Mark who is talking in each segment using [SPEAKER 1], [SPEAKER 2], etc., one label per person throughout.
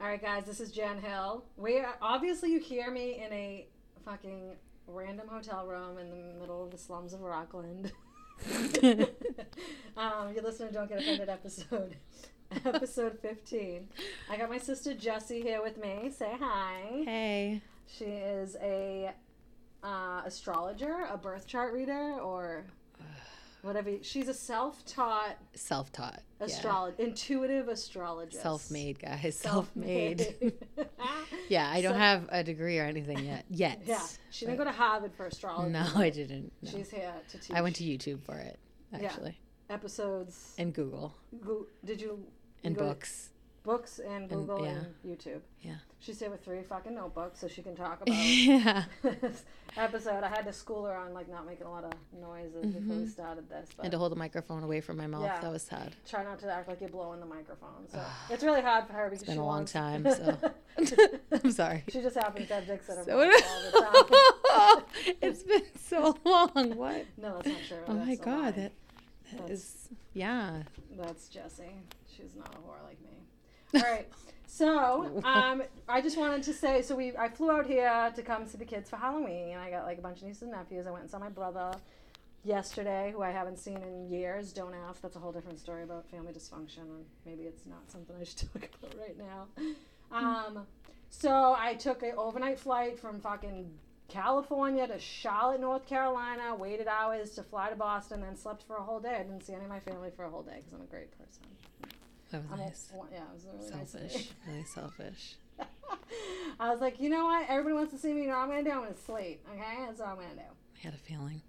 [SPEAKER 1] All right, guys, this is Jen Hill. We are, obviously you hear me in a fucking random hotel room in the middle of the slums of Rockland. um, you're listening to Don't Get Offended episode episode 15. I got my sister Jessie here with me. Say hi.
[SPEAKER 2] Hey.
[SPEAKER 1] She is a uh, astrologer, a birth chart reader, or whatever. She's a self-taught
[SPEAKER 2] Self taught.
[SPEAKER 1] astrolog intuitive astrologist.
[SPEAKER 2] Self made, guys. Self made. yeah, I don't
[SPEAKER 1] So-
[SPEAKER 2] have a degree or anything yet. Yet.
[SPEAKER 1] Yeah, she didn't go to Harvard for astrology.
[SPEAKER 2] No, I didn't. No.
[SPEAKER 1] She's here to teach.
[SPEAKER 2] I went to YouTube for it, actually,
[SPEAKER 1] episodes.
[SPEAKER 2] and Google,
[SPEAKER 1] Goo- did you? you
[SPEAKER 2] and
[SPEAKER 1] go to
[SPEAKER 2] books.
[SPEAKER 1] books and Google
[SPEAKER 2] yeah.
[SPEAKER 1] and, YouTube.
[SPEAKER 2] Yeah.
[SPEAKER 1] She's here with three fucking notebooks, so she can talk about
[SPEAKER 2] yeah.
[SPEAKER 1] this episode. I had to school her on like not making a lot of noises before
[SPEAKER 2] Mm-hmm.
[SPEAKER 1] we started this, but
[SPEAKER 2] And to hold the microphone away from my mouth.
[SPEAKER 1] Yeah.
[SPEAKER 2] That was sad.
[SPEAKER 1] try not to act like you're blowing the microphone. So it's really hard for her because
[SPEAKER 2] been
[SPEAKER 1] she
[SPEAKER 2] a long
[SPEAKER 1] wants-
[SPEAKER 2] time, so. I'm sorry.
[SPEAKER 1] she just happens to have dicks in her
[SPEAKER 2] So-
[SPEAKER 1] mouth all the time.
[SPEAKER 2] it's been so long. What?
[SPEAKER 1] No, that's not true.
[SPEAKER 2] Oh my
[SPEAKER 1] That's a lie.
[SPEAKER 2] God. That, that is, yeah.
[SPEAKER 1] That's Jessie. She's not a whore like me. All right. So, um, I just wanted to say, so we I flew out here to come see the kids for Halloween, and I got like a bunch of nieces and nephews. I went and saw my brother yesterday, who I haven't seen in years. Don't ask. That's a whole different story about family dysfunction, and maybe it's not something I should talk about right now. Um, so I took an overnight flight from fucking California to Charlotte, North Carolina. Waited hours to fly to Boston, then slept for a whole day. I didn't see any of my family for a whole day because I'm a great person.
[SPEAKER 2] That was
[SPEAKER 1] I'm a-
[SPEAKER 2] nice.
[SPEAKER 1] wa- yeah, it was a really nice of
[SPEAKER 2] Selfish. Really selfish.
[SPEAKER 1] me. I was like, you know what? Everybody wants to see me. You know what I'm gonna do? I'm gonna sleep. Okay, that's what I'm gonna do.
[SPEAKER 2] I had a feeling.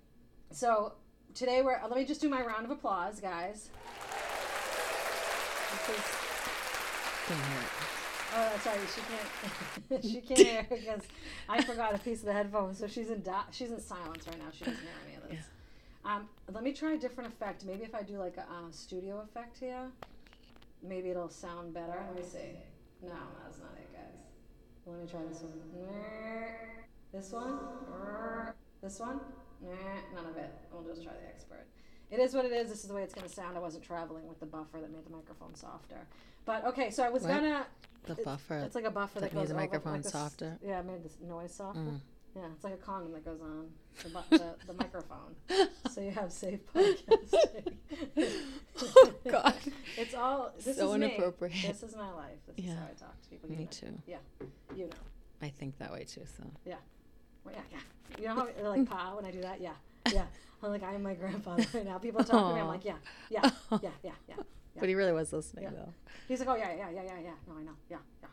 [SPEAKER 1] So today we're. Let me just do my round of applause, guys. This is-
[SPEAKER 2] Didn't hear it.
[SPEAKER 1] Oh, that's right. She can't. she can't hear because I forgot a piece of the headphone, so she's in di- she's in silence right now. She doesn't hear any of this. Um, let me try a different effect. Maybe if I do like a uh, studio effect here, maybe it'll sound better. Let me see. No, that's not it, guys. Let me try this one. This one. This one. Nah, none of it. We'll just try the expert. It is what it is. This is the way it's going to sound. I wasn't traveling with the buffer that made the microphone softer. But okay, so I was
[SPEAKER 2] What?
[SPEAKER 1] gonna.
[SPEAKER 2] The buffer.
[SPEAKER 1] It's like a buffer that,
[SPEAKER 2] that made
[SPEAKER 1] goes
[SPEAKER 2] the
[SPEAKER 1] over,
[SPEAKER 2] microphone
[SPEAKER 1] this-
[SPEAKER 2] softer.
[SPEAKER 1] Yeah, it made the noise softer.
[SPEAKER 2] Mm.
[SPEAKER 1] Yeah, it's like a condom that goes on the, bu- the, the microphone, so you have safe podcasting.
[SPEAKER 2] oh God.
[SPEAKER 1] it's all this
[SPEAKER 2] So
[SPEAKER 1] is me.
[SPEAKER 2] inappropriate.
[SPEAKER 1] This is my life. This is
[SPEAKER 2] Yeah.
[SPEAKER 1] how I talk to people. You
[SPEAKER 2] Me
[SPEAKER 1] know,
[SPEAKER 2] too.
[SPEAKER 1] you know,
[SPEAKER 2] I think that way too. So
[SPEAKER 1] Well, yeah, yeah. You know how they're like pa when I do that? Yeah, yeah. I'm like I am my grandfather right now. People talk to me. I'm
[SPEAKER 2] Aw.
[SPEAKER 1] like yeah, yeah, yeah, yeah, yeah.
[SPEAKER 2] But he really was listening
[SPEAKER 1] Yeah.
[SPEAKER 2] though.
[SPEAKER 1] He's like, oh yeah, yeah, yeah, yeah, yeah. No, I know. Yeah, yeah.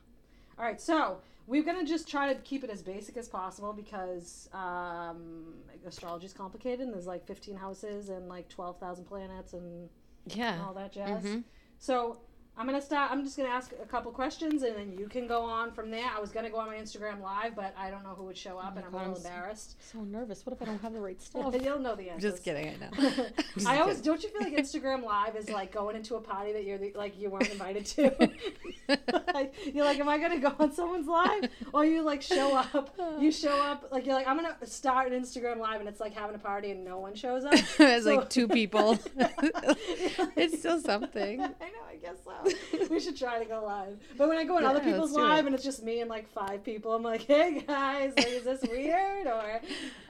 [SPEAKER 1] All right, so we're gonna just try to keep it as basic as possible because um, astrology is complicated, and there's like 15 houses and like 12,000 planets and
[SPEAKER 2] Yeah.
[SPEAKER 1] all that jazz.
[SPEAKER 2] Mhm.
[SPEAKER 1] So I'm gonna start. I'm just gonna ask a couple questions, and then you can go on from there. I was gonna go on my Instagram live, but I don't know who would show up,
[SPEAKER 2] my
[SPEAKER 1] and I'm a
[SPEAKER 2] God,
[SPEAKER 1] little
[SPEAKER 2] I'm so-
[SPEAKER 1] embarrassed.
[SPEAKER 2] So nervous. What if I don't have the right
[SPEAKER 1] You'll know the answer.
[SPEAKER 2] Just kidding. I know. Just
[SPEAKER 1] I always
[SPEAKER 2] kidding.
[SPEAKER 1] don't you feel like Instagram Live is like going into a party that you're the, like you weren't invited to. like, you're like, am I gonna go on someone's live? Oh, Or you like show up? You show up like you're like I'm gonna start an Instagram Live and it's like having a party and no one shows up.
[SPEAKER 2] There's
[SPEAKER 1] So-
[SPEAKER 2] like two people. it's
[SPEAKER 1] it's
[SPEAKER 2] still something.
[SPEAKER 1] I know, I guess so. We should try to go live. But when I go on other
[SPEAKER 2] Yeah,
[SPEAKER 1] people's
[SPEAKER 2] let's do
[SPEAKER 1] live
[SPEAKER 2] it.
[SPEAKER 1] and it's just me and like five people, I'm like, hey guys, like, is this weird? Or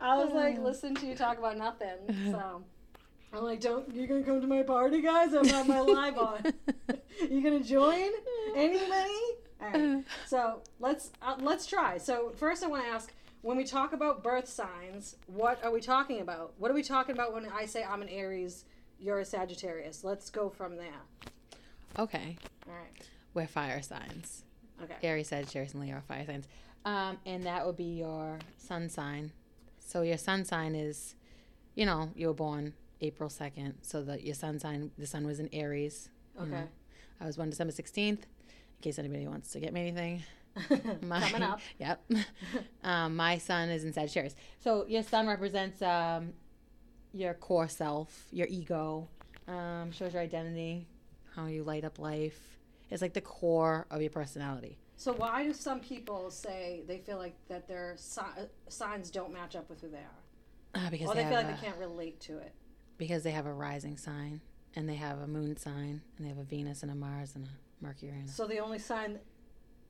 [SPEAKER 1] I was like,
[SPEAKER 2] Uh.
[SPEAKER 1] listen to you talk about nothing. So I'm like, don't, you gonna come to my party, guys? I'm on my live on. You gonna join? Anybody? All right. So let's uh, let's try. So first, I want to ask: when we talk about birth signs, what are we talking about? What are we talking about when I say I'm an Aries, you're a Sagittarius? Let's go from there.
[SPEAKER 2] okay.
[SPEAKER 1] All right.
[SPEAKER 2] We're fire signs.
[SPEAKER 1] Okay.
[SPEAKER 2] Aries, Sagittarius, and Leo are fire signs. Um, and that would be your sun sign. So your sun sign is, you know, you were born April second. So the your sun sign, the sun was in Aries. you know.
[SPEAKER 1] Okay.
[SPEAKER 2] I was born December sixteenth. In case anybody wants to get me anything. Mm-hmm. My,
[SPEAKER 1] Coming up.
[SPEAKER 2] Yep. um, my son is in Sagittarius. So your son represents um, your core self, your ego, um, shows your identity, how you light up life. It's like the core of your personality.
[SPEAKER 1] So why do some people say they feel like that their si- uh, signs don't match up with who they are,
[SPEAKER 2] Uh, because
[SPEAKER 1] or
[SPEAKER 2] they,
[SPEAKER 1] they
[SPEAKER 2] have
[SPEAKER 1] feel like
[SPEAKER 2] a,
[SPEAKER 1] they can't relate to it?
[SPEAKER 2] because they have a rising sign and they have a moon sign and they have a Venus and a Mars and a Mercury and a,
[SPEAKER 1] So the only sign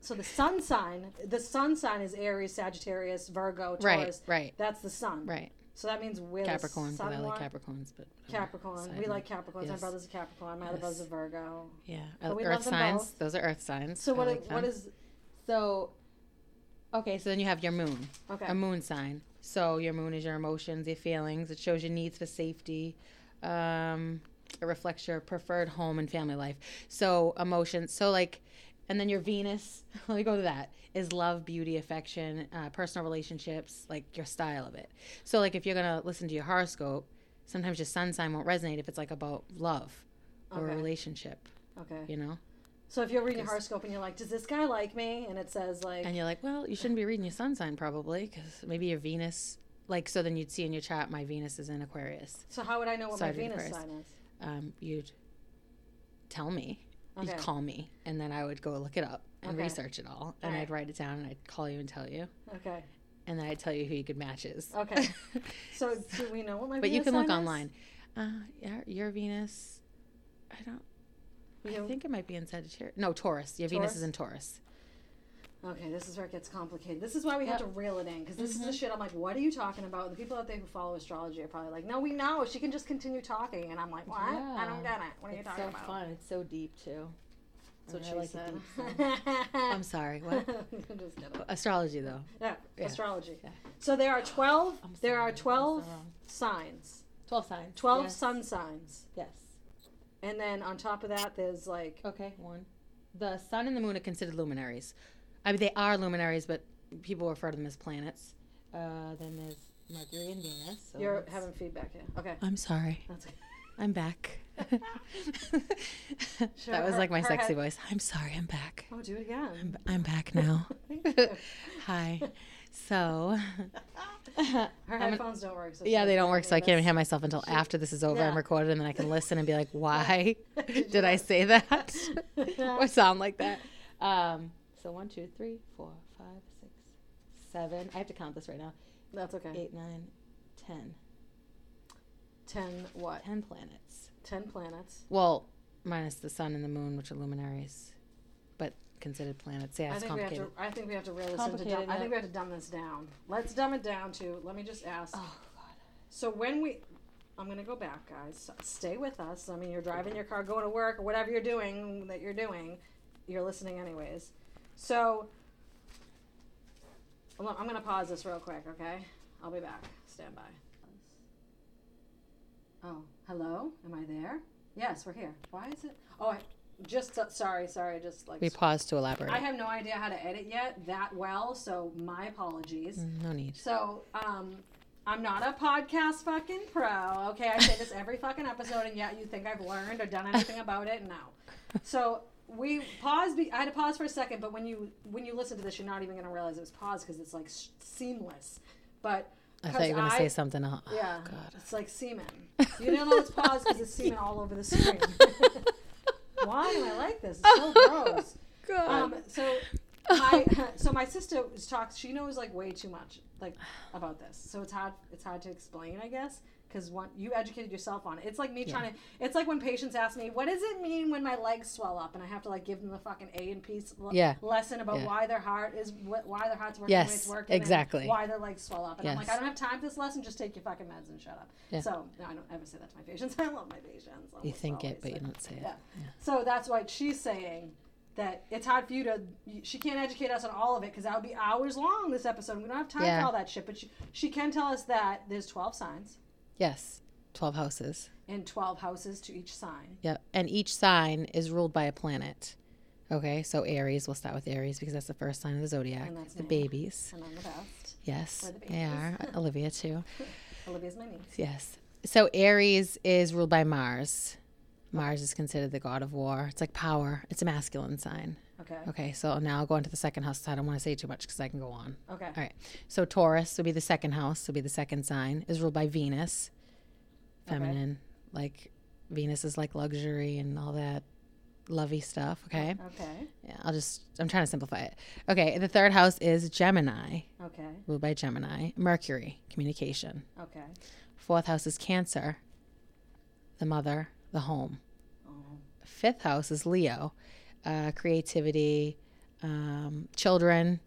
[SPEAKER 1] so the sun sign, the sun sign is Aries, Sagittarius, Virgo, Taurus.
[SPEAKER 2] Right, right,
[SPEAKER 1] That's the sun.
[SPEAKER 2] right.
[SPEAKER 1] So that means we're
[SPEAKER 2] Capricorn,
[SPEAKER 1] the
[SPEAKER 2] but
[SPEAKER 1] sun
[SPEAKER 2] I
[SPEAKER 1] one-
[SPEAKER 2] like Capricorns, but whatever.
[SPEAKER 1] Capricorn.
[SPEAKER 2] Side
[SPEAKER 1] We
[SPEAKER 2] note.
[SPEAKER 1] like Capricorns. My
[SPEAKER 2] Yes.
[SPEAKER 1] brother's a Capricorn. My other
[SPEAKER 2] Yes.
[SPEAKER 1] brother's a Virgo.
[SPEAKER 2] Yeah, I
[SPEAKER 1] But we
[SPEAKER 2] like
[SPEAKER 1] love
[SPEAKER 2] earth
[SPEAKER 1] them
[SPEAKER 2] signs.
[SPEAKER 1] both.
[SPEAKER 2] Those are earth signs.
[SPEAKER 1] So
[SPEAKER 2] I
[SPEAKER 1] what?
[SPEAKER 2] like
[SPEAKER 1] what
[SPEAKER 2] them.
[SPEAKER 1] is?
[SPEAKER 2] so? Okay, so then you have your moon,
[SPEAKER 1] Okay.
[SPEAKER 2] a moon sign. So your moon is your emotions, your feelings. It shows your needs for safety. Um, it reflects your preferred home and family life. So emotions. So like, and then your Venus. Let me go to that. Is love, beauty, affection, uh, personal relationships, like your style of it. So like, if you're gonna listen to your horoscope, sometimes your sun sign won't resonate if it's like about love or
[SPEAKER 1] Okay.
[SPEAKER 2] a relationship.
[SPEAKER 1] okay.
[SPEAKER 2] You know.
[SPEAKER 1] So if you're reading a
[SPEAKER 2] Because-
[SPEAKER 1] horoscope and you're like, does this guy like me? And it says like,
[SPEAKER 2] And you're like, well, you shouldn't be reading your sun sign probably because maybe your Venus, like, so then you'd see in your chart, my Venus is in Aquarius.
[SPEAKER 1] so how would I know what my
[SPEAKER 2] Sorry,
[SPEAKER 1] Venus
[SPEAKER 2] first.
[SPEAKER 1] sign is?
[SPEAKER 2] Um, you'd tell me,
[SPEAKER 1] Okay.
[SPEAKER 2] you'd call me, and then I would go look it up and
[SPEAKER 1] Okay.
[SPEAKER 2] research it all. And
[SPEAKER 1] Alright.
[SPEAKER 2] I'd write it down and I'd call you and tell you.
[SPEAKER 1] Okay.
[SPEAKER 2] And then I'd tell you who you could match is.
[SPEAKER 1] Oh, Okay. So do we know what my?
[SPEAKER 2] but you
[SPEAKER 1] Venus
[SPEAKER 2] can look
[SPEAKER 1] sign is?
[SPEAKER 2] online. Uh, yeah, your Venus, I don't,
[SPEAKER 1] You
[SPEAKER 2] I
[SPEAKER 1] know-
[SPEAKER 2] think it might be in Sagittarius. No, Taurus. Your Venus is in Taurus.
[SPEAKER 1] Okay, this is where it gets complicated. This is why we have to reel it in because this
[SPEAKER 2] Mm-hmm.
[SPEAKER 1] is the shit. I'm like, what are you talking about? The people out there who follow astrology are probably like, no, we know. She can just continue talking, and I'm like, what? I don't
[SPEAKER 2] Yeah.
[SPEAKER 1] get it. What are you Oh, talking about?
[SPEAKER 2] fun. It's so deep, too.
[SPEAKER 1] That's what
[SPEAKER 2] I
[SPEAKER 1] she
[SPEAKER 2] like a
[SPEAKER 1] said.
[SPEAKER 2] deep sign. I'm sorry. What?
[SPEAKER 1] I'm just kidding.
[SPEAKER 2] Astrology, though.
[SPEAKER 1] Yeah,
[SPEAKER 2] Yeah.
[SPEAKER 1] astrology.
[SPEAKER 2] Yeah.
[SPEAKER 1] So there are 12
[SPEAKER 2] I'm
[SPEAKER 1] there
[SPEAKER 2] sorry,
[SPEAKER 1] are
[SPEAKER 2] I'm so
[SPEAKER 1] 12
[SPEAKER 2] wrong.
[SPEAKER 1] signs.
[SPEAKER 2] 12 signs.
[SPEAKER 1] 12
[SPEAKER 2] yes.
[SPEAKER 1] sun signs.
[SPEAKER 2] Yes.
[SPEAKER 1] And then on top of that there's like
[SPEAKER 2] Okay, one. The sun and the moon are considered luminaries. I mean, they are luminaries, but people refer to them as planets. Uh, then there's Mercury and Venus. so
[SPEAKER 1] you're
[SPEAKER 2] that's-
[SPEAKER 1] having feedback here. Okay.
[SPEAKER 2] I'm sorry.
[SPEAKER 1] That's okay.
[SPEAKER 2] I'm back.
[SPEAKER 1] Sure,
[SPEAKER 2] that was
[SPEAKER 1] her-
[SPEAKER 2] like my
[SPEAKER 1] her
[SPEAKER 2] sexy
[SPEAKER 1] head-
[SPEAKER 2] voice. I'm sorry. I'm back.
[SPEAKER 1] Oh, do it again.
[SPEAKER 2] I'm, I'm back now. Hi. So,
[SPEAKER 1] Her
[SPEAKER 2] I'm an-
[SPEAKER 1] headphones don't work. So
[SPEAKER 2] yeah,
[SPEAKER 1] she
[SPEAKER 2] they
[SPEAKER 1] has
[SPEAKER 2] don't
[SPEAKER 1] to
[SPEAKER 2] work,
[SPEAKER 1] do
[SPEAKER 2] so I can't even
[SPEAKER 1] this.
[SPEAKER 2] hear myself until after this is over.
[SPEAKER 1] Yeah.
[SPEAKER 2] I'm recorded, and then I can listen and be like, "Why
[SPEAKER 1] you
[SPEAKER 2] did I
[SPEAKER 1] not-
[SPEAKER 2] say that?" or sound like that. Um, so one, two, three, four, five, six, seven. I have to count this right now.
[SPEAKER 1] That's okay.
[SPEAKER 2] Eight, nine, ten.
[SPEAKER 1] 10 what?
[SPEAKER 2] Ten planets.
[SPEAKER 1] 10 planets.
[SPEAKER 2] Well, minus the sun and the moon, which are luminaries, but considered planets. Yeah,
[SPEAKER 1] I
[SPEAKER 2] it's
[SPEAKER 1] think we have
[SPEAKER 2] complicated.
[SPEAKER 1] to I think we have to reel this into dumb,
[SPEAKER 2] Complicated,
[SPEAKER 1] I
[SPEAKER 2] yeah.
[SPEAKER 1] think we have to dumb this down. Let's dumb it down to let me just ask
[SPEAKER 2] Oh God.
[SPEAKER 1] So when we, I'm gonna go back, guys. So Stay with us. I mean, you're driving your car, going to work, or whatever you're doing that you're doing, you're listening anyways. So hold on, I'm gonna pause this real quick. Okay, I'll be back. Stand by. Oh, hello. Am I there? Yes, we're here. Why is it? Oh, I just sorry, sorry. I Just like
[SPEAKER 2] We paused to elaborate.
[SPEAKER 1] I have no idea how to edit yet that well. So my apologies.
[SPEAKER 2] Mm, no need.
[SPEAKER 1] So, um, I'm not a podcast fucking pro. Okay, I say this every fucking episode, and yet you think I've learned or done anything about it? No. So we paused. Be- I had to pause for a second, but when you when you listen to this, you're not even gonna realize it was paused because it's like s seamless. But
[SPEAKER 2] I thought you were gonna
[SPEAKER 1] I-
[SPEAKER 2] say something else. Oh,
[SPEAKER 1] yeah,
[SPEAKER 2] God.
[SPEAKER 1] it's like semen. You don't know it's paused because it's semen all over the screen. Why am I like this? It's so gross.
[SPEAKER 2] God.
[SPEAKER 1] Um, so my so my sister was talks. She knows like way too much like about this. So it's hard it's hard to explain, I guess, because one you educated yourself on it. It's like me trying to. It's like when patients ask me, "What does it mean when my legs swell up?" and I have to like give them the fucking A and P s- le-
[SPEAKER 2] Yeah.
[SPEAKER 1] lesson about
[SPEAKER 2] Yeah.
[SPEAKER 1] why their heart is wh- why their heart's working the way
[SPEAKER 2] Yes,
[SPEAKER 1] it's working, and
[SPEAKER 2] exactly.
[SPEAKER 1] why their legs swell up. And I'm like,
[SPEAKER 2] Yes.
[SPEAKER 1] I don't have time for this lesson. Just take your fucking meds and shut up.
[SPEAKER 2] Yeah.
[SPEAKER 1] So no, I don't ever say that to my patients. I love my patients.
[SPEAKER 2] You
[SPEAKER 1] almost
[SPEAKER 2] think
[SPEAKER 1] always,
[SPEAKER 2] it, but you don't say it.
[SPEAKER 1] yeah. So that's why she's saying that it's hard for you to. She can't educate us on all of it because that would be hours long. This episode, we don't have time
[SPEAKER 2] Yeah.
[SPEAKER 1] for all that shit. But she, she can tell us that there's twelve signs
[SPEAKER 2] Yes. Twelve houses.
[SPEAKER 1] and twelve houses to each sign.
[SPEAKER 2] Yeah, and each sign is ruled by a planet. Okay, so Aries, we'll start with Aries because that's the first sign of the zodiac.
[SPEAKER 1] And that's
[SPEAKER 2] the
[SPEAKER 1] me.
[SPEAKER 2] babies.
[SPEAKER 1] And I'm the best.
[SPEAKER 2] Yes,
[SPEAKER 1] We're the
[SPEAKER 2] they are. Olivia, too.
[SPEAKER 1] Olivia's my niece.
[SPEAKER 2] Yes. So Aries is ruled by Mars. Mars is considered the god of war. It's like power, it's a masculine sign.
[SPEAKER 1] Okay.
[SPEAKER 2] Okay, so now I'll go into the second house. I don't want to say too much because I can go on.
[SPEAKER 1] Okay.
[SPEAKER 2] All right. So Taurus would be the second house, would be the second sign, is ruled by Venus,
[SPEAKER 1] Okay.
[SPEAKER 2] feminine. Like Venus is like luxury and all that lovey stuff. Okay.
[SPEAKER 1] Okay.
[SPEAKER 2] Yeah, I'll just, I'm trying to simplify it. Okay. The third house is Gemini,
[SPEAKER 1] Okay.
[SPEAKER 2] ruled by Gemini, Mercury, communication.
[SPEAKER 1] Okay.
[SPEAKER 2] Fourth house is Cancer, the mother, the home.
[SPEAKER 1] Oh.
[SPEAKER 2] Fifth house is Leo, uh, creativity, um, children,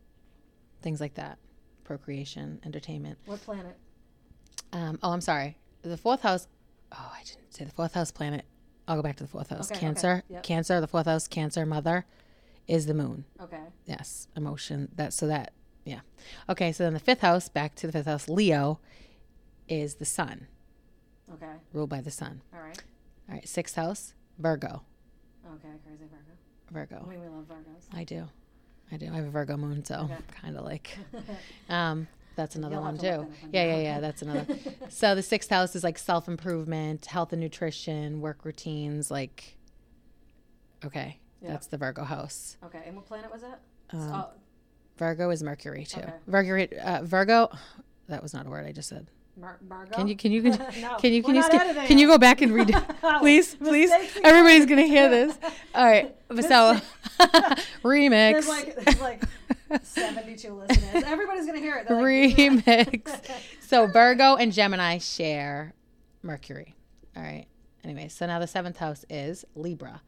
[SPEAKER 2] things like that, procreation, entertainment.
[SPEAKER 1] What planet?
[SPEAKER 2] Um, oh, I'm sorry. The fourth house. Oh, I didn't say the fourth house planet. I'll go back to the fourth house.
[SPEAKER 1] Okay, okay,
[SPEAKER 2] cancer.
[SPEAKER 1] yep.
[SPEAKER 2] Cancer, the fourth house, Cancer, mother is the moon.
[SPEAKER 1] Okay.
[SPEAKER 2] Yes, emotion. That so that yeah. Okay, so then the fifth house, back to the fifth house, Leo is the sun,
[SPEAKER 1] Okay.
[SPEAKER 2] ruled by the sun.
[SPEAKER 1] All right.
[SPEAKER 2] All right, sixth house, Virgo.
[SPEAKER 1] Okay. Crazy Virgo. I
[SPEAKER 2] Virgo.
[SPEAKER 1] mean, we love Virgos.
[SPEAKER 2] I do. I do. I have a Virgo moon, so
[SPEAKER 1] Okay.
[SPEAKER 2] kind of like um that's another
[SPEAKER 1] You'll
[SPEAKER 2] one
[SPEAKER 1] have to look
[SPEAKER 2] too.
[SPEAKER 1] that up on
[SPEAKER 2] Yeah,
[SPEAKER 1] your
[SPEAKER 2] yeah,
[SPEAKER 1] own.
[SPEAKER 2] yeah, that's another. so the sixth house is like self-improvement, health and nutrition, work routines like okay.
[SPEAKER 1] Yeah.
[SPEAKER 2] That's the Virgo house.
[SPEAKER 1] okay. And what planet was that?
[SPEAKER 2] Um,
[SPEAKER 1] oh,
[SPEAKER 2] Virgo is Mercury too.
[SPEAKER 1] Okay.
[SPEAKER 2] Mercury, uh, Virgo. That was not a word I just said.
[SPEAKER 1] Mar- Margo.
[SPEAKER 2] Can you can you can,
[SPEAKER 1] no,
[SPEAKER 2] can you
[SPEAKER 1] we're
[SPEAKER 2] can you
[SPEAKER 1] not
[SPEAKER 2] sk-
[SPEAKER 1] editing
[SPEAKER 2] can you
[SPEAKER 1] it.
[SPEAKER 2] go back and read it? please please?
[SPEAKER 1] Mistakes again.
[SPEAKER 2] Everybody's gonna hear this. All right, so remix.
[SPEAKER 1] There's like there's like 72 listeners. Everybody's gonna hear it. They're like,
[SPEAKER 2] remix. so Virgo and Gemini share Mercury. All right. Anyway, so now the seventh house is Libra.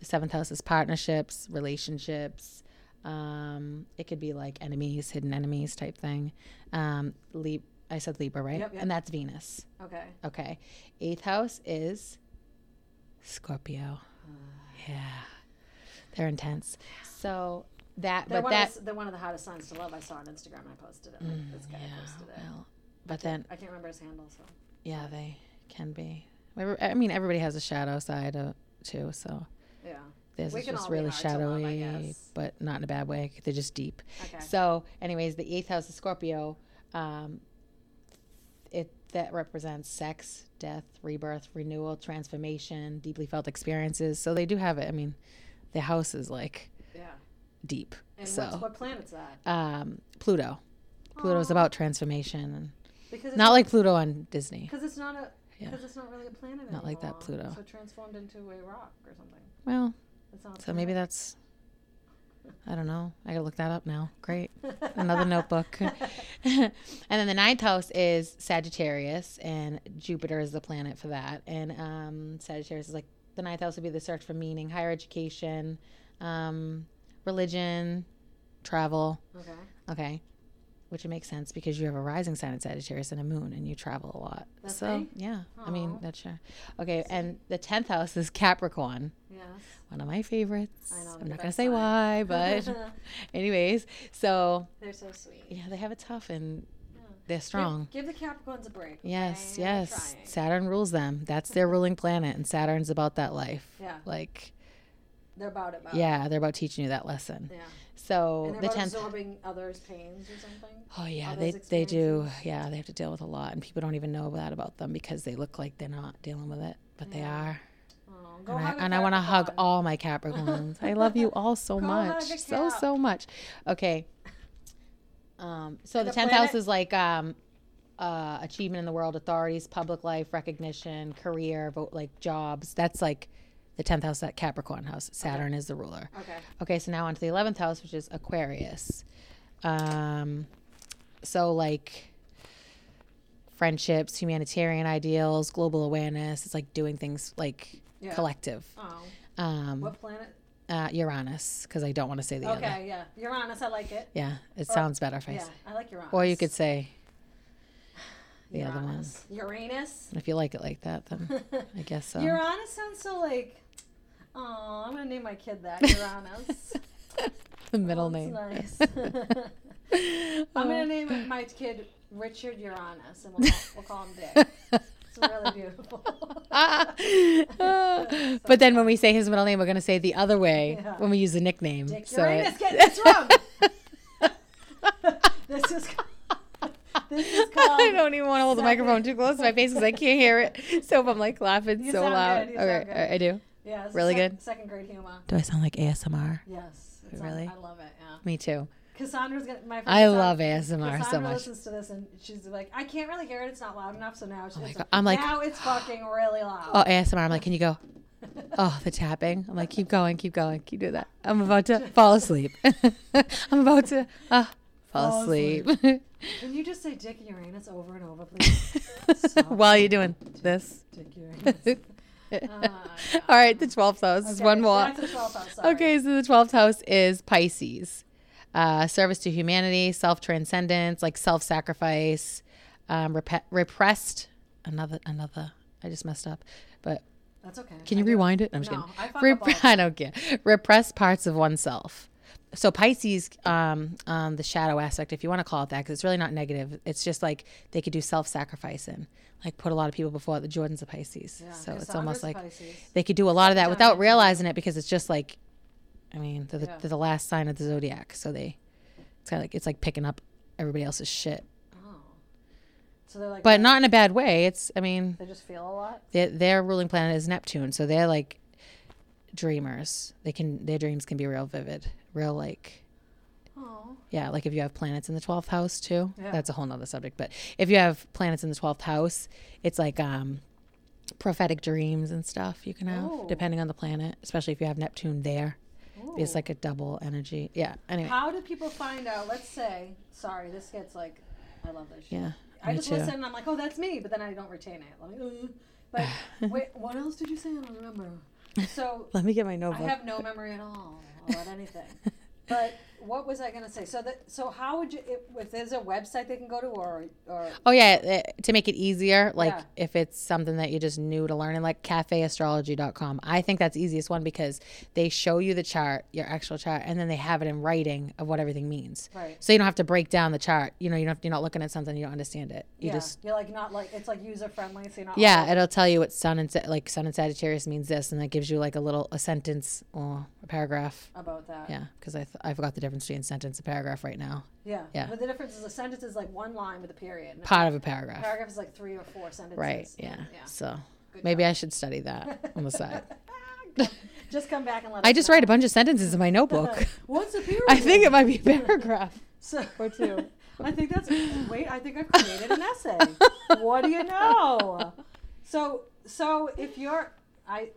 [SPEAKER 2] The seventh house is partnerships, relationships. Um, it could be like enemies, hidden enemies type thing. Um, Lib- I said Libra, right?
[SPEAKER 1] Yep, yep.
[SPEAKER 2] And that's Venus.
[SPEAKER 1] okay.
[SPEAKER 2] Okay. Eighth house is Scorpio.
[SPEAKER 1] Uh,
[SPEAKER 2] Yeah. They're intense. So that,
[SPEAKER 1] They're
[SPEAKER 2] but
[SPEAKER 1] one,
[SPEAKER 2] that,
[SPEAKER 1] of the, they're one of the hottest signs to love. I saw on Instagram. I posted it. this
[SPEAKER 2] Mm,
[SPEAKER 1] guy posted it.
[SPEAKER 2] well, but then
[SPEAKER 1] I can't remember his handle. So
[SPEAKER 2] Yeah, they can be. Every- I mean, everybody has a shadow side uh, too. So
[SPEAKER 1] yeah.
[SPEAKER 2] this
[SPEAKER 1] We
[SPEAKER 2] is
[SPEAKER 1] can
[SPEAKER 2] just
[SPEAKER 1] all be
[SPEAKER 2] really
[SPEAKER 1] hard to love, I
[SPEAKER 2] shadowy,
[SPEAKER 1] guess.
[SPEAKER 2] but not in a bad way. They're just deep.
[SPEAKER 1] Okay.
[SPEAKER 2] So, anyways, the eighth house of Scorpio, um, it that represents sex, death, rebirth, renewal, transformation, deeply felt experiences. So they do have it. I mean, the house is like
[SPEAKER 1] yeah.
[SPEAKER 2] deep.
[SPEAKER 1] And
[SPEAKER 2] so
[SPEAKER 1] what's, what planet's that?
[SPEAKER 2] um, Pluto. Pluto's
[SPEAKER 1] Aw.
[SPEAKER 2] about transformation,
[SPEAKER 1] Because
[SPEAKER 2] and
[SPEAKER 1] it's
[SPEAKER 2] not like Pluto on Disney.
[SPEAKER 1] because it's not a
[SPEAKER 2] Yeah.
[SPEAKER 1] because it's not really a planet.
[SPEAKER 2] Not like that
[SPEAKER 1] anymore.
[SPEAKER 2] Pluto.
[SPEAKER 1] So it transformed into a rock or something.
[SPEAKER 2] Well,
[SPEAKER 1] It's not. a
[SPEAKER 2] So maybe
[SPEAKER 1] planet.
[SPEAKER 2] that's I don't know. I gotta look that up now. Great. Another notebook. and then the ninth house is Sagittarius and Jupiter is the planet for that. And um Sagittarius is like the ninth house would be the search for meaning, higher education, um, religion, travel.
[SPEAKER 1] okay.
[SPEAKER 2] Okay. Which it makes sense because you have a rising sign in Sagittarius and a moon and you travel a lot.
[SPEAKER 1] That's
[SPEAKER 2] so
[SPEAKER 1] me?
[SPEAKER 2] yeah. I mean
[SPEAKER 1] Aw.
[SPEAKER 2] that's your okay, and the tenth house is Capricorn
[SPEAKER 1] Yes.
[SPEAKER 2] one of my favorites.
[SPEAKER 1] I know,
[SPEAKER 2] I'm
[SPEAKER 1] the
[SPEAKER 2] not gonna
[SPEAKER 1] best
[SPEAKER 2] say
[SPEAKER 1] sign.
[SPEAKER 2] why, but anyways, so
[SPEAKER 1] they're so sweet.
[SPEAKER 2] yeah, they have it tough and
[SPEAKER 1] Yeah.
[SPEAKER 2] they're strong.
[SPEAKER 1] Give, give the Capricorns a break.
[SPEAKER 2] Yes,
[SPEAKER 1] okay? They're
[SPEAKER 2] yes.
[SPEAKER 1] trying.
[SPEAKER 2] Saturn rules them. That's their ruling planet, and Saturn's about that life.
[SPEAKER 1] Yeah.
[SPEAKER 2] Like,
[SPEAKER 1] They're about it. About It.
[SPEAKER 2] yeah, they're about teaching you that lesson.
[SPEAKER 1] Yeah. And
[SPEAKER 2] So
[SPEAKER 1] they're
[SPEAKER 2] the
[SPEAKER 1] about
[SPEAKER 2] tenth.
[SPEAKER 1] absorbing others' pains or something.
[SPEAKER 2] Oh yeah,
[SPEAKER 1] all
[SPEAKER 2] they
[SPEAKER 1] those
[SPEAKER 2] they do. Yeah, they have to deal with a lot, and people don't even know that about them because they look like they're not dealing with it, but they
[SPEAKER 1] Yeah.
[SPEAKER 2] are.
[SPEAKER 1] Oh, go
[SPEAKER 2] And I,
[SPEAKER 1] hug a
[SPEAKER 2] and I want to hug
[SPEAKER 1] Capricorn.
[SPEAKER 2] all my Capricorns. I love you all so
[SPEAKER 1] Go hug
[SPEAKER 2] much,
[SPEAKER 1] a
[SPEAKER 2] so
[SPEAKER 1] Cap.
[SPEAKER 2] so much. Okay. Um, so
[SPEAKER 1] And
[SPEAKER 2] the
[SPEAKER 1] the
[SPEAKER 2] tenth house
[SPEAKER 1] planet-
[SPEAKER 2] is like um, uh, achievement in the world, authorities, public life, recognition, career, vote like jobs. That's like the tenth house, that Capricorn house. Saturn is the ruler.
[SPEAKER 1] Okay.
[SPEAKER 2] Okay, so now on to the eleventh house, which is Aquarius. Um, so like friendships, humanitarian ideals, global awareness. It's like doing things like
[SPEAKER 1] Yeah.
[SPEAKER 2] collective.
[SPEAKER 1] Oh,
[SPEAKER 2] Um,
[SPEAKER 1] what planet?
[SPEAKER 2] uh, Uranus, because I don't want to say the other.
[SPEAKER 1] Okay, yeah. Uranus, I like it.
[SPEAKER 2] Yeah, it sounds better if I
[SPEAKER 1] Yeah,
[SPEAKER 2] say.
[SPEAKER 1] I like Uranus.
[SPEAKER 2] Or you could say, the other one.
[SPEAKER 1] Uranus. Uranus.
[SPEAKER 2] if you like it like that, then I guess uh, so.
[SPEAKER 1] Uranus sounds so like. Oh, I'm gonna name my kid that Uranus.
[SPEAKER 2] the middle
[SPEAKER 1] Oh,
[SPEAKER 2] name. Oh.
[SPEAKER 1] that's nice. I'm gonna name my kid Richard Uranus, and we'll call, we'll call him Dick. It's really beautiful.
[SPEAKER 2] but then when we say his middle name, we're going to say it the other way
[SPEAKER 1] Yeah.
[SPEAKER 2] when we use the nickname.
[SPEAKER 1] Dick
[SPEAKER 2] So
[SPEAKER 1] Uranus,
[SPEAKER 2] it-
[SPEAKER 1] get this wrong. this is this is called.
[SPEAKER 2] I don't even want to hold the
[SPEAKER 1] Second.
[SPEAKER 2] microphone too close to my face because I can't hear it. So if I'm like laughing
[SPEAKER 1] You
[SPEAKER 2] so
[SPEAKER 1] sound
[SPEAKER 2] loud,
[SPEAKER 1] good, you
[SPEAKER 2] all right,
[SPEAKER 1] sound
[SPEAKER 2] all right, I do.
[SPEAKER 1] Yeah, this is
[SPEAKER 2] Really
[SPEAKER 1] sec-
[SPEAKER 2] good?
[SPEAKER 1] Second grade humor.
[SPEAKER 2] Do I sound like ASMR?
[SPEAKER 1] Yes, it's
[SPEAKER 2] Really?
[SPEAKER 1] I love it. Yeah,
[SPEAKER 2] Me too.
[SPEAKER 1] Cassandra's gonna. My friend
[SPEAKER 2] I
[SPEAKER 1] Cassandra-
[SPEAKER 2] love ASMR so
[SPEAKER 1] Cassandra
[SPEAKER 2] much.
[SPEAKER 1] listens to this and she's like, I can't really hear it. It's not loud enough. So now she's
[SPEAKER 2] Oh my
[SPEAKER 1] it's
[SPEAKER 2] God. I'm like-
[SPEAKER 1] now it's fucking really loud.
[SPEAKER 2] Oh, ASMR. I'm like, can you go? Oh, the tapping. I'm like, keep going, keep going, keep doing that. I'm about to fall asleep. I'm about to uh, fall,
[SPEAKER 1] Fall
[SPEAKER 2] asleep.
[SPEAKER 1] asleep. Can you just say Dick Uranus over and over, please? So-
[SPEAKER 2] While you're doing this.
[SPEAKER 1] Dick Uranus. yeah.
[SPEAKER 2] All right, the 12th house is
[SPEAKER 1] oh Okay,
[SPEAKER 2] one more.
[SPEAKER 1] That's the 12th house. Sorry.
[SPEAKER 2] Okay, so the 12th house is Pisces. Uh, service to humanity, self transcendence, like self sacrifice, um, repe- repressed. Another, another. I just messed up. But
[SPEAKER 1] That's okay.
[SPEAKER 2] can you
[SPEAKER 1] I do it.
[SPEAKER 2] rewind it? No, I'm just
[SPEAKER 1] No,
[SPEAKER 2] kidding.
[SPEAKER 1] I fuck
[SPEAKER 2] Rep-
[SPEAKER 1] up all the
[SPEAKER 2] I don't care. Repressed parts of oneself. So Pisces, um, um, the shadow aspect, if you want to call it that, because it's really not negative. It's just like they could do self-sacrifice and like put a lot of people before the Jordans of Pisces.
[SPEAKER 1] Yeah,
[SPEAKER 2] so
[SPEAKER 1] okay,
[SPEAKER 2] it's
[SPEAKER 1] I'm
[SPEAKER 2] almost
[SPEAKER 1] just
[SPEAKER 2] like
[SPEAKER 1] Pisces.
[SPEAKER 2] they could do a lot of that
[SPEAKER 1] Sometimes.
[SPEAKER 2] without realizing it because it's just like, I mean, they're the,
[SPEAKER 1] Yeah.
[SPEAKER 2] they're the last sign of the zodiac. So they, it's kind of like it's like picking up everybody else's shit,
[SPEAKER 1] Oh. So they're like, "Oh,
[SPEAKER 2] but not in a bad way. It's I mean,
[SPEAKER 1] They just feel a lot.
[SPEAKER 2] their their ruling planet is Neptune, so they're like dreamers. They can their dreams can be real vivid, real like
[SPEAKER 1] Oh.
[SPEAKER 2] yeah, like if you have planets in the twelfth house too.
[SPEAKER 1] Yeah.
[SPEAKER 2] That's a whole nother subject. But if you have planets in the twelfth house, it's like um prophetic dreams and stuff you can have
[SPEAKER 1] Oh.
[SPEAKER 2] depending on the planet, especially if you have Neptune there. It's
[SPEAKER 1] Ooh.
[SPEAKER 2] like a double energy. Yeah. Anyway.
[SPEAKER 1] How do people find out? Let's say, sorry, this gets like, I love this. Shit.
[SPEAKER 2] Yeah.
[SPEAKER 1] I
[SPEAKER 2] me
[SPEAKER 1] just
[SPEAKER 2] too.
[SPEAKER 1] listen and I'm like, oh, that's me, but then I don't retain it. Like, "Uh." but wait, what else did you say? I don't remember. So
[SPEAKER 2] Let me get my
[SPEAKER 1] I
[SPEAKER 2] notebook.
[SPEAKER 1] have no memory at all about anything. But what was I going to say? So that so how would you if- if there's a website they can go to or or
[SPEAKER 2] Oh yeah, eh, to make it easier, like
[SPEAKER 1] Yeah.
[SPEAKER 2] if it's something that you're just new to learning, like cafeastrology.com. I think that's the easiest one because they show you the chart, your actual chart, and then they have it in writing of what everything means.
[SPEAKER 1] right.
[SPEAKER 2] So you don't have to break down the chart. You know, you don't have, you're not looking at something you don't understand it. You
[SPEAKER 1] yeah, Uh-uh.
[SPEAKER 2] just
[SPEAKER 1] you're like not like it's like user friendly, so you're not
[SPEAKER 2] yeah,
[SPEAKER 1] all-
[SPEAKER 2] it'll tell you what sun and Sa- like sun and Sagittarius means this, and that gives you like a little a sentence or a paragraph.
[SPEAKER 1] about that.
[SPEAKER 2] Yeah, because I th- I forgot the difference between sentence and paragraph right now.
[SPEAKER 1] Yeah.
[SPEAKER 2] Yeah.
[SPEAKER 1] But the difference is a sentence is like one line with a period. And a
[SPEAKER 2] Part of a paragraph,
[SPEAKER 1] paragraph is like three or four sentences.
[SPEAKER 2] right? Yeah.
[SPEAKER 1] Yeah.
[SPEAKER 2] So
[SPEAKER 1] Good
[SPEAKER 2] maybe I should study that on the side.
[SPEAKER 1] Just come back and let
[SPEAKER 2] I
[SPEAKER 1] us
[SPEAKER 2] just
[SPEAKER 1] know.
[SPEAKER 2] write a bunch of sentences in my notebook.
[SPEAKER 1] What's a period?
[SPEAKER 2] I think it might be a paragraph.
[SPEAKER 1] so,
[SPEAKER 2] or two.
[SPEAKER 1] I think that's wait. I think I've created an essay. what do you know? So so if you're I,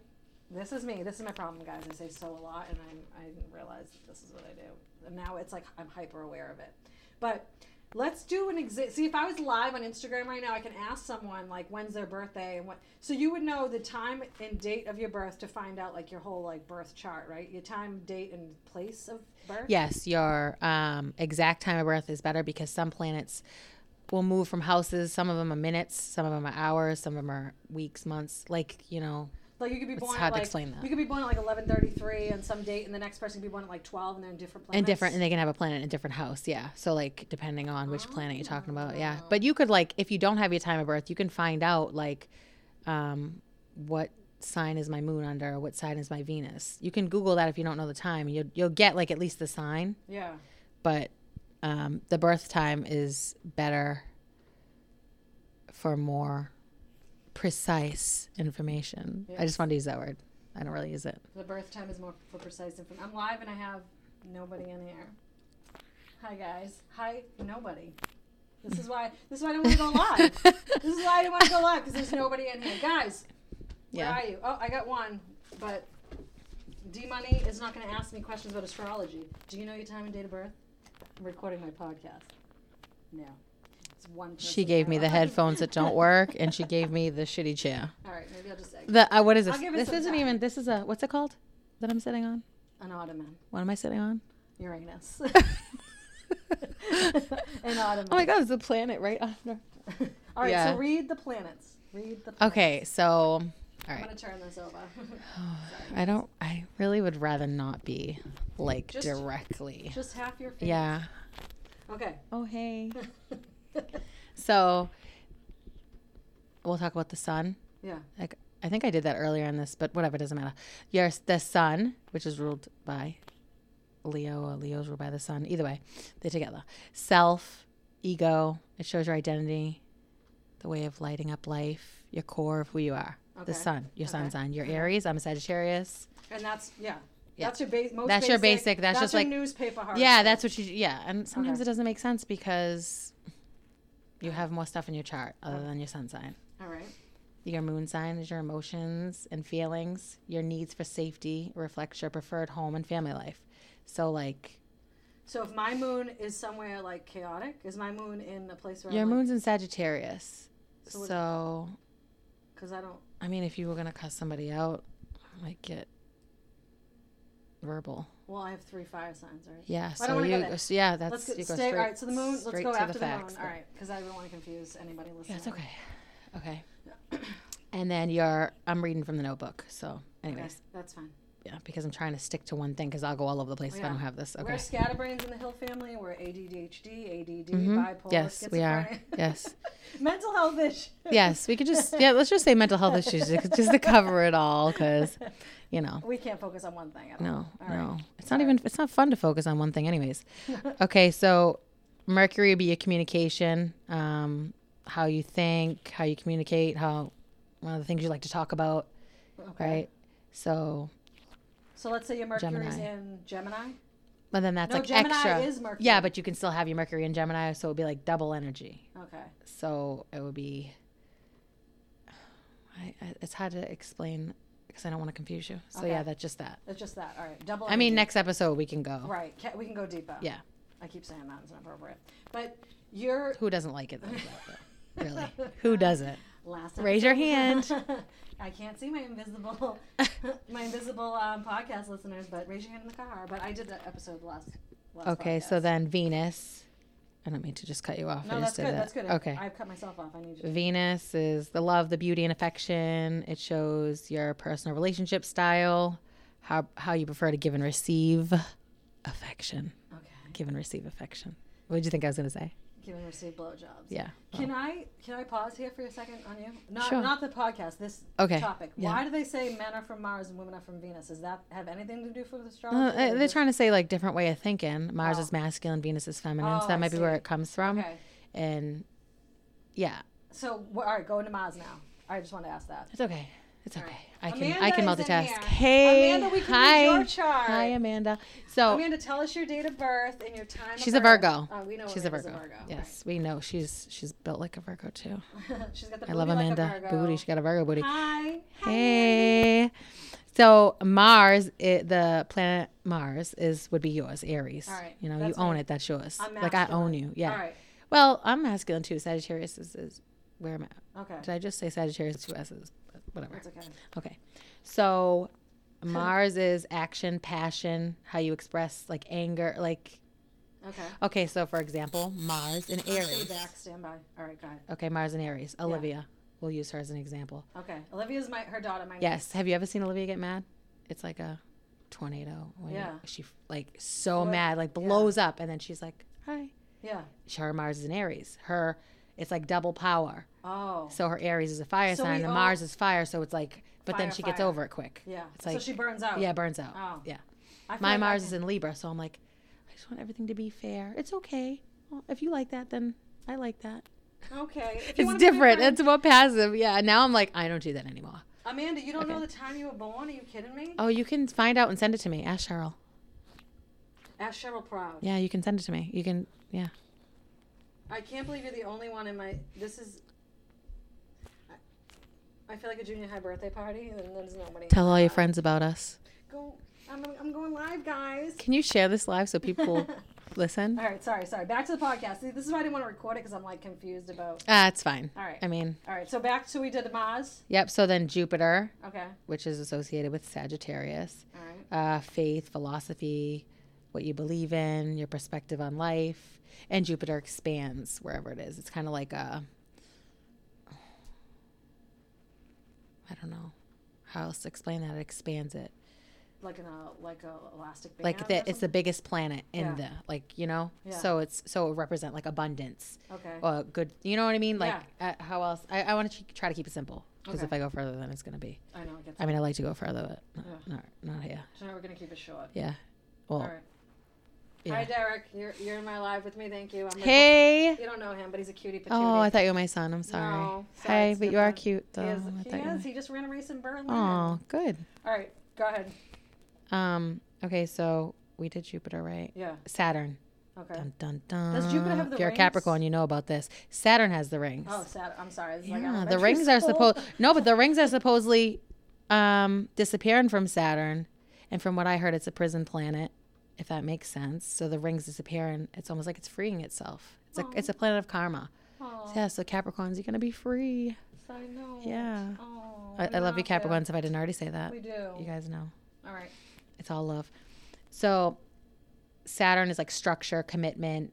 [SPEAKER 1] this is me. This is my problem, guys. I say so a lot, and I'm, I didn't realize that this is what I do. And now it's like I'm hyper aware of it. But let's do an exi- see if I was live on Instagram right now, I can ask someone like when's their birthday and what. So you would know the time and date of your birth to find out like your whole like birth chart, right? Your time, date, and place of birth.
[SPEAKER 2] Yes, your um, exact time of birth is better because some planets will move from houses. Some of them are minutes, some of them are hours, some of them are weeks, months. Like, you know,
[SPEAKER 1] Like you could be born. at
[SPEAKER 2] hard to
[SPEAKER 1] like,
[SPEAKER 2] explain that.
[SPEAKER 1] You could be born at like eleven thirty three on some date, and the next person could be born at like twelve, and they're in different planets.
[SPEAKER 2] and different, and they can have a planet in a different house. Yeah. So, like, depending on which planet you're talking about. Yeah.
[SPEAKER 1] Oh.
[SPEAKER 2] But you could, like, if you don't have your time of birth, you can find out, like, um, what sign is my moon under, what sign is my Venus. You can Google that if you don't know the time. You'll, you'll get, like, at least the sign.
[SPEAKER 1] Yeah.
[SPEAKER 2] but um, the birth time is better for more precise information. I just wanted to use that word. I don't really use it.
[SPEAKER 1] The birth time is more for precise information. I'm live, and I have nobody in here. Hi guys. Hi nobody. This is why. This is why I don't want to go live. this is why I don't want to go live because there's nobody in here, guys. Where
[SPEAKER 2] Yeah.
[SPEAKER 1] are you? Oh, I got one, but D Money is not going to ask me questions about astrology. Do you know your time and date of birth? I'm recording my podcast. No, it's one. person
[SPEAKER 2] She gave me
[SPEAKER 1] now.
[SPEAKER 2] the headphones that don't work, and she gave me the shitty chair.
[SPEAKER 1] All right, maybe I'll just say
[SPEAKER 2] The uh, what is this?
[SPEAKER 1] I'll give it
[SPEAKER 2] This
[SPEAKER 1] some
[SPEAKER 2] isn't
[SPEAKER 1] time.
[SPEAKER 2] even. This is a what's it called that I'm sitting on?
[SPEAKER 1] an ottoman,
[SPEAKER 2] What am I sitting on?
[SPEAKER 1] Uranus,
[SPEAKER 2] oh
[SPEAKER 1] an ottoman.
[SPEAKER 2] my god, it's a planet right under.
[SPEAKER 1] All right,
[SPEAKER 2] yeah.
[SPEAKER 1] so read the planets. Read the. Planets.
[SPEAKER 2] Okay, so all
[SPEAKER 1] I'm
[SPEAKER 2] right.
[SPEAKER 1] gonna turn this over.
[SPEAKER 2] I don't. I really would rather not be like
[SPEAKER 1] Just-
[SPEAKER 2] directly.
[SPEAKER 1] just half your face.
[SPEAKER 2] Yeah.
[SPEAKER 1] Okay.
[SPEAKER 2] Oh hey. So we'll talk about the sun.
[SPEAKER 1] yeah.
[SPEAKER 2] Like I think I did that earlier in this, but whatever, it doesn't matter. Yes, the sun, which is ruled by Leo, or Leo's ruled by the sun. Either way, they're together. Self, ego, it shows your identity, the way of lighting up life, your core of who you are.
[SPEAKER 1] Okay.
[SPEAKER 2] The sun, your sun
[SPEAKER 1] Okay. Uh-huh.
[SPEAKER 2] sign. You're Aries, I'm a Sagittarius.
[SPEAKER 1] And that's yeah.
[SPEAKER 2] Yeah.
[SPEAKER 1] That's your base. Most
[SPEAKER 2] That's your basic, that's just
[SPEAKER 1] your
[SPEAKER 2] like-
[SPEAKER 1] newspaper. horoscope.
[SPEAKER 2] Yeah, that's what you yeah, and sometimes
[SPEAKER 1] Okay.
[SPEAKER 2] it doesn't make sense because you have more stuff in your chart other than your sun sign.
[SPEAKER 1] All right.
[SPEAKER 2] Your moon sign is your emotions and feelings. Your needs for safety reflects your preferred home and family life. So, like,
[SPEAKER 1] So if my moon is somewhere like chaotic, is my moon in a place where
[SPEAKER 2] your
[SPEAKER 1] I'm like-
[SPEAKER 2] moon's in Sagittarius.
[SPEAKER 1] So
[SPEAKER 2] So,
[SPEAKER 1] what- because I don't.
[SPEAKER 2] I mean, if you were gonna cuss somebody out, I might get verbal.
[SPEAKER 1] Well, I have three fire signs, right?
[SPEAKER 2] Yeah.
[SPEAKER 1] I don't
[SPEAKER 2] So
[SPEAKER 1] wanna go
[SPEAKER 2] you,
[SPEAKER 1] there.
[SPEAKER 2] so yeah, that's
[SPEAKER 1] Let's
[SPEAKER 2] you
[SPEAKER 1] get,
[SPEAKER 2] go
[SPEAKER 1] stay.
[SPEAKER 2] straight,
[SPEAKER 1] all right, so the moon. Let's
[SPEAKER 2] straight
[SPEAKER 1] go
[SPEAKER 2] to
[SPEAKER 1] after
[SPEAKER 2] the
[SPEAKER 1] the,
[SPEAKER 2] facts.
[SPEAKER 1] moon. All right, because I don't want to confuse anybody listening.
[SPEAKER 2] Yeah, it's okay. Okay. And then you're, I'm reading from the notebook. So,
[SPEAKER 1] Okay,
[SPEAKER 2] anyways,
[SPEAKER 1] that's fine.
[SPEAKER 2] yeah, because I'm trying to stick to one thing because I'll go all over the place if I
[SPEAKER 1] Yeah.
[SPEAKER 2] don't have this.
[SPEAKER 1] We're
[SPEAKER 2] Okay.
[SPEAKER 1] scatterbrains in the Hill family. We're ADHD, ADD,
[SPEAKER 2] Mhm.
[SPEAKER 1] bipolar,
[SPEAKER 2] Yes, we are.
[SPEAKER 1] schizophrenia.
[SPEAKER 2] Yes.
[SPEAKER 1] Mental health issues.
[SPEAKER 2] Yes. We could just, yeah, let's just say mental health issues just just to cover it all because, you know,
[SPEAKER 1] We can't focus on one thing at all.
[SPEAKER 2] no,
[SPEAKER 1] All right.
[SPEAKER 2] no. It's not even, it's not fun to focus on one thing, anyways. Okay. So, Mercury would be your communication, um, how you think, how you communicate, how one of the things you like to talk about,
[SPEAKER 1] Okay.
[SPEAKER 2] right? So,
[SPEAKER 1] So let's say your Mercury's
[SPEAKER 2] Gemini.
[SPEAKER 1] in Gemini.
[SPEAKER 2] But then that's
[SPEAKER 1] No,
[SPEAKER 2] like
[SPEAKER 1] Gemini
[SPEAKER 2] extra.
[SPEAKER 1] is Mercury.
[SPEAKER 2] Yeah, but you can still have your Mercury in Gemini, so it would be like double energy.
[SPEAKER 1] Okay.
[SPEAKER 2] So it would be. I, I, it's hard to explain because I don't want to confuse you. So yeah,
[SPEAKER 1] Okay.
[SPEAKER 2] that's just that.
[SPEAKER 1] It's just that. All right. Double.
[SPEAKER 2] I mean,
[SPEAKER 1] energy.
[SPEAKER 2] next episode we can go.
[SPEAKER 1] Right. Ca we can go deeper.
[SPEAKER 2] Yeah.
[SPEAKER 1] I keep saying that. It's not appropriate. But you're.
[SPEAKER 2] Who doesn't like it though? though? really? Who doesn't?
[SPEAKER 1] Last
[SPEAKER 2] Raise your
[SPEAKER 1] episode. I can't see my invisible, my invisible um, podcast listeners, but raise your hand in the car. But I did that episode last. last
[SPEAKER 2] Okay, so
[SPEAKER 1] podcast.
[SPEAKER 2] then Venus. I don't mean to just cut you off. I
[SPEAKER 1] No,
[SPEAKER 2] just
[SPEAKER 1] that's
[SPEAKER 2] did
[SPEAKER 1] good.
[SPEAKER 2] that.
[SPEAKER 1] That's good.
[SPEAKER 2] Okay.
[SPEAKER 1] I've cut myself off. I need you.
[SPEAKER 2] Venus is the love, the beauty, and affection. It shows your personal relationship style, how how you prefer to give and receive affection.
[SPEAKER 1] Okay.
[SPEAKER 2] Give and receive affection. What did you think I was gonna say?
[SPEAKER 1] Give and receive blowjobs.
[SPEAKER 2] Yeah.
[SPEAKER 1] Can I can I pause here for a second on you? Not
[SPEAKER 2] Sure.
[SPEAKER 1] not the podcast. This
[SPEAKER 2] Okay.
[SPEAKER 1] topic.
[SPEAKER 2] Yeah.
[SPEAKER 1] Why do they say men are from Mars and women are from Venus? Does that have anything to do with astrology?
[SPEAKER 2] Uh,
[SPEAKER 1] or
[SPEAKER 2] eh, they're
[SPEAKER 1] just-
[SPEAKER 2] trying to say like different way of thinking. Mars
[SPEAKER 1] Oh.
[SPEAKER 2] is masculine, Venus is feminine. so
[SPEAKER 1] Oh,
[SPEAKER 2] that
[SPEAKER 1] I
[SPEAKER 2] might be where
[SPEAKER 1] see.
[SPEAKER 2] it comes from.
[SPEAKER 1] Okay.
[SPEAKER 2] And yeah,
[SPEAKER 1] So wh- all right, going to Mars now. I just want to ask that.
[SPEAKER 2] it's okay. It's okay. I can I
[SPEAKER 1] Amanda is
[SPEAKER 2] can
[SPEAKER 1] in
[SPEAKER 2] multitask.
[SPEAKER 1] here.
[SPEAKER 2] Hey,
[SPEAKER 1] Amanda, we can
[SPEAKER 2] hi,
[SPEAKER 1] read your chart.
[SPEAKER 2] hi, Amanda. So
[SPEAKER 1] Amanda, tell us your date of birth and your time. of
[SPEAKER 2] She's a
[SPEAKER 1] birth.
[SPEAKER 2] Virgo.
[SPEAKER 1] Oh, we know
[SPEAKER 2] she's a
[SPEAKER 1] Amanda's
[SPEAKER 2] Virgo. Yes, we know she's she's built like a Virgo too.
[SPEAKER 1] Right. she's got the.
[SPEAKER 2] I love
[SPEAKER 1] booty
[SPEAKER 2] Amanda
[SPEAKER 1] Like a Virgo.
[SPEAKER 2] booty. She got a Virgo booty.
[SPEAKER 1] Hi.
[SPEAKER 2] Hey. So Mars, it, the planet Mars is would be yours, Aries.
[SPEAKER 1] All right,
[SPEAKER 2] You know, you
[SPEAKER 1] that's
[SPEAKER 2] own
[SPEAKER 1] me.
[SPEAKER 2] it. That's yours.
[SPEAKER 1] I'm
[SPEAKER 2] like I own
[SPEAKER 1] masculine.
[SPEAKER 2] you. Yeah.
[SPEAKER 1] All right.
[SPEAKER 2] Well, I'm masculine too. Sagittarius is, is where I'm at.
[SPEAKER 1] Okay.
[SPEAKER 2] Did I just say Sagittarius two S's? But whatever.
[SPEAKER 1] That's okay.
[SPEAKER 2] Okay. So Mars is action, passion, how you express like anger, like
[SPEAKER 1] Okay.
[SPEAKER 2] okay. So for example, Mars and
[SPEAKER 1] Let's go
[SPEAKER 2] Aries.
[SPEAKER 1] Back. Stand by. All right. Go ahead.
[SPEAKER 2] Okay, Mars and Aries. Olivia. We'll use her as an example.
[SPEAKER 1] Okay. Olivia's my her daughter. My
[SPEAKER 2] Yes. Have you ever seen Olivia get mad? It's like a tornado. When you-
[SPEAKER 1] Yeah.
[SPEAKER 2] She like so
[SPEAKER 1] What-
[SPEAKER 2] mad, like
[SPEAKER 1] yeah.
[SPEAKER 2] blows up, and then she's like, "Hi."
[SPEAKER 1] Yeah.
[SPEAKER 2] Her Mars is an Aries. Her, it's like double power.
[SPEAKER 1] Oh.
[SPEAKER 2] So her Aries is a fire
[SPEAKER 1] So
[SPEAKER 2] sign,
[SPEAKER 1] we
[SPEAKER 2] and
[SPEAKER 1] all-
[SPEAKER 2] Mars is fire. So it's like, but then
[SPEAKER 1] Fire,
[SPEAKER 2] she gets
[SPEAKER 1] fire.
[SPEAKER 2] over it quick.
[SPEAKER 1] Yeah.
[SPEAKER 2] It's
[SPEAKER 1] So
[SPEAKER 2] like-
[SPEAKER 1] she burns out.
[SPEAKER 2] Yeah, burns out.
[SPEAKER 1] Oh.
[SPEAKER 2] Yeah.
[SPEAKER 1] I feel
[SPEAKER 2] My
[SPEAKER 1] like I
[SPEAKER 2] Mars
[SPEAKER 1] can-
[SPEAKER 2] is in Libra, so I'm like, I just want everything to be fair. It's okay. Well, if you like that, then I like that.
[SPEAKER 1] Okay. If you
[SPEAKER 2] It's
[SPEAKER 1] wanna be my
[SPEAKER 2] different.
[SPEAKER 1] friend-
[SPEAKER 2] It's more passive. Yeah. Now I'm like, I don't do that anymore.
[SPEAKER 1] Amanda, you don't know
[SPEAKER 2] Okay.
[SPEAKER 1] the time you were born? Are you kidding me?
[SPEAKER 2] Oh, you can find out and send it to me. Ask Cheryl.
[SPEAKER 1] Ask Cheryl Proud.
[SPEAKER 2] Yeah, you can send it to me. You can, yeah.
[SPEAKER 1] I can't believe you're the only one in my. This is. I- I feel like a junior high birthday party, and there's nobody.
[SPEAKER 2] Tell all your friends about us.
[SPEAKER 1] Go. I'm, I'm going live, guys.
[SPEAKER 2] Can you share this live so people listen?
[SPEAKER 1] All right, sorry, sorry. Back to the podcast. See, this is why I didn't want to record it because I'm like confused about.
[SPEAKER 2] Ah, it's fine.
[SPEAKER 1] All right.
[SPEAKER 2] I mean,
[SPEAKER 1] All right, so back to we did Mars.
[SPEAKER 2] yep. So then Jupiter,
[SPEAKER 1] Okay.
[SPEAKER 2] which is associated with Sagittarius,
[SPEAKER 1] All right.
[SPEAKER 2] uh, faith, philosophy, what you believe in, your perspective on life, and Jupiter expands wherever it is. It's kind of like a, I don't know how else to explain that. It expands it.
[SPEAKER 1] Like an uh, like a elastic band.
[SPEAKER 2] like
[SPEAKER 1] or
[SPEAKER 2] the, it's the biggest planet in
[SPEAKER 1] Yeah.
[SPEAKER 2] the like you know
[SPEAKER 1] Yeah.
[SPEAKER 2] so it's so it represent like abundance
[SPEAKER 1] something? Okay.
[SPEAKER 2] uh, good you know what i mean like uh, how else i, I want to try to keep it simple because
[SPEAKER 1] Okay.
[SPEAKER 2] if i go further then it's going to be
[SPEAKER 1] I know. I get.
[SPEAKER 2] i
[SPEAKER 1] That.
[SPEAKER 2] mean i like to go further but
[SPEAKER 1] Yeah.
[SPEAKER 2] not not, not here
[SPEAKER 1] So now we're gonna keep it short.
[SPEAKER 2] yeah well
[SPEAKER 1] All right.
[SPEAKER 2] yeah.
[SPEAKER 1] Hi, Derek. You're you're in my live with me. Thank you. I'm
[SPEAKER 2] hey
[SPEAKER 1] You don't know him, but he's a cutie patootie.
[SPEAKER 2] oh i thought you were my son i'm sorry
[SPEAKER 1] No, sorry,
[SPEAKER 2] hey
[SPEAKER 1] it's
[SPEAKER 2] but you are
[SPEAKER 1] different.
[SPEAKER 2] cute though
[SPEAKER 1] He is.
[SPEAKER 2] I
[SPEAKER 1] He,
[SPEAKER 2] thought you
[SPEAKER 1] is. he just ran a race in Berlin.
[SPEAKER 2] were- oh good
[SPEAKER 1] All right. Go ahead.
[SPEAKER 2] um okay so we did jupiter right
[SPEAKER 1] Yeah.
[SPEAKER 2] saturn
[SPEAKER 1] Okay.
[SPEAKER 2] dun dun dun
[SPEAKER 1] Does Jupiter have the
[SPEAKER 2] if you're
[SPEAKER 1] rings?
[SPEAKER 2] a capricorn you know about this saturn has the rings
[SPEAKER 1] Oh, sad. I'm sorry. This is like
[SPEAKER 2] Yeah, the
[SPEAKER 1] elementary
[SPEAKER 2] rings are
[SPEAKER 1] school.
[SPEAKER 2] supposed no, but the rings are supposedly um, disappearing from Saturn, and from what I heard, it's a prison planet. If that makes sense, so the rings disappearing, it's almost like it's freeing itself. It's like
[SPEAKER 1] Aw.
[SPEAKER 2] it's a planet of karma.
[SPEAKER 1] Aw.
[SPEAKER 2] Yeah, so Capricorns, you're gonna be free.
[SPEAKER 1] I know.
[SPEAKER 2] Yeah.
[SPEAKER 1] Oh,
[SPEAKER 2] I, I love you,
[SPEAKER 1] not bad.
[SPEAKER 2] Capricorns. If I didn't already say that,
[SPEAKER 1] We do.
[SPEAKER 2] you guys know
[SPEAKER 1] All right.
[SPEAKER 2] it's all love. So Saturn is like structure, commitment.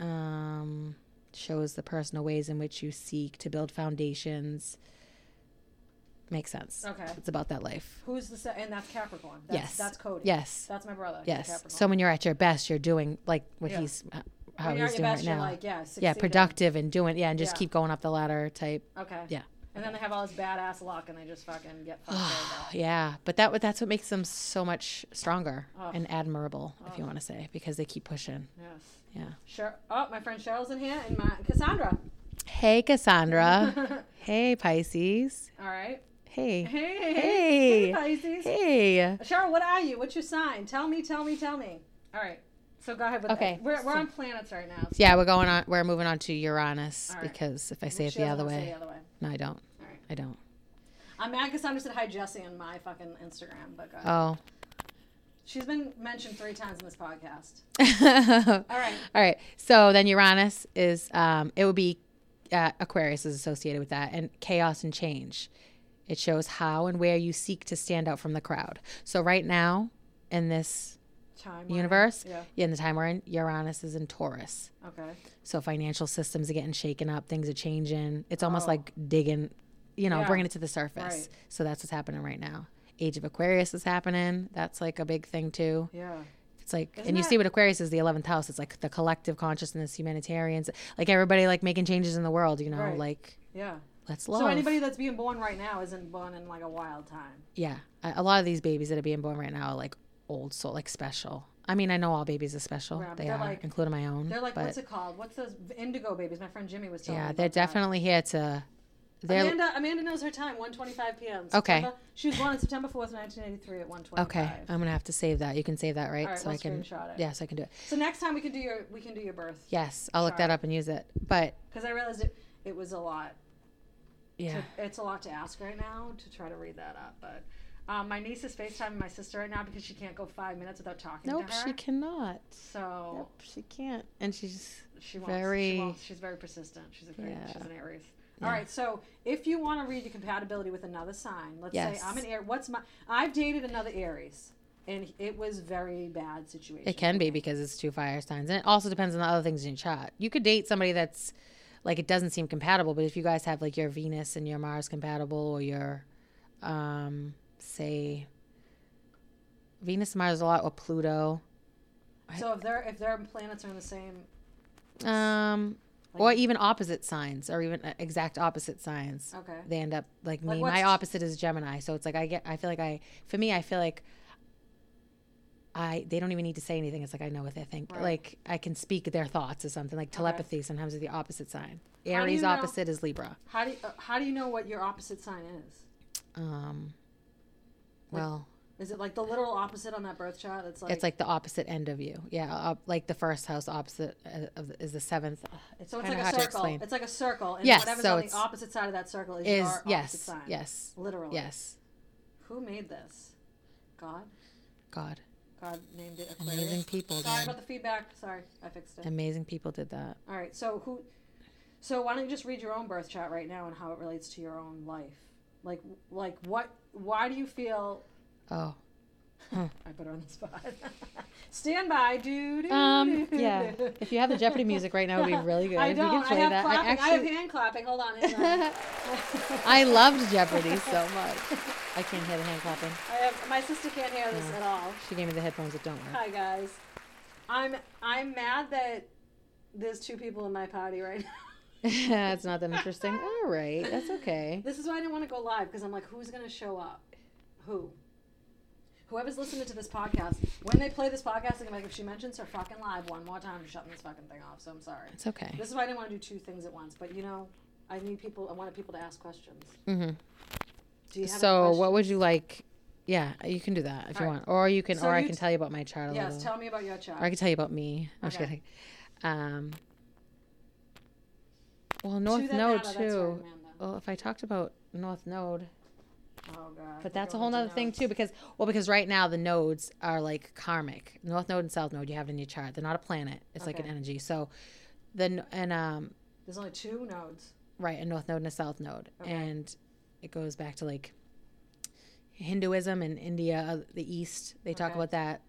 [SPEAKER 2] Um, shows the personal ways in which you seek to build foundations. Makes sense.
[SPEAKER 1] Okay.
[SPEAKER 2] It's about that life.
[SPEAKER 1] Who's the se- and that's Capricorn. That's,
[SPEAKER 2] Yes.
[SPEAKER 1] That's Cody.
[SPEAKER 2] Yes.
[SPEAKER 1] That's my brother. He's a
[SPEAKER 2] Yes.
[SPEAKER 1] Capricorn.
[SPEAKER 2] So when you're at your best, you're doing like what
[SPEAKER 1] Yeah.
[SPEAKER 2] he's h- how
[SPEAKER 1] When you're
[SPEAKER 2] he's
[SPEAKER 1] at
[SPEAKER 2] doing
[SPEAKER 1] your best,
[SPEAKER 2] right
[SPEAKER 1] you're
[SPEAKER 2] now.
[SPEAKER 1] like, yeah,
[SPEAKER 2] yeah,
[SPEAKER 1] succeeding.
[SPEAKER 2] productive and doing yeah, and just
[SPEAKER 1] Yeah.
[SPEAKER 2] keep going up the ladder type.
[SPEAKER 1] Okay.
[SPEAKER 2] Yeah.
[SPEAKER 1] And then they have all this badass luck, and they just fucking get fucked over.
[SPEAKER 2] Yeah, but that what- that's what makes them so much stronger
[SPEAKER 1] Ugh.
[SPEAKER 2] and admirable, if you
[SPEAKER 1] Ugh.
[SPEAKER 2] want to say, because they keep pushing.
[SPEAKER 1] Yes.
[SPEAKER 2] Yeah.
[SPEAKER 1] Sure. Oh, my friend Cheryl's in here, and my Cassandra.
[SPEAKER 2] Hey, Cassandra. Hey, Pisces.
[SPEAKER 1] all right.
[SPEAKER 2] Uh. Hey.
[SPEAKER 1] Hey.
[SPEAKER 2] Hey.
[SPEAKER 1] Hey, Pisces.
[SPEAKER 2] Hey.
[SPEAKER 1] Cheryl, what are you? What's your sign? Tell me. Tell me. Tell me. All right. So go ahead with
[SPEAKER 2] Okay,
[SPEAKER 1] That. We're we're
[SPEAKER 2] so-
[SPEAKER 1] on planets right now.
[SPEAKER 2] Yeah, we're going on. We're moving on to Uranus
[SPEAKER 1] All right.
[SPEAKER 2] because if I say it
[SPEAKER 1] She
[SPEAKER 2] the
[SPEAKER 1] doesn't
[SPEAKER 2] other
[SPEAKER 1] wanna say
[SPEAKER 2] way,
[SPEAKER 1] The other way.
[SPEAKER 2] no, I don't.
[SPEAKER 1] All right.
[SPEAKER 2] I don't.
[SPEAKER 1] I'm mad Cassandra said hi Jesse on my fucking Instagram, but go ahead.
[SPEAKER 2] Oh.
[SPEAKER 1] she's been mentioned three times in this podcast.
[SPEAKER 2] All
[SPEAKER 1] All right.
[SPEAKER 2] right. So then Uranus is. Um, it would be uh, Aquarius is associated with that, and chaos and change. It shows how and where you seek to stand out from the crowd. So right now, in this
[SPEAKER 1] Time. warning.
[SPEAKER 2] universe,
[SPEAKER 1] Yeah.
[SPEAKER 2] in the time we're in, Uranus is in Taurus.
[SPEAKER 1] Okay.
[SPEAKER 2] So financial systems are getting shaken up, things are changing. It's almost
[SPEAKER 1] Oh.
[SPEAKER 2] like digging, you know,
[SPEAKER 1] Yeah.
[SPEAKER 2] bringing it to the surface.
[SPEAKER 1] Right.
[SPEAKER 2] So that's what's happening right now. Age of Aquarius is happening. That's like a big thing too.
[SPEAKER 1] Yeah.
[SPEAKER 2] It's like,
[SPEAKER 1] Isn't
[SPEAKER 2] and you
[SPEAKER 1] that-
[SPEAKER 2] see what Aquarius is, the eleventh house. It's like the collective consciousness, humanitarians, like everybody like making changes in the world. You know,
[SPEAKER 1] Right.
[SPEAKER 2] like
[SPEAKER 1] Yeah.
[SPEAKER 2] let's love.
[SPEAKER 1] So anybody that's being born right now isn't born in like a wild time.
[SPEAKER 2] yeah, a, a lot of these babies that are being born right now are like old soul, like special. I mean, I know all babies are special.
[SPEAKER 1] Yeah, but
[SPEAKER 2] they
[SPEAKER 1] they're
[SPEAKER 2] are,
[SPEAKER 1] like-
[SPEAKER 2] including my own.
[SPEAKER 1] They're like,
[SPEAKER 2] Mm-hmm. but
[SPEAKER 1] what's it called? What's those indigo babies? My friend Jimmy was telling me.
[SPEAKER 2] yeah,
[SPEAKER 1] about
[SPEAKER 2] they're
[SPEAKER 1] that.
[SPEAKER 2] definitely here to. They're
[SPEAKER 1] Amanda, Amanda knows her time. 1:25 p.m.
[SPEAKER 2] Okay.
[SPEAKER 1] September- She was born on September 4th, 1983, at 1:25.
[SPEAKER 2] Okay, I'm gonna have to save that. You can save that, right?
[SPEAKER 1] All right,
[SPEAKER 2] so
[SPEAKER 1] we'll
[SPEAKER 2] I can.
[SPEAKER 1] screenshot it.
[SPEAKER 2] Yes, I can do it.
[SPEAKER 1] So next time we can do your we can do your birth
[SPEAKER 2] Yes, I'll look that
[SPEAKER 1] Sorry.
[SPEAKER 2] up and use it. But
[SPEAKER 1] because I realized it, it was a lot.
[SPEAKER 2] yeah,
[SPEAKER 1] to- it's a lot to ask right now to try to read that up. But um, my niece is FaceTiming my sister right now because she can't go five minutes without talking
[SPEAKER 2] nope,
[SPEAKER 1] to her. Oh.
[SPEAKER 2] she cannot.
[SPEAKER 1] so
[SPEAKER 2] Nope, she can't. And she's
[SPEAKER 1] she wants,
[SPEAKER 2] very-
[SPEAKER 1] she wants. She's very persistent. She's a great,
[SPEAKER 2] Yeah.
[SPEAKER 1] she's an Aries.
[SPEAKER 2] Yeah.
[SPEAKER 1] All right, so if you want to read your compatibility with another sign, let's
[SPEAKER 2] Yes.
[SPEAKER 1] say I'm an Aries. What's my? I've dated another Aries, and it was very bad situation.
[SPEAKER 2] it can be because it's two fire signs, and it also depends on the other things in your chart. You could date somebody that's like it doesn't seem compatible, but if you guys have like your Venus and your Mars compatible, or your, um, say, Venus and Mars a lot, or Pluto,
[SPEAKER 1] So if their if their planets are in the same,
[SPEAKER 2] um,
[SPEAKER 1] Like-
[SPEAKER 2] or even opposite signs, or even uh, exact opposite signs.
[SPEAKER 1] okay,
[SPEAKER 2] they end up like
[SPEAKER 1] Like,
[SPEAKER 2] me.
[SPEAKER 1] what's-
[SPEAKER 2] My opposite is Gemini, so it's like I get. I feel like I. For me, I feel like I. They don't even need to say anything. It's like I know what they think.
[SPEAKER 1] Right.
[SPEAKER 2] Like I can speak their thoughts or something. Like telepathy sometimes is the opposite sign.
[SPEAKER 1] do you
[SPEAKER 2] Aries
[SPEAKER 1] know-
[SPEAKER 2] opposite is Libra.
[SPEAKER 1] how do you, uh, how do you know what your opposite sign is?
[SPEAKER 2] Um.
[SPEAKER 1] Like,
[SPEAKER 2] Well,
[SPEAKER 1] Is it like the literal opposite on that birth chart? It's like
[SPEAKER 2] it's like the opposite end of you. Yeah, op- like the first house opposite uh, of, is the seventh. Ugh, It's
[SPEAKER 1] so it's like a
[SPEAKER 2] kinda hard to
[SPEAKER 1] circle.
[SPEAKER 2] explain.
[SPEAKER 1] It's like a circle, and
[SPEAKER 2] Yes,
[SPEAKER 1] whatever's
[SPEAKER 2] so
[SPEAKER 1] on the
[SPEAKER 2] it's-
[SPEAKER 1] opposite side of that circle is,
[SPEAKER 2] Is
[SPEAKER 1] your opposite
[SPEAKER 2] yes,
[SPEAKER 1] sign. Oh.
[SPEAKER 2] yes,
[SPEAKER 1] literally.
[SPEAKER 2] yes.
[SPEAKER 1] Who made this? God.
[SPEAKER 2] God,
[SPEAKER 1] God named it Aquarius.
[SPEAKER 2] amazing people.
[SPEAKER 1] Sorry
[SPEAKER 2] dude.
[SPEAKER 1] about the feedback. Sorry, I fixed it.
[SPEAKER 2] Amazing people did that.
[SPEAKER 1] All right. So who? So why don't you just read your own birth chart right now and how it relates to your own life? Like, like what? Why do you feel?
[SPEAKER 2] Oh.
[SPEAKER 1] I put her on the spot. Stand by, dude.
[SPEAKER 2] Um, yeah. If you have the Jeopardy music right now, it would be really good.
[SPEAKER 1] I
[SPEAKER 2] if you
[SPEAKER 1] don't.
[SPEAKER 2] can play
[SPEAKER 1] I have
[SPEAKER 2] that.
[SPEAKER 1] clapping. I,
[SPEAKER 2] I
[SPEAKER 1] have
[SPEAKER 2] actually,
[SPEAKER 1] hand clapping. Hold on. hang on.
[SPEAKER 2] I loved Jeopardy so much. I can't hear the hand clapping.
[SPEAKER 1] I have, my sister can't hear this
[SPEAKER 2] No.
[SPEAKER 1] at all.
[SPEAKER 2] She gave me the headphones that don't work.
[SPEAKER 1] Hi guys, I'm I'm mad that there's two people in my party right now.
[SPEAKER 2] it's not that interesting. All right, that's okay.
[SPEAKER 1] This is why I didn't want to go live because I'm like, who's gonna show up? Who? Whoever's listening to this podcast, when they play this podcast, I'm like, if she mentions her fucking live one more time, I'm shutting this fucking thing off. So I'm sorry.
[SPEAKER 2] It's okay.
[SPEAKER 1] This is why I didn't want to do two things at once. But you know, I need people. I wanted people to ask questions.
[SPEAKER 2] hmm
[SPEAKER 1] Do you have
[SPEAKER 2] So,
[SPEAKER 1] any
[SPEAKER 2] what would you like? Yeah, you can do that if you
[SPEAKER 1] All right.
[SPEAKER 2] want, or you can,
[SPEAKER 1] So
[SPEAKER 2] or I
[SPEAKER 1] you
[SPEAKER 2] can
[SPEAKER 1] t-
[SPEAKER 2] tell you about my child. A
[SPEAKER 1] questions? Yes,
[SPEAKER 2] little.
[SPEAKER 1] tell me about your
[SPEAKER 2] or I
[SPEAKER 1] child.
[SPEAKER 2] can tell you about me. I'm just
[SPEAKER 1] Okay.
[SPEAKER 2] kidding. Um. Well, North
[SPEAKER 1] to that
[SPEAKER 2] Node
[SPEAKER 1] data, that's right,
[SPEAKER 2] too.
[SPEAKER 1] Amanda.
[SPEAKER 2] Well, if I talked about North Node,
[SPEAKER 1] Oh god.
[SPEAKER 2] But that's a whole nother thing too, because well, because right now the nodes are like karmic. North node and south node you have it in your chart. They're not a planet. It's like an
[SPEAKER 1] Okay.
[SPEAKER 2] energy. So then and um
[SPEAKER 1] There's only two nodes.
[SPEAKER 2] right a north node and a south node
[SPEAKER 1] Okay.
[SPEAKER 2] and it goes back to like hinduism and india uh, the east they talk
[SPEAKER 1] Okay.
[SPEAKER 2] about that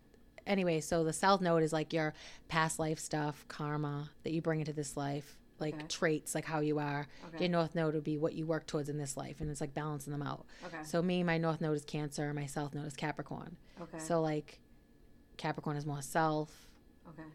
[SPEAKER 2] anyway so the south node is like your past life stuff karma that you bring into this life like
[SPEAKER 1] Okay.
[SPEAKER 2] traits like how you are
[SPEAKER 1] Okay.
[SPEAKER 2] your north node would be what you work towards in this life and it's like balancing them out
[SPEAKER 1] Okay.
[SPEAKER 2] so me my north node is cancer my south node is capricorn
[SPEAKER 1] Okay.
[SPEAKER 2] so like capricorn is more self
[SPEAKER 1] okay.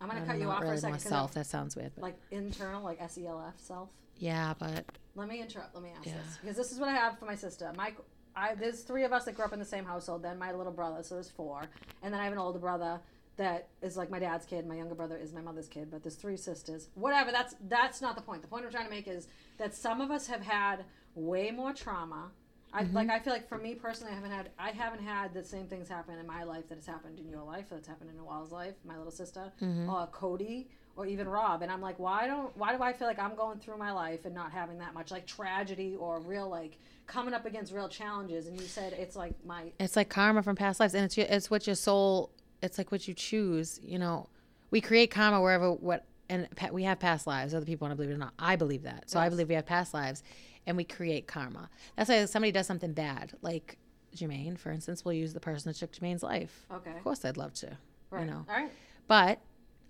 [SPEAKER 1] I'm gonna
[SPEAKER 2] I'm
[SPEAKER 1] cut you
[SPEAKER 2] not
[SPEAKER 1] off for
[SPEAKER 2] really
[SPEAKER 1] a second.
[SPEAKER 2] more
[SPEAKER 1] 'cause
[SPEAKER 2] self that sounds weird
[SPEAKER 1] I'm,
[SPEAKER 2] but
[SPEAKER 1] Like internal, like S E L F self.
[SPEAKER 2] yeah but
[SPEAKER 1] Let me interrupt. Let me ask
[SPEAKER 2] Yeah.
[SPEAKER 1] this because this is what I have for my sister. My, I there's three of us that grew up in the same household. Then my little brother, so there's four, and then I have an older brother that is like my dad's kid. My younger brother is my mother's kid, but there's three sisters. Whatever. That's that's not the point. The point I'm trying to make is that some of us have had way more trauma. I
[SPEAKER 2] Mm-hmm.
[SPEAKER 1] like. I feel like for me personally, I haven't had. I haven't had the same things happen in my life that has happened in your life, that's happened in Nawal's life, my little sister,
[SPEAKER 2] Mm-hmm.
[SPEAKER 1] uh, Cody, or even Rob. And I'm like, why don't? Why do I feel like I'm going through my life and not having that much like tragedy or real like coming up against real challenges? And you said it's like my
[SPEAKER 2] It's like karma from past lives, and it's your, it's what your soul. It's like what you choose. You know, we create karma wherever what, and pa- we have past lives. Other people want to believe it or not. I believe that. So I
[SPEAKER 1] Yes.
[SPEAKER 2] believe we have past lives, and we create karma. That's why if somebody does something bad, like Jermaine, for instance. We'll use the person that took Jermaine's life.
[SPEAKER 1] okay.
[SPEAKER 2] Of course, I'd love to.
[SPEAKER 1] Right.
[SPEAKER 2] You know,
[SPEAKER 1] All right.
[SPEAKER 2] but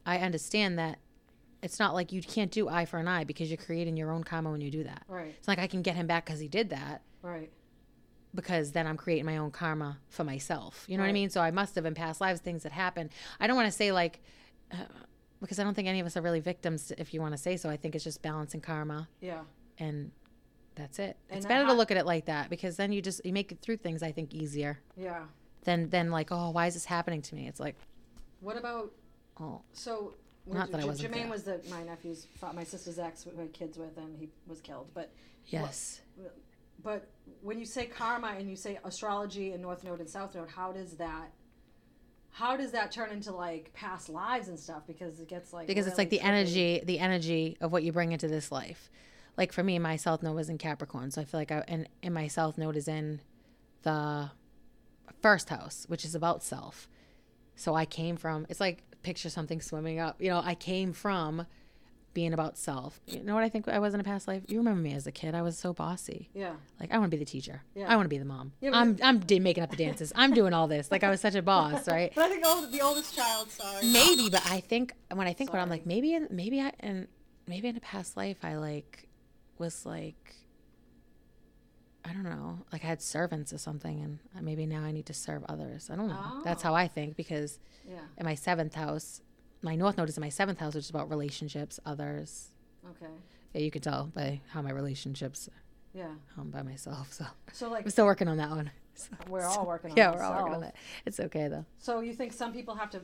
[SPEAKER 2] I understand that it's not like you can't do eye for an eye because you're creating your own karma when you do that.
[SPEAKER 1] Right.
[SPEAKER 2] It's not like I can get him back because he did that
[SPEAKER 1] Right.
[SPEAKER 2] because then I'm creating my own karma for myself. You know what I
[SPEAKER 1] Right.
[SPEAKER 2] mean? So I must have in past lives things that happen. I don't want to say like, uh, because I don't think any of us are really victims, if you want to say so. I think it's just balancing karma
[SPEAKER 1] Yeah.
[SPEAKER 2] and that's it.
[SPEAKER 1] And
[SPEAKER 2] it's
[SPEAKER 1] that
[SPEAKER 2] better to
[SPEAKER 1] ha-
[SPEAKER 2] look at it like that because then you just you make it through things I think easier
[SPEAKER 1] Yeah.
[SPEAKER 2] than than like oh why is this happening to me? It's like
[SPEAKER 1] What about
[SPEAKER 2] oh
[SPEAKER 1] so?
[SPEAKER 2] Not that I
[SPEAKER 1] J-
[SPEAKER 2] wasn't
[SPEAKER 1] Jermaine
[SPEAKER 2] there.
[SPEAKER 1] was the my nephew's fa- my sister's ex who had kids with, and he was killed. But
[SPEAKER 2] yes.
[SPEAKER 1] But when you say karma and you say astrology and North Node and South Node, how does that how does that turn into like past lives and stuff? Because it gets like
[SPEAKER 2] because it's like the
[SPEAKER 1] really tricky.
[SPEAKER 2] energy the energy of what you bring into this life like for me my south node was in capricorn so i feel like i and, and my south node is in the first house which is about self so i came from it's like picture something swimming up you know i came from being about self you know what i think i was in a past life you remember me as a kid i was so bossy
[SPEAKER 1] Yeah.
[SPEAKER 2] like i want to be the teacher
[SPEAKER 1] Yeah.
[SPEAKER 2] i want to be the mom
[SPEAKER 1] Yeah, but-
[SPEAKER 2] i'm i'm d- making up the dances i'm doing all this like i was such a boss right
[SPEAKER 1] But I think old, the oldest child, sorry.
[SPEAKER 2] maybe but i think when i think about it i'm
[SPEAKER 1] Sorry.
[SPEAKER 2] like maybe in maybe i and maybe in a past life i like was like i don't know like i had servants or something and I- maybe now i need to serve others i don't know that's
[SPEAKER 1] Oh.
[SPEAKER 2] how i think because
[SPEAKER 1] Yeah.
[SPEAKER 2] in my seventh house my north node is in my seventh house which is about relationships others
[SPEAKER 1] Okay.
[SPEAKER 2] yeah you can tell by how my relationships
[SPEAKER 1] Yeah.
[SPEAKER 2] um, by myself so
[SPEAKER 1] So like
[SPEAKER 2] i'm still working on that one
[SPEAKER 1] we're all working on
[SPEAKER 2] yeah we're all working on
[SPEAKER 1] ourselves.
[SPEAKER 2] that it's okay though
[SPEAKER 1] So you think some people have to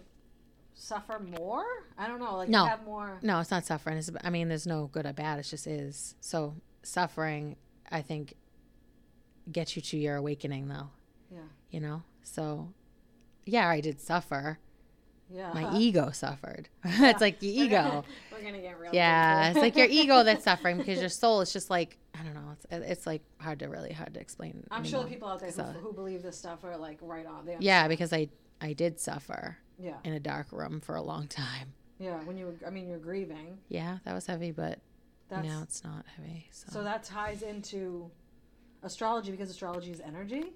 [SPEAKER 1] suffer more? I don't know. Like
[SPEAKER 2] No.
[SPEAKER 1] have more
[SPEAKER 2] No, it's not suffering. It's, I mean, there's no good or bad. It just is. So suffering, I think, gets you to your awakening, though.
[SPEAKER 1] Yeah.
[SPEAKER 2] You know. So, yeah, I did suffer.
[SPEAKER 1] Yeah.
[SPEAKER 2] My ego suffered. it's like your ego.
[SPEAKER 1] We're gonna get real.
[SPEAKER 2] yeah,
[SPEAKER 1] deep
[SPEAKER 2] it's
[SPEAKER 1] here.
[SPEAKER 2] like your ego that's suffering because your soul is just like I don't know. It's it's like hard to really hard to explain.
[SPEAKER 1] I'm sure the
[SPEAKER 2] anymore.
[SPEAKER 1] people out there who,
[SPEAKER 2] So-
[SPEAKER 1] who believe this stuff are like right on. They
[SPEAKER 2] Yeah, because I I did suffer
[SPEAKER 1] Yeah.
[SPEAKER 2] in a dark room for a long time.
[SPEAKER 1] Yeah. When you, were- I mean, you're grieving.
[SPEAKER 2] Yeah, that was heavy, but
[SPEAKER 1] That's
[SPEAKER 2] now it's not heavy.
[SPEAKER 1] so that ties into astrology because astrology is energy.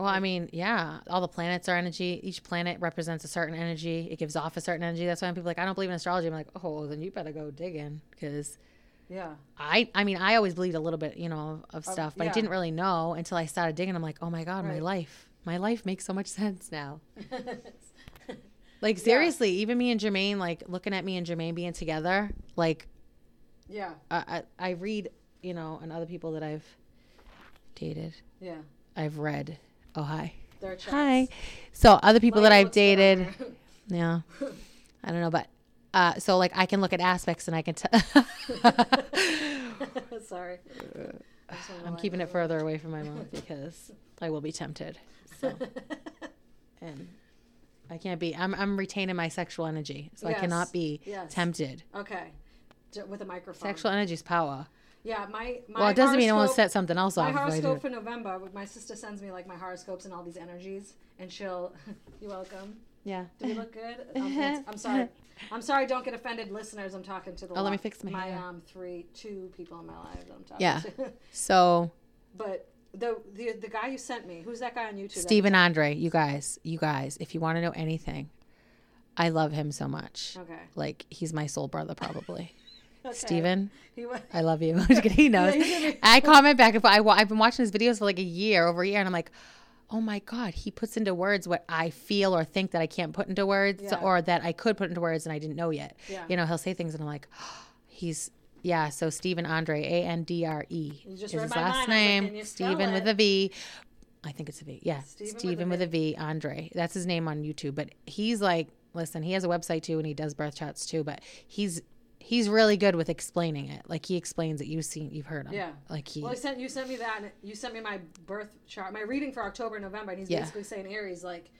[SPEAKER 2] Well, I mean, yeah, all the planets are energy. Each planet represents a certain energy. It gives off a certain energy. That's why when people are like, I don't believe in astrology. I'm like, oh, then you better go digging because
[SPEAKER 1] Yeah.
[SPEAKER 2] I, I mean, I always believed a little bit, you know, of, of
[SPEAKER 1] Of-
[SPEAKER 2] stuff, but
[SPEAKER 1] yeah.
[SPEAKER 2] I didn't really know until I started digging. I'm like, oh my god, my
[SPEAKER 1] Right.
[SPEAKER 2] life, my life makes so much sense now.
[SPEAKER 1] yeah.
[SPEAKER 2] Like
[SPEAKER 1] Yeah.
[SPEAKER 2] seriously, even me and Jermaine, like looking at me and Jermaine being together, like I, I, I read, you know, and other people that I've dated,
[SPEAKER 1] Yeah.
[SPEAKER 2] I've read. Oh hi,
[SPEAKER 1] There are charts.
[SPEAKER 2] hi. So other people that
[SPEAKER 1] Maya
[SPEAKER 2] I've
[SPEAKER 1] looks good
[SPEAKER 2] dated.
[SPEAKER 1] on there.
[SPEAKER 2] Yeah. I don't know, but uh, so like I can look at aspects and I can tell.
[SPEAKER 1] Sorry. I just wanna
[SPEAKER 2] Uh, I'm
[SPEAKER 1] lie
[SPEAKER 2] keeping it
[SPEAKER 1] down.
[SPEAKER 2] further away from my mouth because I will be tempted. So and I can't be. I'm I'm retaining my sexual energy, so I
[SPEAKER 1] Yes.
[SPEAKER 2] cannot be
[SPEAKER 1] Yes.
[SPEAKER 2] tempted.
[SPEAKER 1] okay. J- With a microphone.
[SPEAKER 2] Sexual energy is power.
[SPEAKER 1] Yeah. My. Um, my
[SPEAKER 2] well, it doesn't mean I won't
[SPEAKER 1] horoscope-
[SPEAKER 2] set something else
[SPEAKER 1] My
[SPEAKER 2] off. if I do
[SPEAKER 1] horoscope
[SPEAKER 2] it.
[SPEAKER 1] for November. My sister sends me like my horoscopes and all these energies, and she'll. You're welcome.
[SPEAKER 2] Yeah.
[SPEAKER 1] Do we look good? Um, it's- I'm sorry. I'm sorry, don't get offended, listeners. I'm talking to the
[SPEAKER 2] Oh, let me
[SPEAKER 1] left-
[SPEAKER 2] fix my hair.
[SPEAKER 1] um three two people in my life that I'm talking
[SPEAKER 2] Yeah.
[SPEAKER 1] to.
[SPEAKER 2] So
[SPEAKER 1] but the the the guy you sent me, who's that guy on YouTube? that-
[SPEAKER 2] Steve and Andre, you guys, you guys, if you want to know anything, I love him so much.
[SPEAKER 1] Okay.
[SPEAKER 2] Like he's my soul brother, probably.
[SPEAKER 1] okay.
[SPEAKER 2] Steven,
[SPEAKER 1] He was.
[SPEAKER 2] I love you. I'm just kidding, he knows.
[SPEAKER 1] he's gonna be-
[SPEAKER 2] I comment back and forth. I, wa- I've been watching his videos for like a year, over a year, and I'm like, oh my god, he puts into words what I feel or think that I can't put into words,
[SPEAKER 1] Yeah.
[SPEAKER 2] or that I could put into words and I didn't know yet.
[SPEAKER 1] Yeah.
[SPEAKER 2] You know, he'll say things, and I'm like, he's yeah. So Stephen Andre, A N D R E,
[SPEAKER 1] You
[SPEAKER 2] is
[SPEAKER 1] just
[SPEAKER 2] his
[SPEAKER 1] read my mind.
[SPEAKER 2] last
[SPEAKER 1] I was like,
[SPEAKER 2] name.
[SPEAKER 1] "Can you spell
[SPEAKER 2] Stephen with
[SPEAKER 1] it?"
[SPEAKER 2] a V. I think it's a V. Yeah,
[SPEAKER 1] Stephen with
[SPEAKER 2] Stephen,
[SPEAKER 1] a
[SPEAKER 2] with, a V. Andre. That's his name on YouTube. But he's like, listen, he has a website too, and he does birth charts too. But he's he's really good with explaining it. Like he explains it. You've seen, you've heard him.
[SPEAKER 1] Yeah.
[SPEAKER 2] Like he.
[SPEAKER 1] Well, he sent you sent me that. And you sent me my birth chart, my reading for October, and November, and he's
[SPEAKER 2] Yeah.
[SPEAKER 1] basically saying Aries like,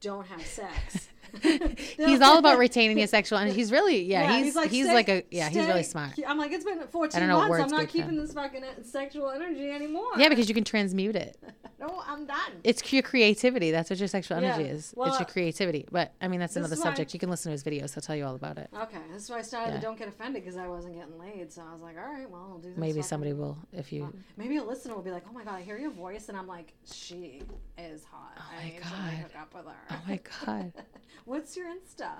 [SPEAKER 1] don't have sex.
[SPEAKER 2] he's all about retaining his sexual energy. He's really, yeah, he's he's like,
[SPEAKER 1] "Stay-
[SPEAKER 2] a yeah, he's really
[SPEAKER 1] stay-
[SPEAKER 2] smart.
[SPEAKER 1] I'm like, it's been 14
[SPEAKER 2] know what
[SPEAKER 1] months. I'm
[SPEAKER 2] words
[SPEAKER 1] not
[SPEAKER 2] good for him.
[SPEAKER 1] keeping this fucking uh, sexual energy anymore.
[SPEAKER 2] Yeah, because you can transmute it.
[SPEAKER 1] no, I'm done.
[SPEAKER 2] It's your creativity. That's what your sexual energy
[SPEAKER 1] Yeah.
[SPEAKER 2] is.
[SPEAKER 1] Well, uh,
[SPEAKER 2] it's your creativity. But I mean, that's another
[SPEAKER 1] is why-
[SPEAKER 2] subject. You can listen to his videos. He'll tell you all about it.
[SPEAKER 1] Okay, that's why I started
[SPEAKER 2] Yeah.
[SPEAKER 1] to don't get offended because I wasn't getting laid. So I was like, all right, well, I'll do this.
[SPEAKER 2] Maybe
[SPEAKER 1] fucking-
[SPEAKER 2] somebody will if you.
[SPEAKER 1] Maybe a listener will be like, oh my god, I hear your voice, and I'm like, she is hot. Oh
[SPEAKER 2] my
[SPEAKER 1] I need to
[SPEAKER 2] God.
[SPEAKER 1] hook up with her.
[SPEAKER 2] Oh my god!
[SPEAKER 1] What's your Insta?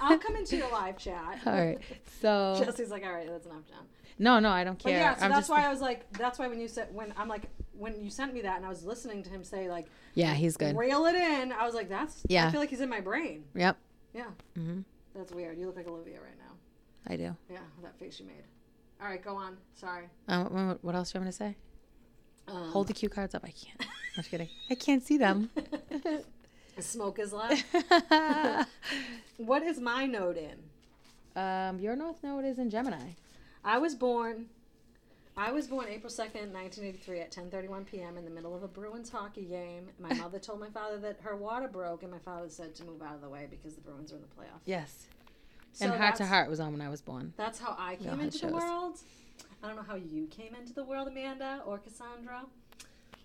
[SPEAKER 1] I'll come into your live chat.
[SPEAKER 2] All right. So
[SPEAKER 1] Jesse's like, all right, that's enough, John.
[SPEAKER 2] no, no, I don't
[SPEAKER 1] But
[SPEAKER 2] care.
[SPEAKER 1] yeah, so
[SPEAKER 2] I'm
[SPEAKER 1] that's
[SPEAKER 2] just,
[SPEAKER 1] why I was like, that's why when you said when I'm like when you sent me that and I was listening to him say like
[SPEAKER 2] yeah, he's good.
[SPEAKER 1] reel it in, I was like, that's
[SPEAKER 2] Yeah.
[SPEAKER 1] I feel like he's in my brain.
[SPEAKER 2] Yep.
[SPEAKER 1] Yeah,
[SPEAKER 2] hmm
[SPEAKER 1] that's weird. You look like Olivia right now.
[SPEAKER 2] I do.
[SPEAKER 1] Yeah, with that face you made. All right, go on. Sorry.
[SPEAKER 2] Um, wh- wh- what else do you want me to say?
[SPEAKER 1] Um,
[SPEAKER 2] Hold the cue cards up. I can't. I'm just kidding. I can't see them.
[SPEAKER 1] Smoke is left. what is my note in?
[SPEAKER 2] um, your north node is in Gemini.
[SPEAKER 1] I was born. I was born April second, nineteen eighty three, at ten thirty one p.m. in the middle of a Bruins hockey game. My mother told my father that her water broke, and my father said to move out of the way because the Bruins were in the playoff.
[SPEAKER 2] Yes.
[SPEAKER 1] So
[SPEAKER 2] and Heart to
[SPEAKER 1] that's-
[SPEAKER 2] Heart was on when I was born.
[SPEAKER 1] That's how I
[SPEAKER 2] how
[SPEAKER 1] came
[SPEAKER 2] it
[SPEAKER 1] into the
[SPEAKER 2] shows.
[SPEAKER 1] world. I don't know how you came into the world, Amanda, or Cassandra,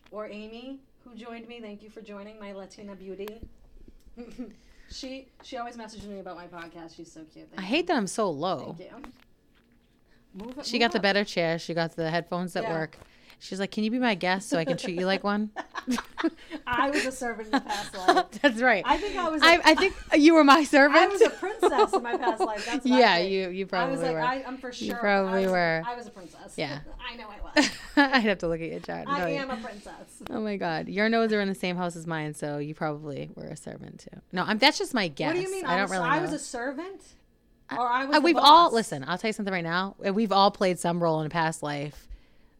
[SPEAKER 1] or Amy, who joined me. Thank you for joining my Latina beauty. she she always messages me about my podcast. She's so cute.
[SPEAKER 2] I
[SPEAKER 1] Thank
[SPEAKER 2] hate that I'm so low.
[SPEAKER 1] Thank you. Move it,
[SPEAKER 2] She
[SPEAKER 1] move
[SPEAKER 2] got the
[SPEAKER 1] up.
[SPEAKER 2] better chair. She got the headphones that
[SPEAKER 1] Yeah.
[SPEAKER 2] work. She's like, "Can you be my guest so I can treat you like one?"
[SPEAKER 1] I was a servant in the past life.
[SPEAKER 2] That's right.
[SPEAKER 1] I think I was. a-
[SPEAKER 2] I, I think you were my servant.
[SPEAKER 1] I was a princess in my past life. That's what I
[SPEAKER 2] yeah,
[SPEAKER 1] think.
[SPEAKER 2] you you
[SPEAKER 1] I
[SPEAKER 2] probably
[SPEAKER 1] was like,
[SPEAKER 2] were.
[SPEAKER 1] I, I'm for sure. I
[SPEAKER 2] probably
[SPEAKER 1] was-
[SPEAKER 2] were.
[SPEAKER 1] I was a princess.
[SPEAKER 2] Yeah.
[SPEAKER 1] I know I was.
[SPEAKER 2] I'd have to look at your chart. and
[SPEAKER 1] I
[SPEAKER 2] tell you.
[SPEAKER 1] am a princess.
[SPEAKER 2] Oh my god, your nodes are in the same house as mine, so you probably were a servant too. No, I'm. That's just my guess.
[SPEAKER 1] What do you mean?
[SPEAKER 2] I
[SPEAKER 1] I,
[SPEAKER 2] don't
[SPEAKER 1] was,
[SPEAKER 2] really.
[SPEAKER 1] I
[SPEAKER 2] know.
[SPEAKER 1] was a servant, or I was.
[SPEAKER 2] Uh,
[SPEAKER 1] the
[SPEAKER 2] we've all
[SPEAKER 1] boss?
[SPEAKER 2] listen. I'll tell you something right now. Uh, We've all played some role in a past life.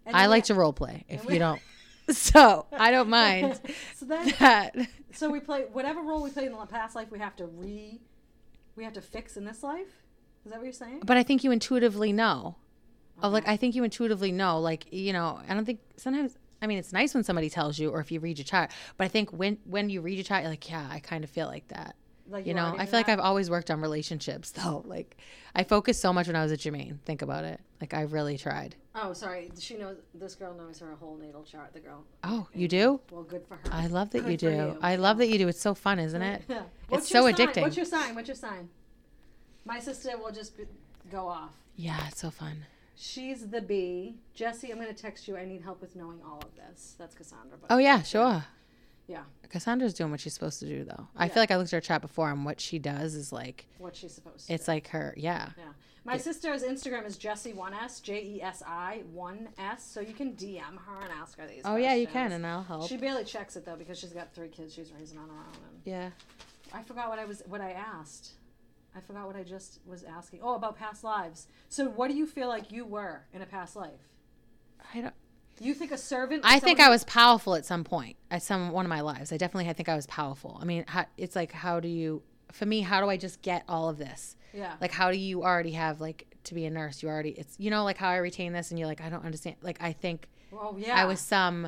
[SPEAKER 1] And
[SPEAKER 2] I
[SPEAKER 1] then
[SPEAKER 2] like
[SPEAKER 1] we-
[SPEAKER 2] to role play. If
[SPEAKER 1] we-
[SPEAKER 2] you don't, so I don't mind
[SPEAKER 1] so then,
[SPEAKER 2] that.
[SPEAKER 1] so we play whatever role we played in the past life. We have to re, we have to fix in this life. Is that what you're saying?
[SPEAKER 2] But I think you intuitively know. Of like, I think you intuitively know. Like, you know, I don't think sometimes. I mean, it's nice when somebody tells you, or if you read your chart. But I think when when you read your chart, you're like, yeah, I kind of feel like that.
[SPEAKER 1] Like
[SPEAKER 2] You know,
[SPEAKER 1] already
[SPEAKER 2] I
[SPEAKER 1] knew
[SPEAKER 2] feel like
[SPEAKER 1] that?
[SPEAKER 2] I've always worked on relationships though. Like, I focused so much when I was at Jermaine. Think about it. Like, I really tried.
[SPEAKER 1] Oh, sorry. She knows. This girl knows her whole natal chart. The girl.
[SPEAKER 2] Oh, you do?
[SPEAKER 1] Well, good for her.
[SPEAKER 2] I love that you
[SPEAKER 1] Good for
[SPEAKER 2] do.
[SPEAKER 1] you.
[SPEAKER 2] I love that you do. It's so fun, isn't it?
[SPEAKER 1] Yeah.
[SPEAKER 2] It's so
[SPEAKER 1] your sign?
[SPEAKER 2] addicting.
[SPEAKER 1] What's your sign? What's your sign? My sister will just be, go off.
[SPEAKER 2] Yeah, it's so fun.
[SPEAKER 1] She's the bee. Jesse, I'm going to text you. I need help with knowing all of this. That's Cassandra. But
[SPEAKER 2] Oh yeah, sure.
[SPEAKER 1] yeah,
[SPEAKER 2] Cassandra's doing what she's supposed to do though. I
[SPEAKER 1] Yeah.
[SPEAKER 2] feel like I looked at her chat before, and what she does is like
[SPEAKER 1] what she's supposed to.
[SPEAKER 2] it's like her. Yeah.
[SPEAKER 1] Yeah. My sister's Instagram is Jessie1S, J E S I 1S. So you can DM her and ask her these
[SPEAKER 2] Oh yeah, you can,
[SPEAKER 1] questions.
[SPEAKER 2] and I'll help.
[SPEAKER 1] She barely checks it though because she's got three kids she's raising on her own. And
[SPEAKER 2] yeah.
[SPEAKER 1] I forgot what I was what I asked. I forgot what I just was asking. Oh, about past lives. So what do you feel like you were in a past life?
[SPEAKER 2] I don't.
[SPEAKER 1] You think a servant?
[SPEAKER 2] I think I was powerful at some point at some one of my lives. I definitely I think I was powerful. I mean, how, it's like how do you? For me, how do I just get all of this?
[SPEAKER 1] Yeah.
[SPEAKER 2] Like how do you already have like to be a nurse? You already it's you know like how I retain this, and you're like I don't understand. Like I think
[SPEAKER 1] oh yeah.
[SPEAKER 2] I was some,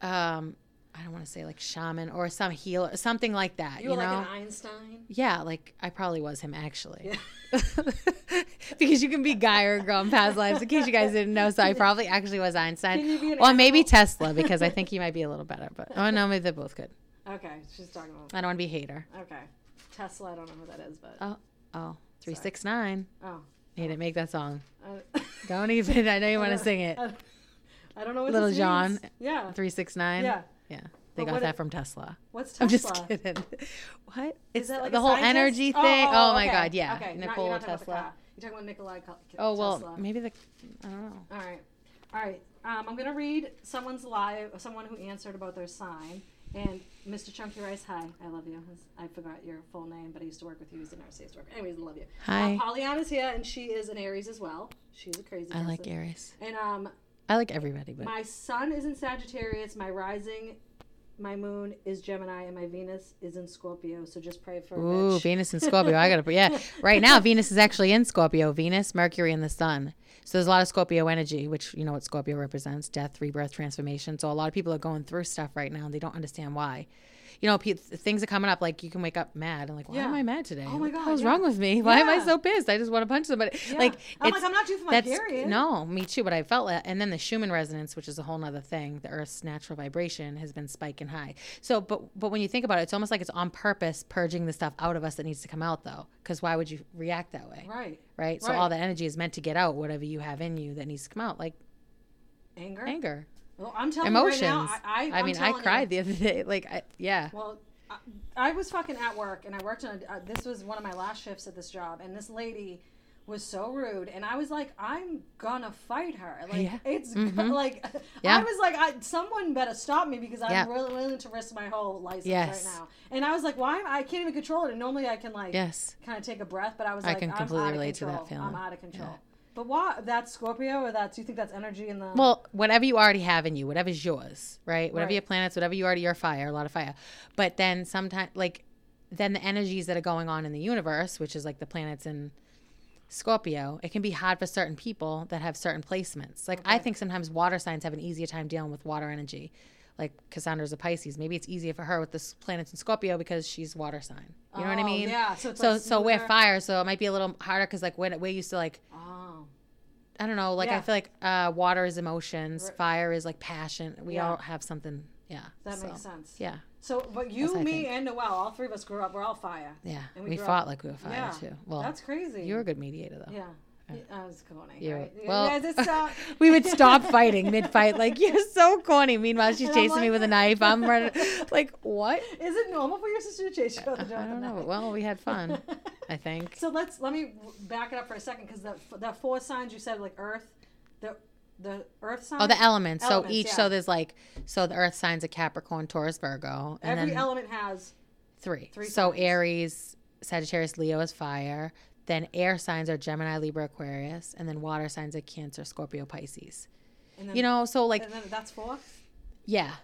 [SPEAKER 2] um, I don't want to say like shaman or some healer, something like that. You,
[SPEAKER 1] You were
[SPEAKER 2] know?
[SPEAKER 1] like an Einstein.
[SPEAKER 2] yeah, like I probably was him actually.
[SPEAKER 1] Yeah.
[SPEAKER 2] because you can be guy or girl in past lives, in case you guys didn't know. So I probably actually was
[SPEAKER 1] Can you be
[SPEAKER 2] Einstein.
[SPEAKER 1] an
[SPEAKER 2] Or maybe
[SPEAKER 1] animal?
[SPEAKER 2] Tesla, because I think he might be a little better. But oh no, maybe they're both good.
[SPEAKER 1] Okay, she's talking about.
[SPEAKER 2] I don't want to be a hater.
[SPEAKER 1] Okay, Tesla. I don't know who that is, but
[SPEAKER 2] Oh, oh. Three six nine.
[SPEAKER 1] Oh.
[SPEAKER 2] Need to make that song.
[SPEAKER 1] I,
[SPEAKER 2] Don't even. I know you want
[SPEAKER 1] Yeah.
[SPEAKER 2] to sing it.
[SPEAKER 1] I, I don't know what
[SPEAKER 2] Little
[SPEAKER 1] this
[SPEAKER 2] John.
[SPEAKER 1] means. Yeah.
[SPEAKER 2] Three six nine.
[SPEAKER 1] Yeah.
[SPEAKER 2] Yeah. They
[SPEAKER 1] But what
[SPEAKER 2] got that
[SPEAKER 1] it-
[SPEAKER 2] from Tesla.
[SPEAKER 1] What's Tesla?
[SPEAKER 2] I'm just kidding. What? It's
[SPEAKER 1] that like
[SPEAKER 2] the
[SPEAKER 1] a
[SPEAKER 2] whole
[SPEAKER 1] scientist?
[SPEAKER 2] energy thing. Oh, my
[SPEAKER 1] okay.
[SPEAKER 2] God. Yeah.
[SPEAKER 1] Okay.
[SPEAKER 2] Nikola
[SPEAKER 1] not, you're not talking about the
[SPEAKER 2] Tesla.
[SPEAKER 1] car. You're talking about Nikolai Co-
[SPEAKER 2] Oh well,
[SPEAKER 1] Tesla.
[SPEAKER 2] maybe the I don't know.
[SPEAKER 1] All right. All right. Um, I'm going to read someone's live, someone who answered about their sign. And Mr. Chunky Rice, hi. I love you. I forgot your full name, but I used to work with you. He was an RCS worker. Anyways, I love you.
[SPEAKER 2] Hi.
[SPEAKER 1] Uh, Pollyanna's here, and she is an Aries as well. She's a crazy
[SPEAKER 2] I like
[SPEAKER 1] person.
[SPEAKER 2] Aries.
[SPEAKER 1] And um,
[SPEAKER 2] I like everybody, but
[SPEAKER 1] my sun is in Sagittarius. My rising, my moon is Gemini, and my Venus is in Scorpio. So just pray for a
[SPEAKER 2] ooh,
[SPEAKER 1] bitch.
[SPEAKER 2] Venus and Scorpio. I gotta yeah. Right now, Venus is actually in Scorpio. Venus, Mercury, and the Sun. So there's a lot of Scorpio energy, which you know what Scorpio represents: death, rebirth, transformation. So a lot of people are going through stuff right now, and they don't understand why. You know, pe- things are coming up. Like you can wake up mad and like, why am
[SPEAKER 1] Yeah.
[SPEAKER 2] I mad today?
[SPEAKER 1] Oh my
[SPEAKER 2] what the
[SPEAKER 1] God,
[SPEAKER 2] hell's
[SPEAKER 1] yeah.
[SPEAKER 2] wrong with me? Why am I
[SPEAKER 1] Yeah.
[SPEAKER 2] so pissed? I just want to punch somebody.
[SPEAKER 1] Yeah.
[SPEAKER 2] Like
[SPEAKER 1] I'm
[SPEAKER 2] it's-
[SPEAKER 1] like, I'm not due for my
[SPEAKER 2] that's
[SPEAKER 1] period.
[SPEAKER 2] no me too but i felt that and then the schumann resonance which is a whole nother thing the earth's natural vibration has been spiking high so but but when you think about it it's almost like it's on purpose purging the stuff out of us that needs to come out though because why would you react that way right,
[SPEAKER 1] Right.
[SPEAKER 2] so
[SPEAKER 1] right.
[SPEAKER 2] all that energy is meant to get out whatever you have in you that needs to come out like
[SPEAKER 1] Anger.
[SPEAKER 2] anger
[SPEAKER 1] Well, I'm telling
[SPEAKER 2] emotions
[SPEAKER 1] you right now, I, I,
[SPEAKER 2] I
[SPEAKER 1] I'm
[SPEAKER 2] mean i
[SPEAKER 1] telling you.
[SPEAKER 2] cried the other day like I, yeah
[SPEAKER 1] Well, I, I was fucking at work, and I worked on. A, uh, this was one of my last shifts at this job, and this lady was so rude, and I was like, I'm gonna fight her. Like
[SPEAKER 2] Yeah. Mm-hmm.
[SPEAKER 1] it's like
[SPEAKER 2] Yeah.
[SPEAKER 1] I was like, I, someone better stop me because I'm
[SPEAKER 2] Yeah.
[SPEAKER 1] really willing to risk my whole license
[SPEAKER 2] Yes.
[SPEAKER 1] right now. And I was like, why? am- I can't even control it. And normally I can like
[SPEAKER 2] yes
[SPEAKER 1] kind of take a breath, but I was
[SPEAKER 2] I
[SPEAKER 1] like,
[SPEAKER 2] can
[SPEAKER 1] I'm
[SPEAKER 2] completely
[SPEAKER 1] out of
[SPEAKER 2] relate to that
[SPEAKER 1] control. I'm
[SPEAKER 2] feeling.
[SPEAKER 1] out of control.
[SPEAKER 2] Yeah.
[SPEAKER 1] But why? That's Scorpio, or that's you think that's energy in the
[SPEAKER 2] Well, whatever you already have in you, whatever's yours, right? Whatever
[SPEAKER 1] Right.
[SPEAKER 2] your planets, whatever you already, your fire, a lot of fire. But then sometimes, like, then the energies that are going on in the universe, which is like the planets in Scorpio, it can be hard for certain people that have certain placements. Like, I
[SPEAKER 1] Okay.
[SPEAKER 2] think sometimes water signs have an easier time dealing with water energy. Like Cassandra's a Pisces. Maybe it's easier for her with the s- planets in Scorpio because she's water sign. You know what I
[SPEAKER 1] Oh,
[SPEAKER 2] mean?
[SPEAKER 1] Yeah. So it's
[SPEAKER 2] So,
[SPEAKER 1] like
[SPEAKER 2] so we're
[SPEAKER 1] smoother.
[SPEAKER 2] fire, so it might be a little harder because, like, when we're used to like
[SPEAKER 1] Oh.
[SPEAKER 2] I don't know. Like I
[SPEAKER 1] Yeah.
[SPEAKER 2] feel like uh, water is emotions,
[SPEAKER 1] Right.
[SPEAKER 2] fire is like passion. We
[SPEAKER 1] Yeah.
[SPEAKER 2] all have something. Yeah.
[SPEAKER 1] That
[SPEAKER 2] so,
[SPEAKER 1] makes sense.
[SPEAKER 2] Yeah,
[SPEAKER 1] So, but
[SPEAKER 2] That's
[SPEAKER 1] you,
[SPEAKER 2] what I
[SPEAKER 1] me,
[SPEAKER 2] think.
[SPEAKER 1] and Noel, all three of us grew up. We're all fire.
[SPEAKER 2] yeah.
[SPEAKER 1] And
[SPEAKER 2] We,
[SPEAKER 1] we grew up-
[SPEAKER 2] fought like we were fire
[SPEAKER 1] Yeah.
[SPEAKER 2] too. Well,
[SPEAKER 1] That's crazy.
[SPEAKER 2] you were a good mediator though.
[SPEAKER 1] Yeah. Yeah, I was corny.
[SPEAKER 2] You were-
[SPEAKER 1] right?
[SPEAKER 2] well,
[SPEAKER 1] yeah, just, uh,
[SPEAKER 2] We would stop fighting mid-fight, like you're so corny. Meanwhile,
[SPEAKER 1] And
[SPEAKER 2] she's
[SPEAKER 1] I'm
[SPEAKER 2] chasing me
[SPEAKER 1] like-
[SPEAKER 2] with a knife. I'm running, like what?
[SPEAKER 1] Is it normal for your sister to chase you out
[SPEAKER 2] I
[SPEAKER 1] the door? with a
[SPEAKER 2] don't know.
[SPEAKER 1] knife?
[SPEAKER 2] Well, we had fun. I think.
[SPEAKER 1] so let's let me back it up for a second because the the four signs you said like Earth, the the Earth sign.
[SPEAKER 2] Oh, the elements. so
[SPEAKER 1] Elements,
[SPEAKER 2] each,
[SPEAKER 1] yeah.
[SPEAKER 2] so there's like, so the Earth signs a Capricorn, Taurus, Virgo, and
[SPEAKER 1] Every
[SPEAKER 2] then
[SPEAKER 1] element has.
[SPEAKER 2] three.
[SPEAKER 1] Three
[SPEAKER 2] so
[SPEAKER 1] signs.
[SPEAKER 2] Aries, Sagittarius, Leo is fire. Then air signs are Gemini, Libra, Aquarius, and then water signs are Cancer, Scorpio, Pisces.
[SPEAKER 1] And then,
[SPEAKER 2] You know, so like
[SPEAKER 1] And then that's four.
[SPEAKER 2] yeah,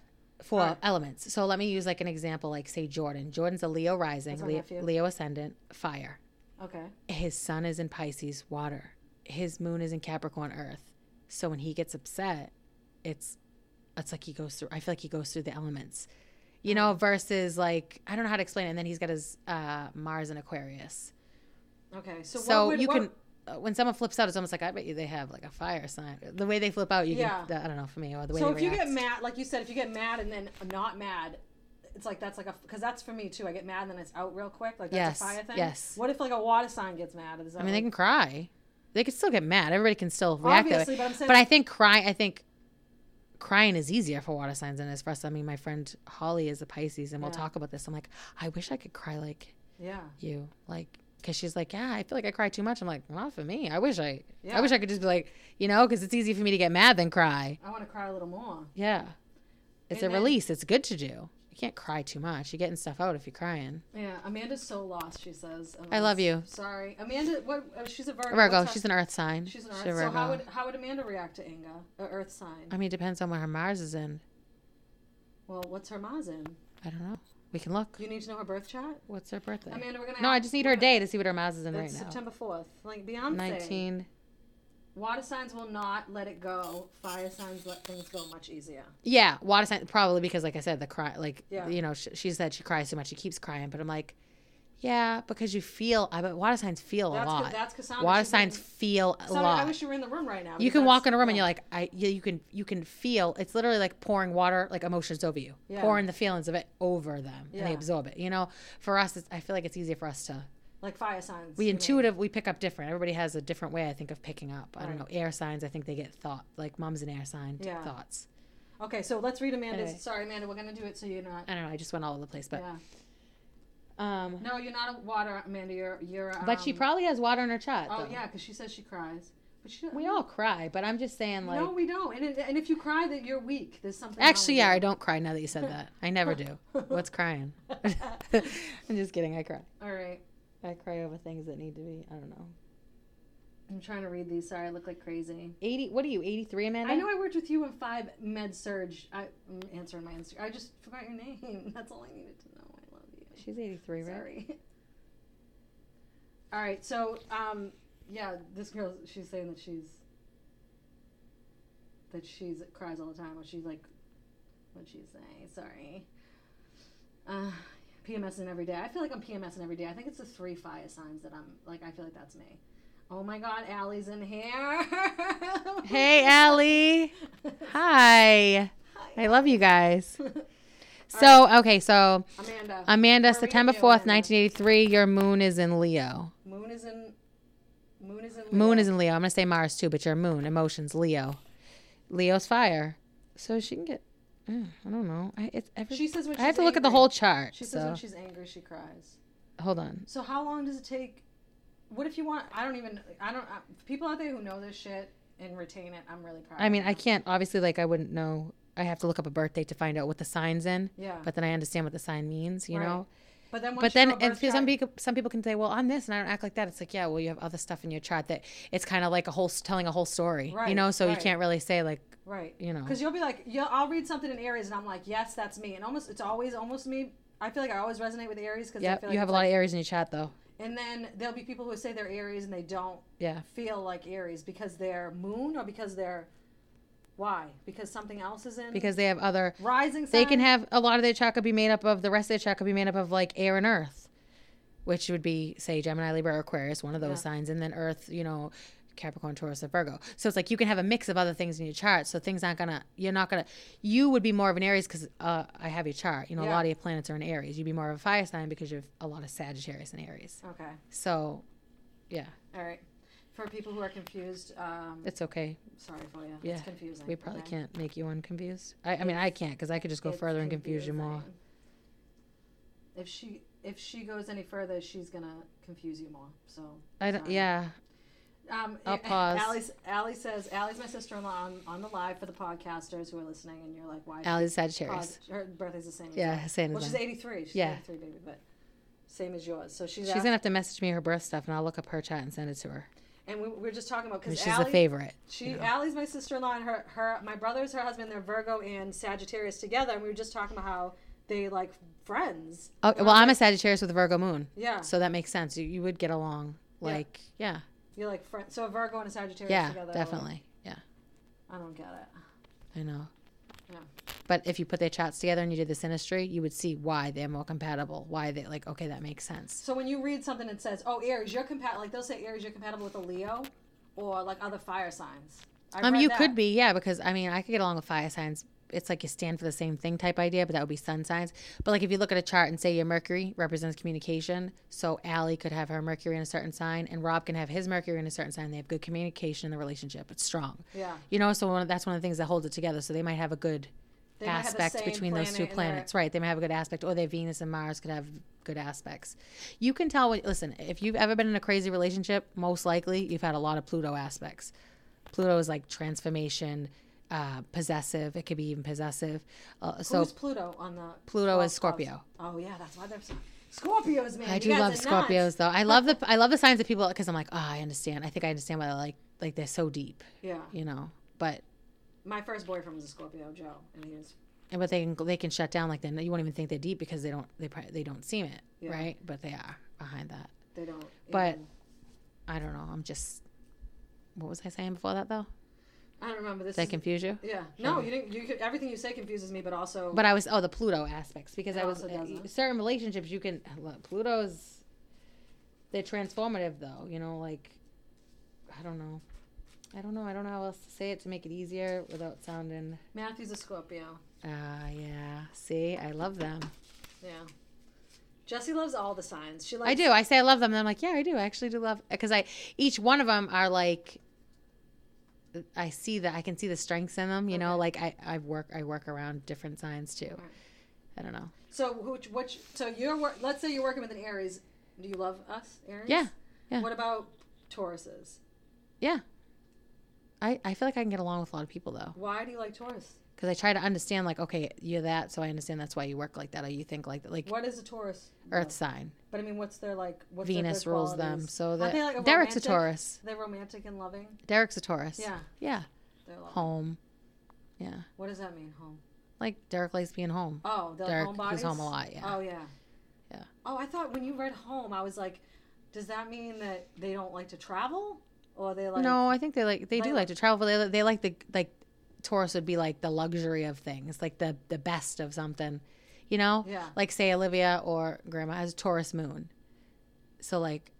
[SPEAKER 2] four
[SPEAKER 1] Uh, Alright.
[SPEAKER 2] elements. So let me use like an example, like say Jordan. Jordan's a Leo rising,
[SPEAKER 1] That's my
[SPEAKER 2] Leo,
[SPEAKER 1] nephew.
[SPEAKER 2] Leo ascendant, fire.
[SPEAKER 1] Okay.
[SPEAKER 2] His sun is in Pisces, water. His moon is in Capricorn, Earth. So when he gets upset, it's it's like he goes through. I feel like he goes through the elements, you
[SPEAKER 1] Oh.
[SPEAKER 2] know. Versus like I don't know how to explain it. And then he's got his uh, Mars in Aquarius.
[SPEAKER 1] Okay. So,
[SPEAKER 2] So
[SPEAKER 1] what would,
[SPEAKER 2] you
[SPEAKER 1] what,
[SPEAKER 2] can uh, when someone flips out, it's almost like I bet you they have like a fire sign. The way they flip out, you
[SPEAKER 1] Yeah.
[SPEAKER 2] can. uh, I don't know for me or the way.
[SPEAKER 1] So
[SPEAKER 2] they
[SPEAKER 1] if you get
[SPEAKER 2] react.
[SPEAKER 1] mad, like you said, if you get mad and then not mad, it's like that's like a because that's for me too. I get mad and then it's out real quick. Like that's
[SPEAKER 2] Yes,
[SPEAKER 1] a fire thing.
[SPEAKER 2] yes.
[SPEAKER 1] What if like a water sign gets mad? Is that
[SPEAKER 2] I mean, they
[SPEAKER 1] like,
[SPEAKER 2] can cry. They can still get mad. Everybody can still react that way.
[SPEAKER 1] obviously, but I'm saying.
[SPEAKER 2] But I think cry. I think crying is easier for water signs than it is for us. I mean, my friend Holly is a Pisces, and we'll
[SPEAKER 1] Yeah.
[SPEAKER 2] talk about this. I'm like, I wish I could cry like
[SPEAKER 1] yeah.
[SPEAKER 2] you, like. Cause she's like, yeah, I feel like I cry too much. I'm like, not for me. I wish I, I
[SPEAKER 1] Yeah.
[SPEAKER 2] wish I could just be like, you know, because it's easy for me to get mad than cry.
[SPEAKER 1] I want to cry a little more.
[SPEAKER 2] Yeah,
[SPEAKER 1] And
[SPEAKER 2] it's a
[SPEAKER 1] then-
[SPEAKER 2] release. It's good to do. You can't cry too much. You're getting stuff out if you're crying.
[SPEAKER 1] Yeah, Amanda's so lost. She says. I'm
[SPEAKER 2] I love
[SPEAKER 1] s-
[SPEAKER 2] you.
[SPEAKER 1] Sorry, Amanda. What? Uh, she's a Virgo.
[SPEAKER 2] Virgo,
[SPEAKER 1] What's her-
[SPEAKER 2] she's an Earth sign.
[SPEAKER 1] she's an
[SPEAKER 2] She's
[SPEAKER 1] Earth.
[SPEAKER 2] a
[SPEAKER 1] So how
[SPEAKER 2] Virgo.
[SPEAKER 1] would how would Amanda react to Inga, a Earth sign?
[SPEAKER 2] I mean, it depends on where her Mars is in.
[SPEAKER 1] Well, what's her Mars in?
[SPEAKER 2] I don't know. We can look.
[SPEAKER 1] You need to know her birth chart.
[SPEAKER 2] What's her birthday?
[SPEAKER 1] Amanda, we're gonna.
[SPEAKER 2] No,
[SPEAKER 1] ask-
[SPEAKER 2] I just need her day to see what her mouse is in
[SPEAKER 1] It's
[SPEAKER 2] right now.
[SPEAKER 1] September fourth. Like Beyonce.
[SPEAKER 2] 19.
[SPEAKER 1] Water signs will not let it go. Fire signs let things go much easier.
[SPEAKER 2] Yeah, water sign. Probably because, like I said, the cry, like,
[SPEAKER 1] Yeah.
[SPEAKER 2] you know, she, she said she cries so much, she keeps crying. But I'm like, yeah, because you feel, I bet water signs feel
[SPEAKER 1] That's
[SPEAKER 2] a lot.
[SPEAKER 1] that's Cassandra.
[SPEAKER 2] water
[SPEAKER 1] She's been-
[SPEAKER 2] signs feel a
[SPEAKER 1] Cassandra, I
[SPEAKER 2] lot.
[SPEAKER 1] wish you were in the room right now.
[SPEAKER 2] you
[SPEAKER 1] because oh,
[SPEAKER 2] can walk
[SPEAKER 1] that's-
[SPEAKER 2] in a room and
[SPEAKER 1] yeah.
[SPEAKER 2] you're like, I, yeah, you can, you can feel. It's literally like pouring water, like emotions over you,
[SPEAKER 1] Yeah.
[SPEAKER 2] pouring the feelings of it over them, and
[SPEAKER 1] Yeah.
[SPEAKER 2] they absorb it. You know, for us, it's, I feel like it's easier for us to
[SPEAKER 1] Like fire signs.
[SPEAKER 2] we
[SPEAKER 1] you mean.
[SPEAKER 2] intuitive we pick up different everybody has a different way i think of picking up i
[SPEAKER 1] Right.
[SPEAKER 2] don't know air signs i think they get thought like mom's an air sign
[SPEAKER 1] Yeah.
[SPEAKER 2] thoughts
[SPEAKER 1] Okay, so let's read Amanda's.
[SPEAKER 2] Anyway.
[SPEAKER 1] Sorry, Amanda, we're gonna do it so you're not.
[SPEAKER 2] i don't know i just went all over the place but
[SPEAKER 1] yeah.
[SPEAKER 2] um
[SPEAKER 1] No, you're not a water, Amanda. You're you're. Um,
[SPEAKER 2] but she probably has water in her chat
[SPEAKER 1] Oh
[SPEAKER 2] though.
[SPEAKER 1] yeah, because she says she cries. But she.
[SPEAKER 2] we all cry but i'm just saying like
[SPEAKER 1] no, we don't. And it, and if you cry, that you're weak. There's something. wrong
[SPEAKER 2] actually
[SPEAKER 1] with
[SPEAKER 2] yeah i
[SPEAKER 1] you.
[SPEAKER 2] don't cry now that you said that i never do what's crying i'm just kidding i cry
[SPEAKER 1] All right,
[SPEAKER 2] i cry over things that need to be i don't know
[SPEAKER 1] I'm trying to read these. Sorry, I look like crazy.
[SPEAKER 2] 80 what are you 83 amanda
[SPEAKER 1] I know I worked with you in five med surge. I- I'm answering my Instagram. I just forgot your name. That's all I needed to know. I love you.
[SPEAKER 2] she's 83 right
[SPEAKER 1] Sorry. All right, so um, yeah, this girl, she's saying that she's that she's cries all the time. What she's like, what she's saying. Sorry. Uh, PMSing every day. I feel like I'm PMSing every day. I think it's the three fire signs that I'm like. I feel like that's me. Oh my God, Allie's in here.
[SPEAKER 2] hey allie hi i love you guys so okay so
[SPEAKER 1] Amanda.
[SPEAKER 2] Amanda,
[SPEAKER 1] Where are we
[SPEAKER 2] September
[SPEAKER 1] at,
[SPEAKER 2] 4th,
[SPEAKER 1] Amanda?
[SPEAKER 2] 1983, your moon is in Leo.
[SPEAKER 1] moon is in. Moon is in.
[SPEAKER 2] Moon
[SPEAKER 1] Leo.
[SPEAKER 2] is in Leo. I'm going to say Mars too, but your moon, emotions, Leo. Leo's fire. So she can get, yeah, I don't know. I, it's every,
[SPEAKER 1] She says when she's
[SPEAKER 2] I have to look at the
[SPEAKER 1] angry.
[SPEAKER 2] whole chart.
[SPEAKER 1] She says
[SPEAKER 2] so
[SPEAKER 1] when she's angry, she cries.
[SPEAKER 2] hold on.
[SPEAKER 1] So how long does it take? What if you want? I don't even. I don't. I, people out there who know this shit and retain it, I'm really proud.
[SPEAKER 2] I
[SPEAKER 1] of
[SPEAKER 2] mean,
[SPEAKER 1] them.
[SPEAKER 2] I can't, obviously, like, I wouldn't know. I have to look up a birthday to find out what the sign's in,
[SPEAKER 1] Yeah, but,
[SPEAKER 2] but then I understand what the sign means, you
[SPEAKER 1] Right.
[SPEAKER 2] know?
[SPEAKER 1] then once
[SPEAKER 2] But then,
[SPEAKER 1] you know
[SPEAKER 2] and for some people, some people can say, "Well, I'm this, and I don't act like that." It's like, yeah, well, you have other stuff in your chart that it's kind of like a whole s- telling a whole story,
[SPEAKER 1] Right,
[SPEAKER 2] you know. So
[SPEAKER 1] right.
[SPEAKER 2] you can't really say like,
[SPEAKER 1] right?
[SPEAKER 2] you know,
[SPEAKER 1] Because you'll be like, yeah, I'll read something in Aries, and I'm like, yes, that's me, and almost it's always almost me. I feel like I always resonate with Aries because
[SPEAKER 2] Yep,
[SPEAKER 1] feel like
[SPEAKER 2] you have a
[SPEAKER 1] it's
[SPEAKER 2] lot
[SPEAKER 1] like-
[SPEAKER 2] of Aries in your chat, though.
[SPEAKER 1] and then there'll be people who say they're Aries and they don't
[SPEAKER 2] Yeah,
[SPEAKER 1] feel like Aries because they're Moon or because they're why? Because something else is in
[SPEAKER 2] because they have other.
[SPEAKER 1] rising.
[SPEAKER 2] They can
[SPEAKER 1] sign?
[SPEAKER 2] have a lot of their chat could be made up of the rest of their chat could be made up of like air and earth, which would be say Gemini, Libra, or Aquarius, one of those
[SPEAKER 1] Yeah.
[SPEAKER 2] signs, and then Earth, you know, Capricorn, Taurus, or Virgo. So it's like you can have a mix of other things in your chart. So things aren't gonna, you're not gonna, you would be more of an Aries because uh, I have your chart. You know,
[SPEAKER 1] Yeah.
[SPEAKER 2] a lot of your planets are in Aries. You'd be more of a fire sign because you have a lot of Sagittarius and Aries.
[SPEAKER 1] Okay,
[SPEAKER 2] So, yeah,
[SPEAKER 1] all right. For people who are confused, um,
[SPEAKER 2] it's okay.
[SPEAKER 1] Sorry for you.
[SPEAKER 2] Yeah,
[SPEAKER 1] It's confusing.
[SPEAKER 2] We probably
[SPEAKER 1] okay?
[SPEAKER 2] can't make you unconfused. I, I mean, I can't because I could just go
[SPEAKER 1] It's
[SPEAKER 2] further and confuse you more.
[SPEAKER 1] confusing. If she if she goes any further, she's gonna confuse you more. So
[SPEAKER 2] I don't.
[SPEAKER 1] sorry.
[SPEAKER 2] Yeah,
[SPEAKER 1] Um,
[SPEAKER 2] I'll pause.
[SPEAKER 1] Allie's, Allie says Allie's my sister-in-law on, on the live for the podcasters who are listening, and you're like, why? is she
[SPEAKER 2] Allie's
[SPEAKER 1] pos-
[SPEAKER 2] Sagittarius.
[SPEAKER 1] her birthday's the same. as
[SPEAKER 2] Yeah,
[SPEAKER 1] mine.
[SPEAKER 2] same
[SPEAKER 1] Well,
[SPEAKER 2] as
[SPEAKER 1] she's
[SPEAKER 2] mine.
[SPEAKER 1] 83. She's
[SPEAKER 2] Yeah.
[SPEAKER 1] 83, baby, but same as yours. So she's,
[SPEAKER 2] She's
[SPEAKER 1] asked-
[SPEAKER 2] gonna have to message me her birth stuff, and I'll look up her chat and send it to her.
[SPEAKER 1] and we, we were just talking about
[SPEAKER 2] I mean,
[SPEAKER 1] because
[SPEAKER 2] she's the favorite.
[SPEAKER 1] She
[SPEAKER 2] you know.
[SPEAKER 1] Allie's my sister in law and her her my brother's her husband, they're Virgo and Sagittarius together and we were just talking about how they like friends.
[SPEAKER 2] Oh,
[SPEAKER 1] And
[SPEAKER 2] well, I'm a
[SPEAKER 1] like,
[SPEAKER 2] Sagittarius with a Virgo moon,
[SPEAKER 1] Yeah.
[SPEAKER 2] so that makes sense. You, you would get along.
[SPEAKER 1] Yeah.
[SPEAKER 2] Like, yeah,
[SPEAKER 1] You're like friends so a Virgo and a Sagittarius
[SPEAKER 2] yeah,
[SPEAKER 1] together. are, like,
[SPEAKER 2] definitely. Yeah,
[SPEAKER 1] I don't get it.
[SPEAKER 2] I know.
[SPEAKER 1] Yeah.
[SPEAKER 2] But if you put their chats together and you did the synastry, you would see why they're more compatible. Why they like okay, that makes sense.
[SPEAKER 1] So when you read something that says, Oh, Aries, you're compatible like they'll say Aries, you're compatible with a Leo or like other fire signs. I
[SPEAKER 2] um,
[SPEAKER 1] read
[SPEAKER 2] you
[SPEAKER 1] that.
[SPEAKER 2] could be, yeah, because I mean, I could get along with fire signs. It's like you stand for the same thing type idea, but that would be sun signs. But like if you look at a chart and say your Mercury represents communication, so Allie could have her Mercury in a certain sign, and Rob can have his Mercury in a certain sign. They have good communication in the relationship; it's strong,
[SPEAKER 1] Yeah.
[SPEAKER 2] you know. So one of, that's one of the things that holds it together. So they might have a good
[SPEAKER 1] They might have the
[SPEAKER 2] aspect
[SPEAKER 1] same
[SPEAKER 2] between those
[SPEAKER 1] planet
[SPEAKER 2] two
[SPEAKER 1] in their-
[SPEAKER 2] planets, right? They might have a good aspect, or their Venus and Mars could have good aspects. You can tell when. Listen, if you've ever been in a crazy relationship, most likely you've had a lot of Pluto aspects. Pluto is like transformation, uh, possessive. It could be even possessive. Uh, so
[SPEAKER 1] Who's Pluto on the
[SPEAKER 2] Pluto is
[SPEAKER 1] 12 clubs?
[SPEAKER 2] Scorpio.
[SPEAKER 1] Oh yeah, that's why they're so Scorpios, man.
[SPEAKER 2] I
[SPEAKER 1] you
[SPEAKER 2] do
[SPEAKER 1] guys
[SPEAKER 2] love
[SPEAKER 1] are nuts.
[SPEAKER 2] Scorpios though. I love the I love the signs that people because I'm like, oh, I understand. I think I understand why they like like they're so deep,
[SPEAKER 1] Yeah.
[SPEAKER 2] you know. But
[SPEAKER 1] My first boyfriend was a Scorpio, Joe, and he was
[SPEAKER 2] and but they can they can shut down like then you won't even think they're deep because they don't they probably they don't seem it
[SPEAKER 1] Yeah.
[SPEAKER 2] right, but they are behind that.
[SPEAKER 1] they don't.
[SPEAKER 2] But-
[SPEAKER 1] even-
[SPEAKER 2] I don't know. I'm just. What was I saying before that though?
[SPEAKER 1] I don't remember this.
[SPEAKER 2] Did I
[SPEAKER 1] is-
[SPEAKER 2] confuse you?
[SPEAKER 1] yeah, no, you didn't. You could, everything you say confuses me, but also,
[SPEAKER 2] But I was oh the Pluto aspects because
[SPEAKER 1] It
[SPEAKER 2] I was
[SPEAKER 1] also doesn't.
[SPEAKER 2] uh, certain relationships you can look, Pluto's they're transformative though you know like I don't know I don't know I don't know how else to say it to make it easier without sounding
[SPEAKER 1] Matthew's a Scorpio.
[SPEAKER 2] ah yeah see I love them
[SPEAKER 1] Yeah, Jesse loves all the signs. She likes
[SPEAKER 2] I do. I say I love them, and I'm like, yeah, I do. I actually do love because I each one of them are like. I see that I can see the strengths in them. You know,
[SPEAKER 1] Okay.
[SPEAKER 2] like I I work I work around different signs too.
[SPEAKER 1] Right.
[SPEAKER 2] I don't know.
[SPEAKER 1] So who? Which? So you're. wor- Let's say you're working with an Aries. Do you love us, Aries?
[SPEAKER 2] Yeah, yeah.
[SPEAKER 1] What about Tauruses?
[SPEAKER 2] Yeah. I, I feel like I can get along with a lot of people though,
[SPEAKER 1] Why do you like Taurus?
[SPEAKER 2] because I try to understand like okay you're that, so I understand that's why you work like that or you think like that, like
[SPEAKER 1] What is a Taurus?
[SPEAKER 2] Earth sign.
[SPEAKER 1] But I mean, what's their like? What's their-
[SPEAKER 2] Venus
[SPEAKER 1] their
[SPEAKER 2] rules them,
[SPEAKER 1] qualities?
[SPEAKER 2] so
[SPEAKER 1] Aren't
[SPEAKER 2] that
[SPEAKER 1] they, like, a
[SPEAKER 2] Derek's a
[SPEAKER 1] romantic?
[SPEAKER 2] Taurus.
[SPEAKER 1] Are they romantic and loving?
[SPEAKER 2] Derek's a Taurus.
[SPEAKER 1] Yeah,
[SPEAKER 2] Yeah.
[SPEAKER 1] they're loving.
[SPEAKER 2] Home. Yeah.
[SPEAKER 1] What does that mean, home?
[SPEAKER 2] Like Derek likes being home.
[SPEAKER 1] Oh, the
[SPEAKER 2] Derek,
[SPEAKER 1] home
[SPEAKER 2] he's
[SPEAKER 1] bodies.
[SPEAKER 2] home a lot, yeah.
[SPEAKER 1] Oh yeah.
[SPEAKER 2] Yeah.
[SPEAKER 1] Oh, I thought when you read home, I was like, does that mean that they don't like to travel, or they like?
[SPEAKER 2] no, I think they like they
[SPEAKER 1] They
[SPEAKER 2] do
[SPEAKER 1] like-
[SPEAKER 2] like to travel. But they they like the like Taurus would be like the luxury of things, like the the best of something, you know.
[SPEAKER 1] Yeah.
[SPEAKER 2] Like say Olivia or Grandma has a Taurus moon, so like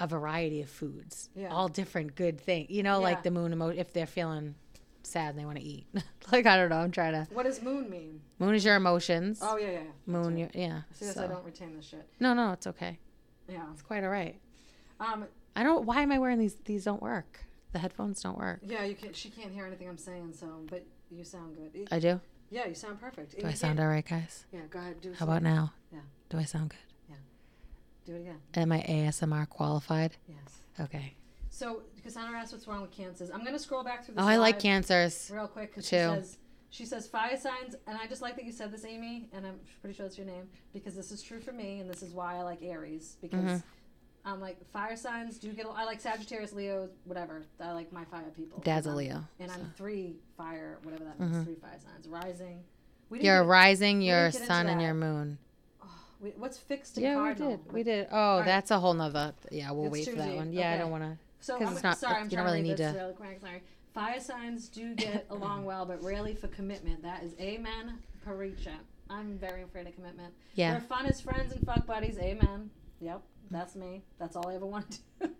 [SPEAKER 2] a variety of foods,
[SPEAKER 1] Yeah.
[SPEAKER 2] all different good things, you know.
[SPEAKER 1] Yeah.
[SPEAKER 2] Like the moon emo- if they're feeling sad and they want to eat. like I don't know. I'm trying to
[SPEAKER 1] What does moon mean?
[SPEAKER 2] moon is your emotions.
[SPEAKER 1] Oh yeah, yeah. yeah.
[SPEAKER 2] moon,
[SPEAKER 1] That's
[SPEAKER 2] your, yeah.
[SPEAKER 1] right. See, this I
[SPEAKER 2] so-
[SPEAKER 1] don't retain this shit.
[SPEAKER 2] No, no, it's okay.
[SPEAKER 1] Yeah.
[SPEAKER 2] It's quite all right.
[SPEAKER 1] Um.
[SPEAKER 2] I don't. Why am I wearing these? These don't work. The headphones don't work.
[SPEAKER 1] Yeah. You can't. She can't hear anything I'm saying. So, but you sound good.
[SPEAKER 2] I do.
[SPEAKER 1] yeah, you sound perfect.
[SPEAKER 2] Do I sound all right, guys?
[SPEAKER 1] Yeah. Go ahead. Do.
[SPEAKER 2] How
[SPEAKER 1] some-
[SPEAKER 2] about now?
[SPEAKER 1] Yeah.
[SPEAKER 2] Do I sound good?
[SPEAKER 1] Do it again.
[SPEAKER 2] Am I ASMR qualified?
[SPEAKER 1] Yes.
[SPEAKER 2] Okay.
[SPEAKER 1] So, Cassandra asked what's wrong with cancers. I'm going to scroll back through the
[SPEAKER 2] Oh, I like
[SPEAKER 1] slide
[SPEAKER 2] cancers.
[SPEAKER 1] real quick 'cause she
[SPEAKER 2] too.
[SPEAKER 1] says she says fire signs, and I just like that you said this, Amy, and I'm pretty sure that's your name because this is true for me, and this is why I like Aries because
[SPEAKER 2] Mm-hmm.
[SPEAKER 1] I'm like fire signs do get. al- I like Sagittarius, Leo, whatever. I like my fire people.
[SPEAKER 2] Dad's a
[SPEAKER 1] And I'm-
[SPEAKER 2] Leo.
[SPEAKER 1] and
[SPEAKER 2] so. Mm-hmm.
[SPEAKER 1] I'm three fire, whatever that means. Three fire signs, rising. We didn't
[SPEAKER 2] You're
[SPEAKER 1] get-
[SPEAKER 2] rising, your
[SPEAKER 1] didn't get into
[SPEAKER 2] sun, and
[SPEAKER 1] that.
[SPEAKER 2] your moon.
[SPEAKER 1] we, what's fixed and
[SPEAKER 2] Yeah,
[SPEAKER 1] cardinal?
[SPEAKER 2] we did. We did. Oh,
[SPEAKER 1] right.
[SPEAKER 2] that's a whole nother. Yeah, we'll
[SPEAKER 1] It's
[SPEAKER 2] wait
[SPEAKER 1] too
[SPEAKER 2] for that
[SPEAKER 1] deep.
[SPEAKER 2] one. Yeah, I
[SPEAKER 1] Okay.
[SPEAKER 2] don't want to.
[SPEAKER 1] So
[SPEAKER 2] 'Cause
[SPEAKER 1] I'm,
[SPEAKER 2] it's not-
[SPEAKER 1] sorry, I'm
[SPEAKER 2] you
[SPEAKER 1] trying
[SPEAKER 2] don't really
[SPEAKER 1] to read
[SPEAKER 2] need
[SPEAKER 1] this
[SPEAKER 2] to-
[SPEAKER 1] real quick. Sorry. Fire signs do get along well, but rarely for commitment. That is amen, Paricha. I'm very afraid of commitment.
[SPEAKER 2] Yeah.
[SPEAKER 1] We're fun as friends and fuck buddies. Amen. Yep, that's me. That's all I ever wanted to do.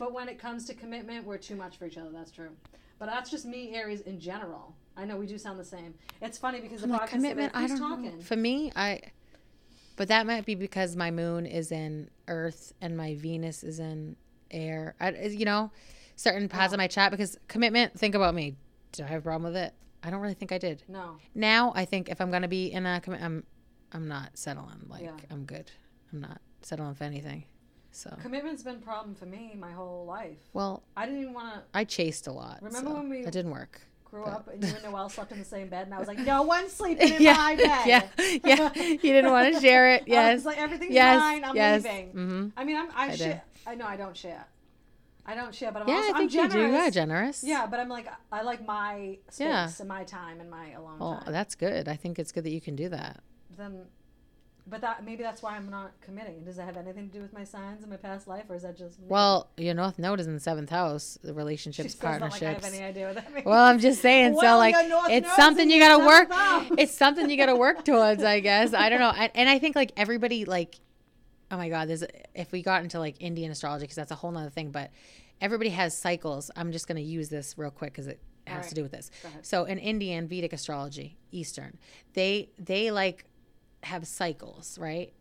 [SPEAKER 1] but when it comes to commitment, we're too much for each other. That's true. But that's just me, Aries, in general. I know we do sound the same. It's funny because the
[SPEAKER 2] I'm like,
[SPEAKER 1] podcast
[SPEAKER 2] commitment. I don't
[SPEAKER 1] talking.
[SPEAKER 2] know. For me, I. But that might be because my moon is in Earth and my Venus is in air. I, you know, certain parts of my chat because commitment. Think about me. Did I have a problem with it? I don't really think I did.
[SPEAKER 1] No.
[SPEAKER 2] now I think if I'm gonna be in a commi- I'm I'm not settling. Like
[SPEAKER 1] Yeah.
[SPEAKER 2] I'm good. I'm not settling for anything. So
[SPEAKER 1] Commitment's been a problem for me my whole life.
[SPEAKER 2] well,
[SPEAKER 1] I didn't even want to
[SPEAKER 2] I chased a lot.
[SPEAKER 1] Remember
[SPEAKER 2] so
[SPEAKER 1] when we-
[SPEAKER 2] it didn't work?
[SPEAKER 1] grew
[SPEAKER 2] But-
[SPEAKER 1] up and you and Noel slept in the same bed, and I was like, no one's sleeping in my bed.
[SPEAKER 2] yeah, yeah. You didn't want to share it.
[SPEAKER 1] I was
[SPEAKER 2] Yes,
[SPEAKER 1] like, everything's
[SPEAKER 2] yes,
[SPEAKER 1] mine. I'm
[SPEAKER 2] yes.
[SPEAKER 1] leaving.
[SPEAKER 2] Mm-hmm.
[SPEAKER 1] I mean, I'm, I,
[SPEAKER 2] I
[SPEAKER 1] share.
[SPEAKER 2] do.
[SPEAKER 1] I know I don't share. I don't share, but I'm
[SPEAKER 2] Yeah,
[SPEAKER 1] also,
[SPEAKER 2] I think
[SPEAKER 1] I'm
[SPEAKER 2] you do.
[SPEAKER 1] generous.
[SPEAKER 2] You are generous.
[SPEAKER 1] Yeah, but I'm like, I like my space
[SPEAKER 2] Yeah. Oh,
[SPEAKER 1] and my time and my alone
[SPEAKER 2] Well,
[SPEAKER 1] time.
[SPEAKER 2] that's good. I think it's good that you can do that.
[SPEAKER 1] then, but that maybe that's why I'm not committing. Does that have anything to do with my signs in my past life, or is that just me?
[SPEAKER 2] Well, your north node is in the seventh house, the
[SPEAKER 1] She
[SPEAKER 2] relationships,
[SPEAKER 1] says that like I have
[SPEAKER 2] partnerships.
[SPEAKER 1] any idea what that means.
[SPEAKER 2] well, I'm just saying.
[SPEAKER 1] Well,
[SPEAKER 2] so like,
[SPEAKER 1] your north
[SPEAKER 2] it's
[SPEAKER 1] node's in
[SPEAKER 2] something you
[SPEAKER 1] your
[SPEAKER 2] gotta work.
[SPEAKER 1] south.
[SPEAKER 2] It's something you gotta work towards, I guess. I don't know. I, and I think like everybody like, oh my god, there's if we got into like Indian astrology because that's a whole nother thing. But everybody has cycles. I'm just gonna use this real quick because it
[SPEAKER 1] All
[SPEAKER 2] has
[SPEAKER 1] right.
[SPEAKER 2] to do with this.
[SPEAKER 1] Go ahead.
[SPEAKER 2] So in Indian Vedic astrology, Eastern, they they like have cycles, right?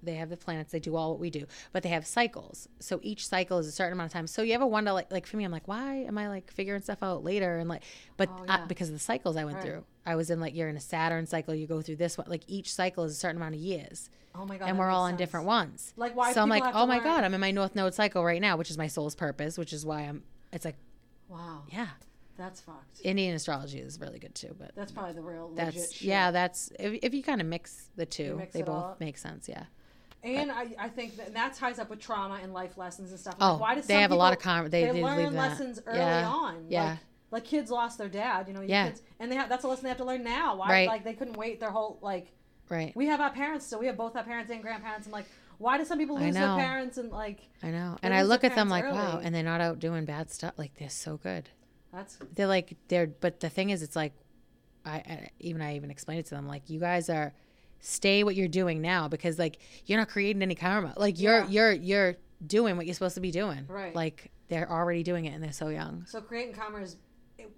[SPEAKER 2] They have the planets. They do all what we do, but they have cycles. So each cycle is a certain amount of time. So you ever wonder, like, like for me, I'm like, why am I like figuring stuff out later? And like, but
[SPEAKER 1] Oh,
[SPEAKER 2] I-
[SPEAKER 1] yeah.
[SPEAKER 2] because of the cycles I went
[SPEAKER 1] Right.
[SPEAKER 2] through, I was in like you're in a Saturn cycle. You go through this one. Like each cycle is a certain amount of years,
[SPEAKER 1] oh my god,
[SPEAKER 2] and
[SPEAKER 1] that
[SPEAKER 2] we're
[SPEAKER 1] makes
[SPEAKER 2] all on
[SPEAKER 1] sense.
[SPEAKER 2] different ones.
[SPEAKER 1] Like why?
[SPEAKER 2] so I'm
[SPEAKER 1] people
[SPEAKER 2] like,
[SPEAKER 1] have to
[SPEAKER 2] oh my
[SPEAKER 1] learn-
[SPEAKER 2] god, I'm in my North Node cycle right now, which is my soul's purpose, which is why I'm. It's like,
[SPEAKER 1] Wow,
[SPEAKER 2] yeah,
[SPEAKER 1] that's fucked.
[SPEAKER 2] Indian astrology is really good too, but
[SPEAKER 1] That's probably the real legit
[SPEAKER 2] that's
[SPEAKER 1] shit.
[SPEAKER 2] yeah that's if, if you kind of mix the two
[SPEAKER 1] mix
[SPEAKER 2] they
[SPEAKER 1] it all
[SPEAKER 2] both
[SPEAKER 1] up.
[SPEAKER 2] make sense yeah
[SPEAKER 1] And I, I think that, that ties up with trauma and life lessons and stuff.
[SPEAKER 2] oh
[SPEAKER 1] why do
[SPEAKER 2] they
[SPEAKER 1] some
[SPEAKER 2] have a lot of
[SPEAKER 1] people-
[SPEAKER 2] com they, they
[SPEAKER 1] learn
[SPEAKER 2] leave that.
[SPEAKER 1] lessons early
[SPEAKER 2] yeah.
[SPEAKER 1] on?
[SPEAKER 2] yeah
[SPEAKER 1] Like, like kids lost their dad, you know. your
[SPEAKER 2] Yeah.
[SPEAKER 1] Kids, and they have, that's a lesson they have to learn now. Why?
[SPEAKER 2] Right.
[SPEAKER 1] Like they couldn't wait their whole like.
[SPEAKER 2] right
[SPEAKER 1] We have our parents still. We have both our parents and grandparents. I'm like, why do some people
[SPEAKER 2] I
[SPEAKER 1] lose their
[SPEAKER 2] know.
[SPEAKER 1] parents and like?
[SPEAKER 2] i know
[SPEAKER 1] They
[SPEAKER 2] and i
[SPEAKER 1] lose their
[SPEAKER 2] look at them like
[SPEAKER 1] parents
[SPEAKER 2] wow
[SPEAKER 1] early.
[SPEAKER 2] and they're not out doing bad stuff like they're so good
[SPEAKER 1] That's
[SPEAKER 2] they're like they're but the thing is it's like I, I even i even explained it to them like you guys are stay what you're doing now because like you're not creating any karma like you're
[SPEAKER 1] Yeah.
[SPEAKER 2] you're you're doing what you're supposed to be doing
[SPEAKER 1] Right.
[SPEAKER 2] like they're already doing it and they're so young
[SPEAKER 1] so creating karma is. It,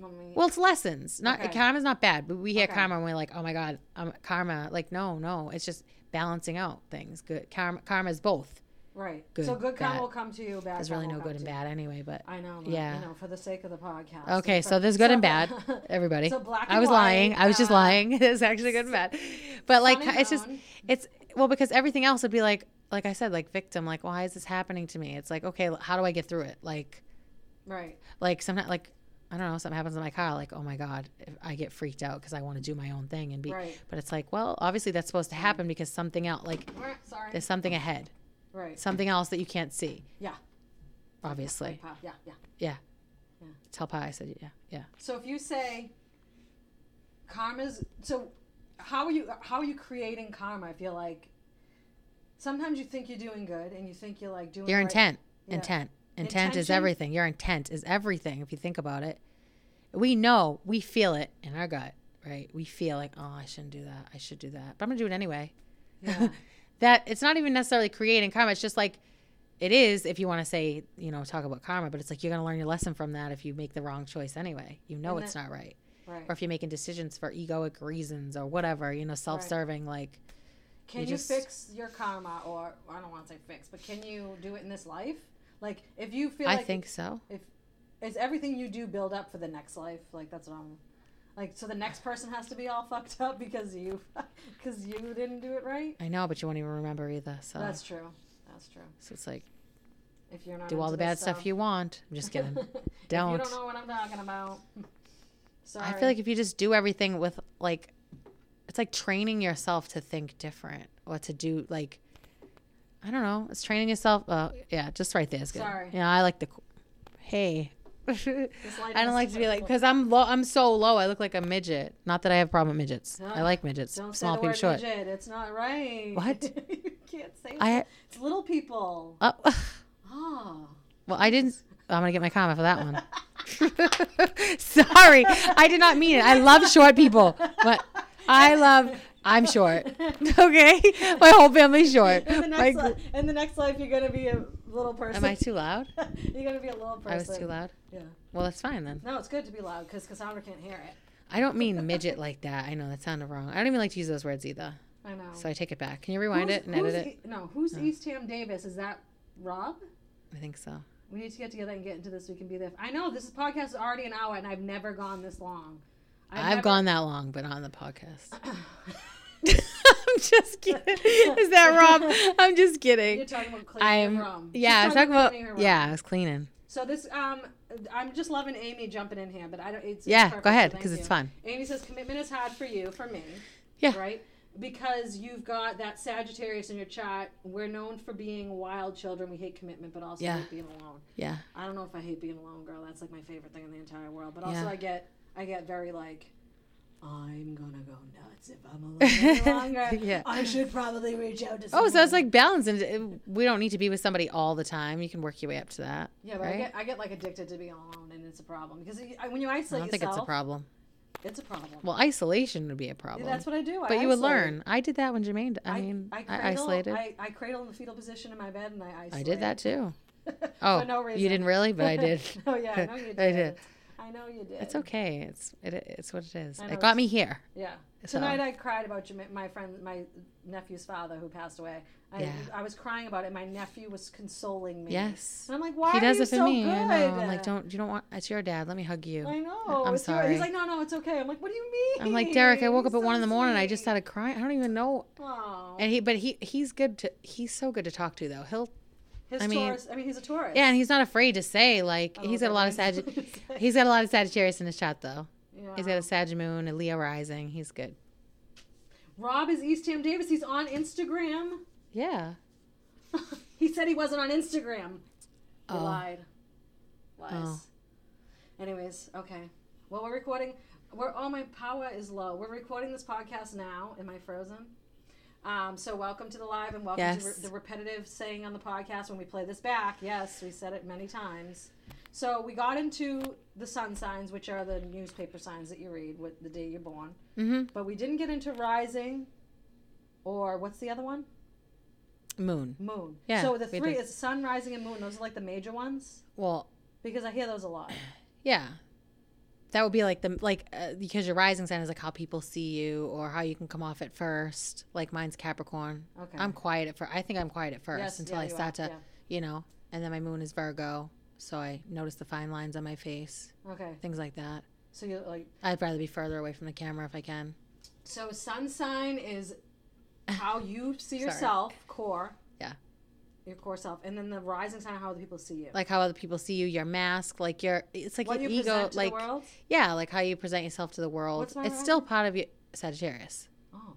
[SPEAKER 1] let me-
[SPEAKER 2] Well, it's lessons. Not
[SPEAKER 1] Okay.
[SPEAKER 2] karma's not bad, but we hear
[SPEAKER 1] Okay.
[SPEAKER 2] karma and we're like, oh my god, um, karma. Like, no, no, it's just balancing out things. Good karma, karma's both.
[SPEAKER 1] Right.
[SPEAKER 2] Good,
[SPEAKER 1] so good karma
[SPEAKER 2] bad.
[SPEAKER 1] will come to you. Bad.
[SPEAKER 2] There's really
[SPEAKER 1] karma
[SPEAKER 2] no
[SPEAKER 1] will
[SPEAKER 2] good
[SPEAKER 1] come
[SPEAKER 2] and
[SPEAKER 1] to you.
[SPEAKER 2] bad anyway, but
[SPEAKER 1] Oh, I know. yeah.
[SPEAKER 2] Yeah.
[SPEAKER 1] You know, for the sake of the podcast.
[SPEAKER 2] Okay,
[SPEAKER 1] For-
[SPEAKER 2] so there's good and
[SPEAKER 1] so-
[SPEAKER 2] bad, everybody.
[SPEAKER 1] so black.
[SPEAKER 2] I
[SPEAKER 1] and
[SPEAKER 2] was
[SPEAKER 1] white,
[SPEAKER 2] lying. I was just
[SPEAKER 1] uh,
[SPEAKER 2] lying. It's actually good and bad. But like
[SPEAKER 1] Sunny
[SPEAKER 2] it's just
[SPEAKER 1] Moon.
[SPEAKER 2] it's well because everything else would be like like I said like victim like why is this happening to me? It's like okay, l- how do I get through it? Like
[SPEAKER 1] Right.
[SPEAKER 2] like sometimes like I don't know, something happens in my car like oh my god, if I get freaked out cuz I want to do my own thing and be
[SPEAKER 1] Right.
[SPEAKER 2] but it's like well, obviously that's supposed to happen because something else like
[SPEAKER 1] Right, Sorry.
[SPEAKER 2] there's something ahead.
[SPEAKER 1] right.
[SPEAKER 2] Something else that you can't see,
[SPEAKER 1] Yeah.
[SPEAKER 2] obviously.
[SPEAKER 1] Right, pop. Yeah. Yeah.
[SPEAKER 2] Tell Pi I said yeah. Yeah.
[SPEAKER 1] So if you say karma's so how are you how are you creating karma if you're like sometimes you think you're doing good and you think you're like doing
[SPEAKER 2] Your
[SPEAKER 1] right-
[SPEAKER 2] intent,
[SPEAKER 1] Yeah.
[SPEAKER 2] intent, intent is
[SPEAKER 1] Intention?
[SPEAKER 2] everything. Your intent is everything. If you think about it, we know, we feel it in our gut, right? We feel like, oh, I shouldn't do that. I should do that, but I'm gonna do it anyway.
[SPEAKER 1] Yeah.
[SPEAKER 2] that it's not even necessarily creating karma. It's just like it is if you want to say, you know, talk about karma. But it's like you're gonna learn your lesson from that if you make the wrong choice anyway. You know
[SPEAKER 1] And
[SPEAKER 2] it's not right,
[SPEAKER 1] right.
[SPEAKER 2] or if you're making decisions for egoic reasons or whatever, you know, self-serving. Like
[SPEAKER 1] Can
[SPEAKER 2] you
[SPEAKER 1] you,
[SPEAKER 2] just-
[SPEAKER 1] fix your karma or I don't want to say fix, but can you do it in this life? Like if you feel
[SPEAKER 2] I
[SPEAKER 1] like
[SPEAKER 2] think so.
[SPEAKER 1] is everything you do build up for the next life? Like that's what I'm like so the next person has to be all fucked up because you because you didn't do it right?
[SPEAKER 2] I know, but you won't even remember either. So,
[SPEAKER 1] That's true. That's true.
[SPEAKER 2] so it's like
[SPEAKER 1] If you're not
[SPEAKER 2] do all
[SPEAKER 1] into
[SPEAKER 2] the
[SPEAKER 1] this
[SPEAKER 2] bad stuff you want. I'm just kidding.
[SPEAKER 1] If you
[SPEAKER 2] Don't.
[SPEAKER 1] don't know what I'm talking about. Sorry.
[SPEAKER 2] I feel like if you just do everything with like, it's like training yourself to think different or to do like, I don't know. It's training yourself. Uh, yeah, just right there is good.
[SPEAKER 1] Sorry.
[SPEAKER 2] Yeah, I like the. Hey.
[SPEAKER 1] This lighting
[SPEAKER 2] I don't
[SPEAKER 1] is
[SPEAKER 2] like to be like
[SPEAKER 1] terrible.
[SPEAKER 2] because I'm low. I'm so low. I look like a midget. Not that I have a problem with midgets. I
[SPEAKER 1] Ugh,
[SPEAKER 2] like midgets.
[SPEAKER 1] don't say
[SPEAKER 2] Small
[SPEAKER 1] the
[SPEAKER 2] people,
[SPEAKER 1] word
[SPEAKER 2] short.
[SPEAKER 1] midget. It's not right.
[SPEAKER 2] What?
[SPEAKER 1] you can't say.
[SPEAKER 2] I
[SPEAKER 1] it's little people.
[SPEAKER 2] oh,
[SPEAKER 1] Oh.
[SPEAKER 2] well, I didn't. I'm gonna get my comment for that one. Sorry, I did not mean it. I love short people, but I love. I'm short. Okay, my whole family's short.
[SPEAKER 1] In the
[SPEAKER 2] My
[SPEAKER 1] next,
[SPEAKER 2] gr-
[SPEAKER 1] li- in the next life, you're gonna be a little person.
[SPEAKER 2] Am I too loud?
[SPEAKER 1] you're gonna be a little person.
[SPEAKER 2] I was too loud.
[SPEAKER 1] Yeah.
[SPEAKER 2] Well, that's fine then.
[SPEAKER 1] No, it's good to be loud because Cassandra can't hear it.
[SPEAKER 2] I don't mean midget like that. I know that sounded wrong. I don't even like to use those words either,
[SPEAKER 1] I know.
[SPEAKER 2] so I take it back. Can you rewind
[SPEAKER 1] Who's-
[SPEAKER 2] it and edit
[SPEAKER 1] who's
[SPEAKER 2] it? Oh.
[SPEAKER 1] E- no, who's Eastham Davis? Is that Rob?
[SPEAKER 2] I think so.
[SPEAKER 1] We need to get together and get into this. We can be there. I know this podcast is already an hour, and I've never gone this long.
[SPEAKER 2] I've,
[SPEAKER 1] never-
[SPEAKER 2] gone that long, but not on the podcast. I'm just kidding. Is that Rob? I'm just
[SPEAKER 1] You're
[SPEAKER 2] kidding.
[SPEAKER 1] talking about cleaning
[SPEAKER 2] I'm
[SPEAKER 1] your room.
[SPEAKER 2] yeah. I was
[SPEAKER 1] She's
[SPEAKER 2] talking about
[SPEAKER 1] cleaning her room.
[SPEAKER 2] yeah. I was cleaning.
[SPEAKER 1] So this, um, I'm just loving Amy jumping in here, but I don't. It's
[SPEAKER 2] Yeah,
[SPEAKER 1] it's perfect,
[SPEAKER 2] go ahead
[SPEAKER 1] so thank
[SPEAKER 2] because it's
[SPEAKER 1] you.
[SPEAKER 2] fun.
[SPEAKER 1] Amy says commitment is hard for you, for me.
[SPEAKER 2] Yeah.
[SPEAKER 1] Right. Because you've got that Sagittarius in your chart. We're known for being wild children. We hate commitment, but also
[SPEAKER 2] Yeah.
[SPEAKER 1] hate being alone.
[SPEAKER 2] Yeah.
[SPEAKER 1] I don't know if I hate being alone, girl. That's like my favorite thing in the entire world. But also,
[SPEAKER 2] Yeah.
[SPEAKER 1] I get, I get very like, I'm gonna go nuts if I'm alone any longer.
[SPEAKER 2] Yeah.
[SPEAKER 1] I should probably reach out to.
[SPEAKER 2] Oh,
[SPEAKER 1] Someone.
[SPEAKER 2] so it's like balance, and it- we don't need to be with somebody all the time. You can work your way up to that.
[SPEAKER 1] Yeah, but I
[SPEAKER 2] right?
[SPEAKER 1] get, I get like addicted to being alone, and it's a problem because I- when you
[SPEAKER 2] I
[SPEAKER 1] isolate
[SPEAKER 2] don't think
[SPEAKER 1] yourself,
[SPEAKER 2] it's a problem.
[SPEAKER 1] it's a problem.
[SPEAKER 2] Well, isolation would be a problem.
[SPEAKER 1] That's what I do. I
[SPEAKER 2] but you would
[SPEAKER 1] isolate.
[SPEAKER 2] learn. I did that when Jermaine. I, mean, I,
[SPEAKER 1] cradle,
[SPEAKER 2] isolated. I,
[SPEAKER 1] I, I cradle in the fetal position in my bed, and I isolate.
[SPEAKER 2] did that too.
[SPEAKER 1] that.
[SPEAKER 2] Oh,
[SPEAKER 1] for no reason.
[SPEAKER 2] you didn't really, but I did.
[SPEAKER 1] oh yeah, I know you did.
[SPEAKER 2] I
[SPEAKER 1] I
[SPEAKER 2] did.
[SPEAKER 1] know you did.
[SPEAKER 2] It's okay. It's it, it's what it is.
[SPEAKER 1] I know,
[SPEAKER 2] It got
[SPEAKER 1] it's-
[SPEAKER 2] me here.
[SPEAKER 1] Yeah.
[SPEAKER 2] So-
[SPEAKER 1] Tonight I cried about Jama- my friend, my nephew's father who passed away. I,
[SPEAKER 2] Yeah.
[SPEAKER 1] I was crying about it. My nephew was consoling me.
[SPEAKER 2] Yes.
[SPEAKER 1] And I'm like, why
[SPEAKER 2] he
[SPEAKER 1] are
[SPEAKER 2] does
[SPEAKER 1] you
[SPEAKER 2] it for
[SPEAKER 1] so
[SPEAKER 2] me.
[SPEAKER 1] good?
[SPEAKER 2] I know. I'm like, don't you don't want? It's your dad. Let me hug you.
[SPEAKER 1] I know.
[SPEAKER 2] I'm
[SPEAKER 1] it's your-
[SPEAKER 2] sorry.
[SPEAKER 1] He's like, no, no, it's okay. I'm like, what do you mean?
[SPEAKER 2] I'm like Derek. I woke up
[SPEAKER 1] You're
[SPEAKER 2] at one
[SPEAKER 1] so
[SPEAKER 2] in the morning. I just
[SPEAKER 1] sweet."
[SPEAKER 2] started crying. I don't even know.
[SPEAKER 1] Aw.
[SPEAKER 2] And he, but he, he's good to. He's so good to talk to though. He'll
[SPEAKER 1] His
[SPEAKER 2] I mean-
[SPEAKER 1] Taurus. I mean, he's a Taurus.
[SPEAKER 2] Yeah, and he's not afraid to say like
[SPEAKER 1] I Oh, don't
[SPEAKER 2] he's
[SPEAKER 1] know
[SPEAKER 2] got a lot
[SPEAKER 1] what
[SPEAKER 2] of
[SPEAKER 1] that
[SPEAKER 2] Sag.
[SPEAKER 1] means.
[SPEAKER 2] he's got a lot of Sagittarius in his chat though.
[SPEAKER 1] Yeah.
[SPEAKER 2] He's got a Sag moon, a Leo rising. He's good.
[SPEAKER 1] Rob is Eastham Davis. He's on Instagram.
[SPEAKER 2] Yeah.
[SPEAKER 1] he said he wasn't on Instagram. He
[SPEAKER 2] Oh.
[SPEAKER 1] lied. Lies.
[SPEAKER 2] Oh.
[SPEAKER 1] Anyways, okay. Well, we're recording. We're oh my power is low. We're recording this podcast now. Am I frozen? Um, so welcome to the live and welcome to
[SPEAKER 2] Yes.
[SPEAKER 1] re- the repetitive saying on the podcast when we play this back. Yes, we said it many times. So we got into the sun signs, which are the newspaper signs that you read with the day you're born.
[SPEAKER 2] Mm-hmm.
[SPEAKER 1] But we didn't get into rising, or what's the other one?
[SPEAKER 2] Moon.
[SPEAKER 1] Moon.
[SPEAKER 2] Yeah,
[SPEAKER 1] So the
[SPEAKER 2] we
[SPEAKER 1] three
[SPEAKER 2] did.
[SPEAKER 1] is sun, rising, and moon. Those are like the major ones
[SPEAKER 2] Well,
[SPEAKER 1] because I hear those a lot.
[SPEAKER 2] yeah. that would be like the like uh, because your rising sign is like how people see you or how you can come off at first. Like mine's Capricorn.
[SPEAKER 1] Okay.
[SPEAKER 2] I'm quiet at first. I think I'm quiet at first
[SPEAKER 1] Yes,
[SPEAKER 2] until
[SPEAKER 1] yeah,
[SPEAKER 2] I
[SPEAKER 1] you
[SPEAKER 2] start
[SPEAKER 1] are,
[SPEAKER 2] to, you know. And then my moon is Virgo, so I notice the fine lines on my face,
[SPEAKER 1] Okay.
[SPEAKER 2] things like that.
[SPEAKER 1] So you like
[SPEAKER 2] I'd rather be further away from the camera if I can.
[SPEAKER 1] so sun sign is how you see
[SPEAKER 2] Sorry.
[SPEAKER 1] yourself, core.
[SPEAKER 2] Yeah.
[SPEAKER 1] Your core self, and then the rising sign, how other people see you.
[SPEAKER 2] Like how other people see you, your mask, like your it's like
[SPEAKER 1] what
[SPEAKER 2] your
[SPEAKER 1] you
[SPEAKER 2] ego,
[SPEAKER 1] present to
[SPEAKER 2] like
[SPEAKER 1] the world.
[SPEAKER 2] yeah, like how you present yourself to the world.
[SPEAKER 1] What's my
[SPEAKER 2] it's
[SPEAKER 1] rising?
[SPEAKER 2] still part of your Sagittarius.
[SPEAKER 1] Oh,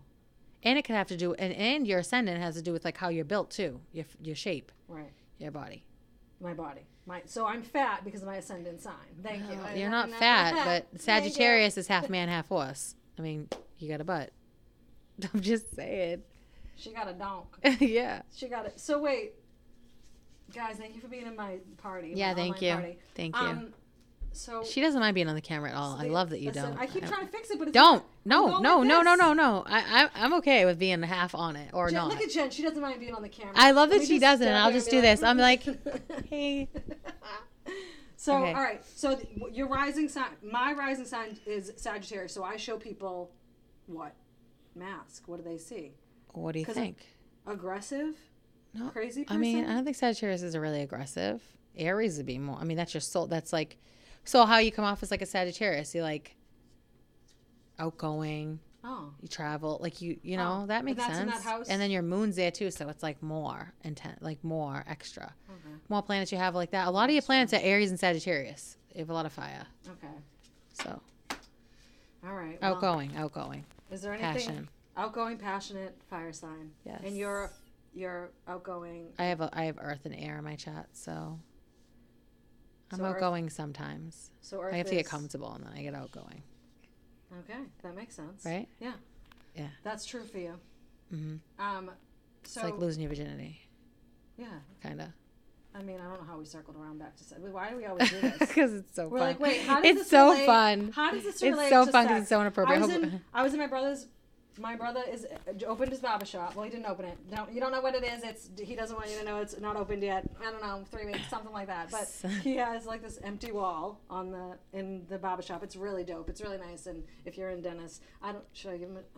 [SPEAKER 2] and it could have to do and, and your ascendant has to do with like how you're built too your, your shape
[SPEAKER 1] right.
[SPEAKER 2] your body
[SPEAKER 1] My body. My so I'm fat because of my ascendant sign. Thank you.
[SPEAKER 2] Oh,
[SPEAKER 1] I-
[SPEAKER 2] you're not
[SPEAKER 1] I-
[SPEAKER 2] fat but
[SPEAKER 1] Thank you.
[SPEAKER 2] sagittarius is half man half horse i mean you got a butt i'm just saying
[SPEAKER 1] She got a donk.
[SPEAKER 2] yeah
[SPEAKER 1] She got it. So wait, guys, thank you for being in my party. my
[SPEAKER 2] yeah thank
[SPEAKER 1] online
[SPEAKER 2] you
[SPEAKER 1] Party.
[SPEAKER 2] thank you
[SPEAKER 1] Um, so
[SPEAKER 2] she doesn't mind being on the camera at all Oh, i
[SPEAKER 1] the-
[SPEAKER 2] love that you
[SPEAKER 1] listen,
[SPEAKER 2] don't
[SPEAKER 1] I keep trying to fix it, but it's
[SPEAKER 2] don't
[SPEAKER 1] I'm
[SPEAKER 2] no
[SPEAKER 1] going
[SPEAKER 2] no
[SPEAKER 1] with
[SPEAKER 2] no no
[SPEAKER 1] this.
[SPEAKER 2] no no I, I i'm okay with being half on it or
[SPEAKER 1] Jen,
[SPEAKER 2] not
[SPEAKER 1] Look at Jen. She doesn't mind being on the camera.
[SPEAKER 2] I love
[SPEAKER 1] Let
[SPEAKER 2] that
[SPEAKER 1] me
[SPEAKER 2] she
[SPEAKER 1] just
[SPEAKER 2] doesn't,
[SPEAKER 1] stand
[SPEAKER 2] and I'll
[SPEAKER 1] there
[SPEAKER 2] just do this. I'm like,
[SPEAKER 1] like.
[SPEAKER 2] hey
[SPEAKER 1] so
[SPEAKER 2] Okay.
[SPEAKER 1] all right. So th- your rising sign, my rising sign is Sagittarius. So I show people what mask. What do they see?
[SPEAKER 2] what do you
[SPEAKER 1] 'Cause I'm-
[SPEAKER 2] think
[SPEAKER 1] Aggressive,
[SPEAKER 2] No,
[SPEAKER 1] crazy
[SPEAKER 2] I
[SPEAKER 1] person.
[SPEAKER 2] mean, I don't think Sagittarius is really aggressive. Aries would be more. I mean, that's your soul. That's like, so how you come off as like a Sagittarius? You're like outgoing.
[SPEAKER 1] oh,
[SPEAKER 2] You travel, like you, you
[SPEAKER 1] Oh,
[SPEAKER 2] know, that
[SPEAKER 1] but
[SPEAKER 2] makes
[SPEAKER 1] that's in
[SPEAKER 2] sense.
[SPEAKER 1] that house?
[SPEAKER 2] And then your moon's there too, so it's like more intent, like more extra.
[SPEAKER 1] okay,
[SPEAKER 2] More planets you have like that. A lot of your planets are Aries and Sagittarius. You have a lot of fire,
[SPEAKER 1] okay,
[SPEAKER 2] so
[SPEAKER 1] all right. well,
[SPEAKER 2] outgoing, outgoing,
[SPEAKER 1] Is there anything
[SPEAKER 2] passion.
[SPEAKER 1] outgoing, passionate, fire sign?
[SPEAKER 2] Yes.
[SPEAKER 1] And you're you're outgoing.
[SPEAKER 2] I have a, I have Earth and air in my chat, so I'm
[SPEAKER 1] So Earth-
[SPEAKER 2] outgoing sometimes.
[SPEAKER 1] So Earth
[SPEAKER 2] I have to get
[SPEAKER 1] is-
[SPEAKER 2] comfortable, and then I get outgoing.
[SPEAKER 1] Okay, that makes sense.
[SPEAKER 2] Right?
[SPEAKER 1] Yeah.
[SPEAKER 2] Yeah.
[SPEAKER 1] That's true for you.
[SPEAKER 2] Mm-hmm.
[SPEAKER 1] Um. So
[SPEAKER 2] it's like losing your virginity,
[SPEAKER 1] yeah,
[SPEAKER 2] kind of.
[SPEAKER 1] I mean, I don't know how we circled around back to. se- Why do we always do this?
[SPEAKER 2] Because it's so
[SPEAKER 1] We're
[SPEAKER 2] fun.
[SPEAKER 1] like, wait, how does
[SPEAKER 2] it's
[SPEAKER 1] this
[SPEAKER 2] so
[SPEAKER 1] relate-
[SPEAKER 2] fun.
[SPEAKER 1] How does this relate?
[SPEAKER 2] It's so
[SPEAKER 1] to
[SPEAKER 2] fun because
[SPEAKER 1] sex?
[SPEAKER 2] it's so
[SPEAKER 1] I
[SPEAKER 2] inappropriate.
[SPEAKER 1] was,
[SPEAKER 2] Hope-
[SPEAKER 1] in, I was in my brother's. My brother is uh, opened his barber shop. Well, he didn't open it. Don't you don't know what it is. It's he doesn't want you to know it's not opened yet. I don't know, three weeks, something like that. But he has like this empty wall on the in the barber shop. It's really dope. It's really nice. And if you're in Dennis, I don't should I give him. A, I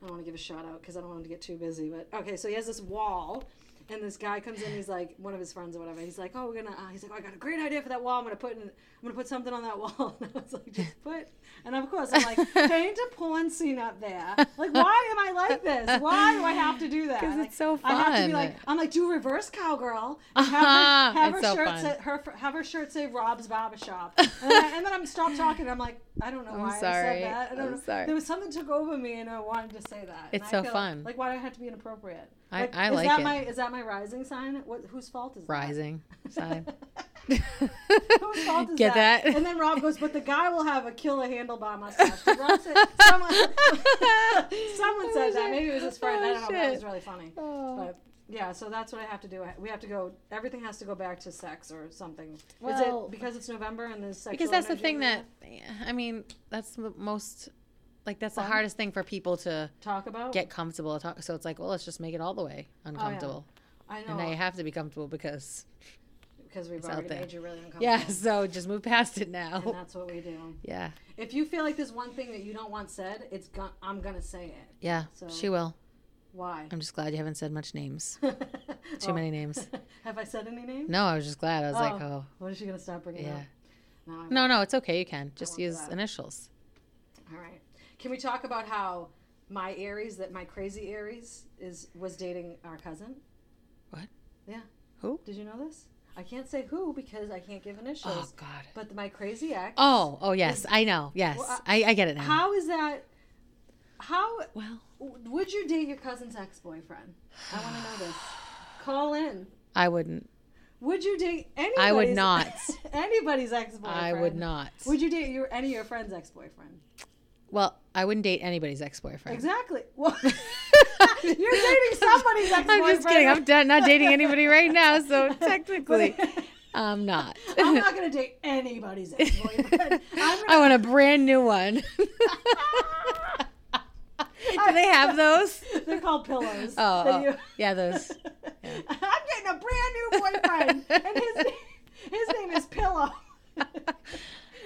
[SPEAKER 1] don't want to give a shout out because I don't want him to get too busy. But okay, so he has this wall, and this guy comes in. He's like one of his friends or whatever. He's like, oh, we're gonna. Uh, he's like, oh, I got a great idea for that wall. I'm gonna put in. I'm gonna put something on that wall. And I was like, just put. And of course, I'm like, paint a porn scene up there. Like, why am I like this? Why do I have to do that?
[SPEAKER 2] 'Cause
[SPEAKER 1] Like,
[SPEAKER 2] it's so
[SPEAKER 1] I have to be
[SPEAKER 2] fun.
[SPEAKER 1] like, I'm like, do reverse cowgirl. and
[SPEAKER 2] Uh-huh.
[SPEAKER 1] Have, her, have her
[SPEAKER 2] It's so
[SPEAKER 1] shirt
[SPEAKER 2] fun.
[SPEAKER 1] say, her have her shirt say Rob's Barber Shop. And, then I- and then I'm stopped talking. I'm like, I don't know
[SPEAKER 2] I'm
[SPEAKER 1] why I
[SPEAKER 2] sorry.
[SPEAKER 1] said that. I don't
[SPEAKER 2] I'm
[SPEAKER 1] know.
[SPEAKER 2] sorry.
[SPEAKER 1] There was something took over me, and I wanted to say that. And
[SPEAKER 2] It's
[SPEAKER 1] I
[SPEAKER 2] so
[SPEAKER 1] feel
[SPEAKER 2] fun.
[SPEAKER 1] Like, why do I have to be inappropriate?
[SPEAKER 2] I- I
[SPEAKER 1] is
[SPEAKER 2] like
[SPEAKER 1] that
[SPEAKER 2] it.
[SPEAKER 1] My, is that my rising sign? What whose fault is
[SPEAKER 2] Rising
[SPEAKER 1] that?
[SPEAKER 2] sign.
[SPEAKER 1] Whose fault is
[SPEAKER 2] Get that?
[SPEAKER 1] And then Rob goes, but the guy will have a killer handlebar mustache. Rob said, someone, someone said that. Maybe it was his friend. I don't know. but That was really funny. But yeah, so that's what I have to do. I- We have to go. Everything has to go back to sex or something. is
[SPEAKER 2] Well-
[SPEAKER 1] it because it's November and there's sexual?
[SPEAKER 2] because that's the
[SPEAKER 1] energy
[SPEAKER 2] thing
[SPEAKER 1] in
[SPEAKER 2] that
[SPEAKER 1] it?
[SPEAKER 2] I mean, that's the most like that's the
[SPEAKER 1] Fun?
[SPEAKER 2] hardest thing for people to
[SPEAKER 1] talk about.
[SPEAKER 2] get comfortable. to Talk. So it's like, well, let's just make it all the
[SPEAKER 1] Oh,
[SPEAKER 2] way uncomfortable,
[SPEAKER 1] I
[SPEAKER 2] and now you
[SPEAKER 1] know
[SPEAKER 2] have to be comfortable because
[SPEAKER 1] because we've
[SPEAKER 2] it's out
[SPEAKER 1] already
[SPEAKER 2] there.
[SPEAKER 1] made you really uncomfortable.
[SPEAKER 2] yeah. So just move past it
[SPEAKER 1] and
[SPEAKER 2] now.
[SPEAKER 1] that's what we do.
[SPEAKER 2] Yeah,
[SPEAKER 1] If you feel like there's one thing that you don't want said, it's gon- I'm gonna say it.
[SPEAKER 2] yeah.
[SPEAKER 1] So-
[SPEAKER 2] She will.
[SPEAKER 1] Why?
[SPEAKER 2] I'm just glad you haven't said much names.
[SPEAKER 1] Too
[SPEAKER 2] Too many names.
[SPEAKER 1] Oh. Have I said any names?
[SPEAKER 2] No, I was just glad. I was like,
[SPEAKER 1] Oh.
[SPEAKER 2] oh,
[SPEAKER 1] What is she gonna stop bringing
[SPEAKER 2] yeah.
[SPEAKER 1] up? No, I
[SPEAKER 2] No, no, it's okay. You can just
[SPEAKER 1] won't do
[SPEAKER 2] use
[SPEAKER 1] that.
[SPEAKER 2] initials.
[SPEAKER 1] All right. Can we talk about how my Aries, that my crazy Aries, is was dating our cousin?
[SPEAKER 2] What?
[SPEAKER 1] Yeah.
[SPEAKER 2] Who?
[SPEAKER 1] Did you know this? I can't say who because I can't give initials.
[SPEAKER 2] Oh God.
[SPEAKER 1] But my crazy ex.
[SPEAKER 2] Oh, oh yes, I know. Yes,
[SPEAKER 1] Well,
[SPEAKER 2] I, I get it now.
[SPEAKER 1] How is that? How
[SPEAKER 2] Well,
[SPEAKER 1] would you date your cousin's ex-boyfriend? I want to know this. Call in.
[SPEAKER 2] I wouldn't.
[SPEAKER 1] Would you date anybody's?
[SPEAKER 2] I would not.
[SPEAKER 1] anybody's ex-boyfriend.
[SPEAKER 2] I would not.
[SPEAKER 1] Would you date your any of your friend's ex-boyfriend?
[SPEAKER 2] well, I wouldn't date anybody's ex-boyfriend.
[SPEAKER 1] Exactly. Well, you're dating somebody's ex-boyfriend.
[SPEAKER 2] I'm just kidding. I'm da- not dating anybody right now, so technically, I'm not.
[SPEAKER 1] I'm not gonna date anybody's ex-boyfriend. I'm
[SPEAKER 2] I
[SPEAKER 1] gonna,
[SPEAKER 2] want a brand new one. Do they have those?
[SPEAKER 1] they're called pillows.
[SPEAKER 2] Oh,
[SPEAKER 1] that
[SPEAKER 2] oh,
[SPEAKER 1] you-
[SPEAKER 2] yeah, those.
[SPEAKER 1] I'm getting a brand new boyfriend, and his his name is Pillow. the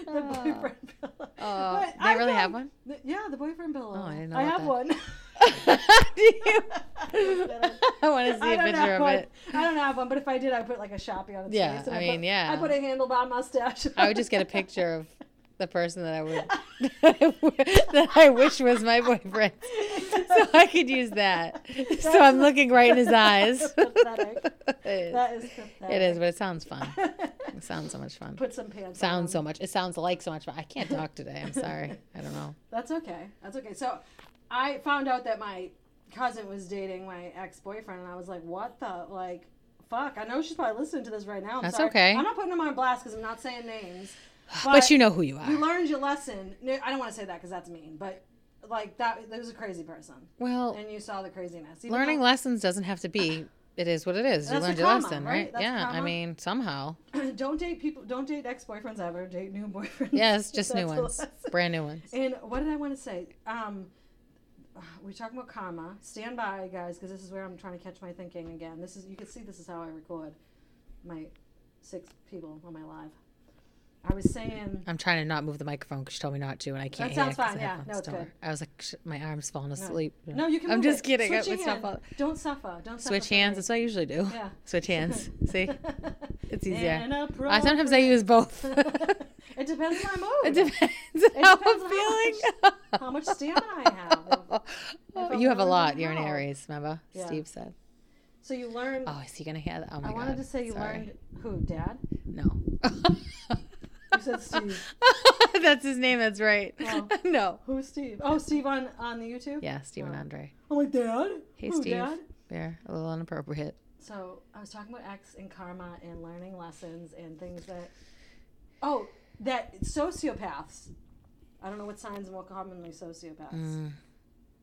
[SPEAKER 2] Oh.
[SPEAKER 1] boyfriend Pillow.
[SPEAKER 2] Oh,
[SPEAKER 1] one, but if I did, I'd put like a Sharpie on its
[SPEAKER 2] Yeah,
[SPEAKER 1] face. and
[SPEAKER 2] I
[SPEAKER 1] I'd
[SPEAKER 2] mean,
[SPEAKER 1] put,
[SPEAKER 2] yeah.
[SPEAKER 1] I put a handlebar mustache.
[SPEAKER 2] I would just get a picture of the person that I would that I wish was my boyfriend, so I could use that. so I'm looking right in his eyes.
[SPEAKER 1] Pathetic.
[SPEAKER 2] it
[SPEAKER 1] That is pathetic.
[SPEAKER 2] is, but it sounds fun. It sounds so much fun.
[SPEAKER 1] put some pants. on.
[SPEAKER 2] Sounds so much. It sounds like so much fun. I can't talk today. I'm sorry. I don't know.
[SPEAKER 1] That's okay. That's okay. So I found out that my cousin was dating my ex boyfriend, and I was like, what the? Like, fuck. I know she's probably listening to this right now. I'm
[SPEAKER 2] That's
[SPEAKER 1] sorry.
[SPEAKER 2] okay.
[SPEAKER 1] I'm not putting him on blast because I'm not saying names.
[SPEAKER 2] But, you know who you
[SPEAKER 1] You
[SPEAKER 2] are.
[SPEAKER 1] learned your lesson. No, I don't want to say that because that's mean, but like that, that was a crazy person,
[SPEAKER 2] Well,
[SPEAKER 1] and you saw the craziness. Even
[SPEAKER 2] learning
[SPEAKER 1] though-
[SPEAKER 2] lessons doesn't have to be. It is what it is. You
[SPEAKER 1] That's a
[SPEAKER 2] learned your
[SPEAKER 1] comma,
[SPEAKER 2] lesson,
[SPEAKER 1] right?
[SPEAKER 2] right?
[SPEAKER 1] That's a
[SPEAKER 2] Yeah. I
[SPEAKER 1] comma.
[SPEAKER 2] mean, somehow.
[SPEAKER 1] don't date people. Don't date ex boyfriends ever. Date new boyfriends.
[SPEAKER 2] Yes, just new
[SPEAKER 1] That's a
[SPEAKER 2] ones,
[SPEAKER 1] lesson.
[SPEAKER 2] brand new ones.
[SPEAKER 1] And what did I want to say? Um, we're talking about karma. Stand by, guys, because this is where I'm trying to catch my thinking again. This is you can see this is how I record my six people on my live. I was saying
[SPEAKER 2] I'm trying to not move the microphone because she told me not to, and I
[SPEAKER 1] sounds
[SPEAKER 2] can't. hear it 'cause
[SPEAKER 1] fine,
[SPEAKER 2] the
[SPEAKER 1] yeah.
[SPEAKER 2] headphones
[SPEAKER 1] No, it's
[SPEAKER 2] don't
[SPEAKER 1] good.
[SPEAKER 2] work. I was like, sh- my arm's falling asleep.
[SPEAKER 1] no, you can.
[SPEAKER 2] I'm
[SPEAKER 1] move
[SPEAKER 2] just
[SPEAKER 1] it.
[SPEAKER 2] kidding. I-
[SPEAKER 1] Switching
[SPEAKER 2] it's not
[SPEAKER 1] in.
[SPEAKER 2] fall-
[SPEAKER 1] Don't suffer. Don't suffer
[SPEAKER 2] Switch
[SPEAKER 1] for
[SPEAKER 2] hands.
[SPEAKER 1] me.
[SPEAKER 2] That's what I usually do.
[SPEAKER 1] Yeah.
[SPEAKER 2] Switch hands. See, it's easier. I
[SPEAKER 1] Inappropriate.
[SPEAKER 2] sometimes I use both.
[SPEAKER 1] it depends on my
[SPEAKER 2] It
[SPEAKER 1] mood.
[SPEAKER 2] depends how
[SPEAKER 1] depends on how
[SPEAKER 2] I'm feeling.
[SPEAKER 1] how much stamina I have. if I'm
[SPEAKER 2] you have a
[SPEAKER 1] feeling
[SPEAKER 2] lot. You're an
[SPEAKER 1] how.
[SPEAKER 2] Aries, remember?
[SPEAKER 1] Yeah.
[SPEAKER 2] Steve said.
[SPEAKER 1] So you learn.
[SPEAKER 2] Oh, is he gonna hear that? Oh my
[SPEAKER 1] I
[SPEAKER 2] god.
[SPEAKER 1] wanted to say you
[SPEAKER 2] Sorry.
[SPEAKER 1] learned who dad.
[SPEAKER 2] No.
[SPEAKER 1] You said Steve.
[SPEAKER 2] that's his name. That's right.
[SPEAKER 1] Oh.
[SPEAKER 2] no.
[SPEAKER 1] Who's Steve? Oh, Steve on on the YouTube.
[SPEAKER 2] Yeah, Steve and
[SPEAKER 1] Oh.
[SPEAKER 2] Andre.
[SPEAKER 1] I'm like dad.
[SPEAKER 2] Hey,
[SPEAKER 1] Who,
[SPEAKER 2] Steve.
[SPEAKER 1] Dad?
[SPEAKER 2] They're a little inappropriate.
[SPEAKER 1] So I was talking about X and karma and learning lessons and things that. Oh, that sociopaths. I don't know what signs are more commonly sociopaths.
[SPEAKER 2] Mm,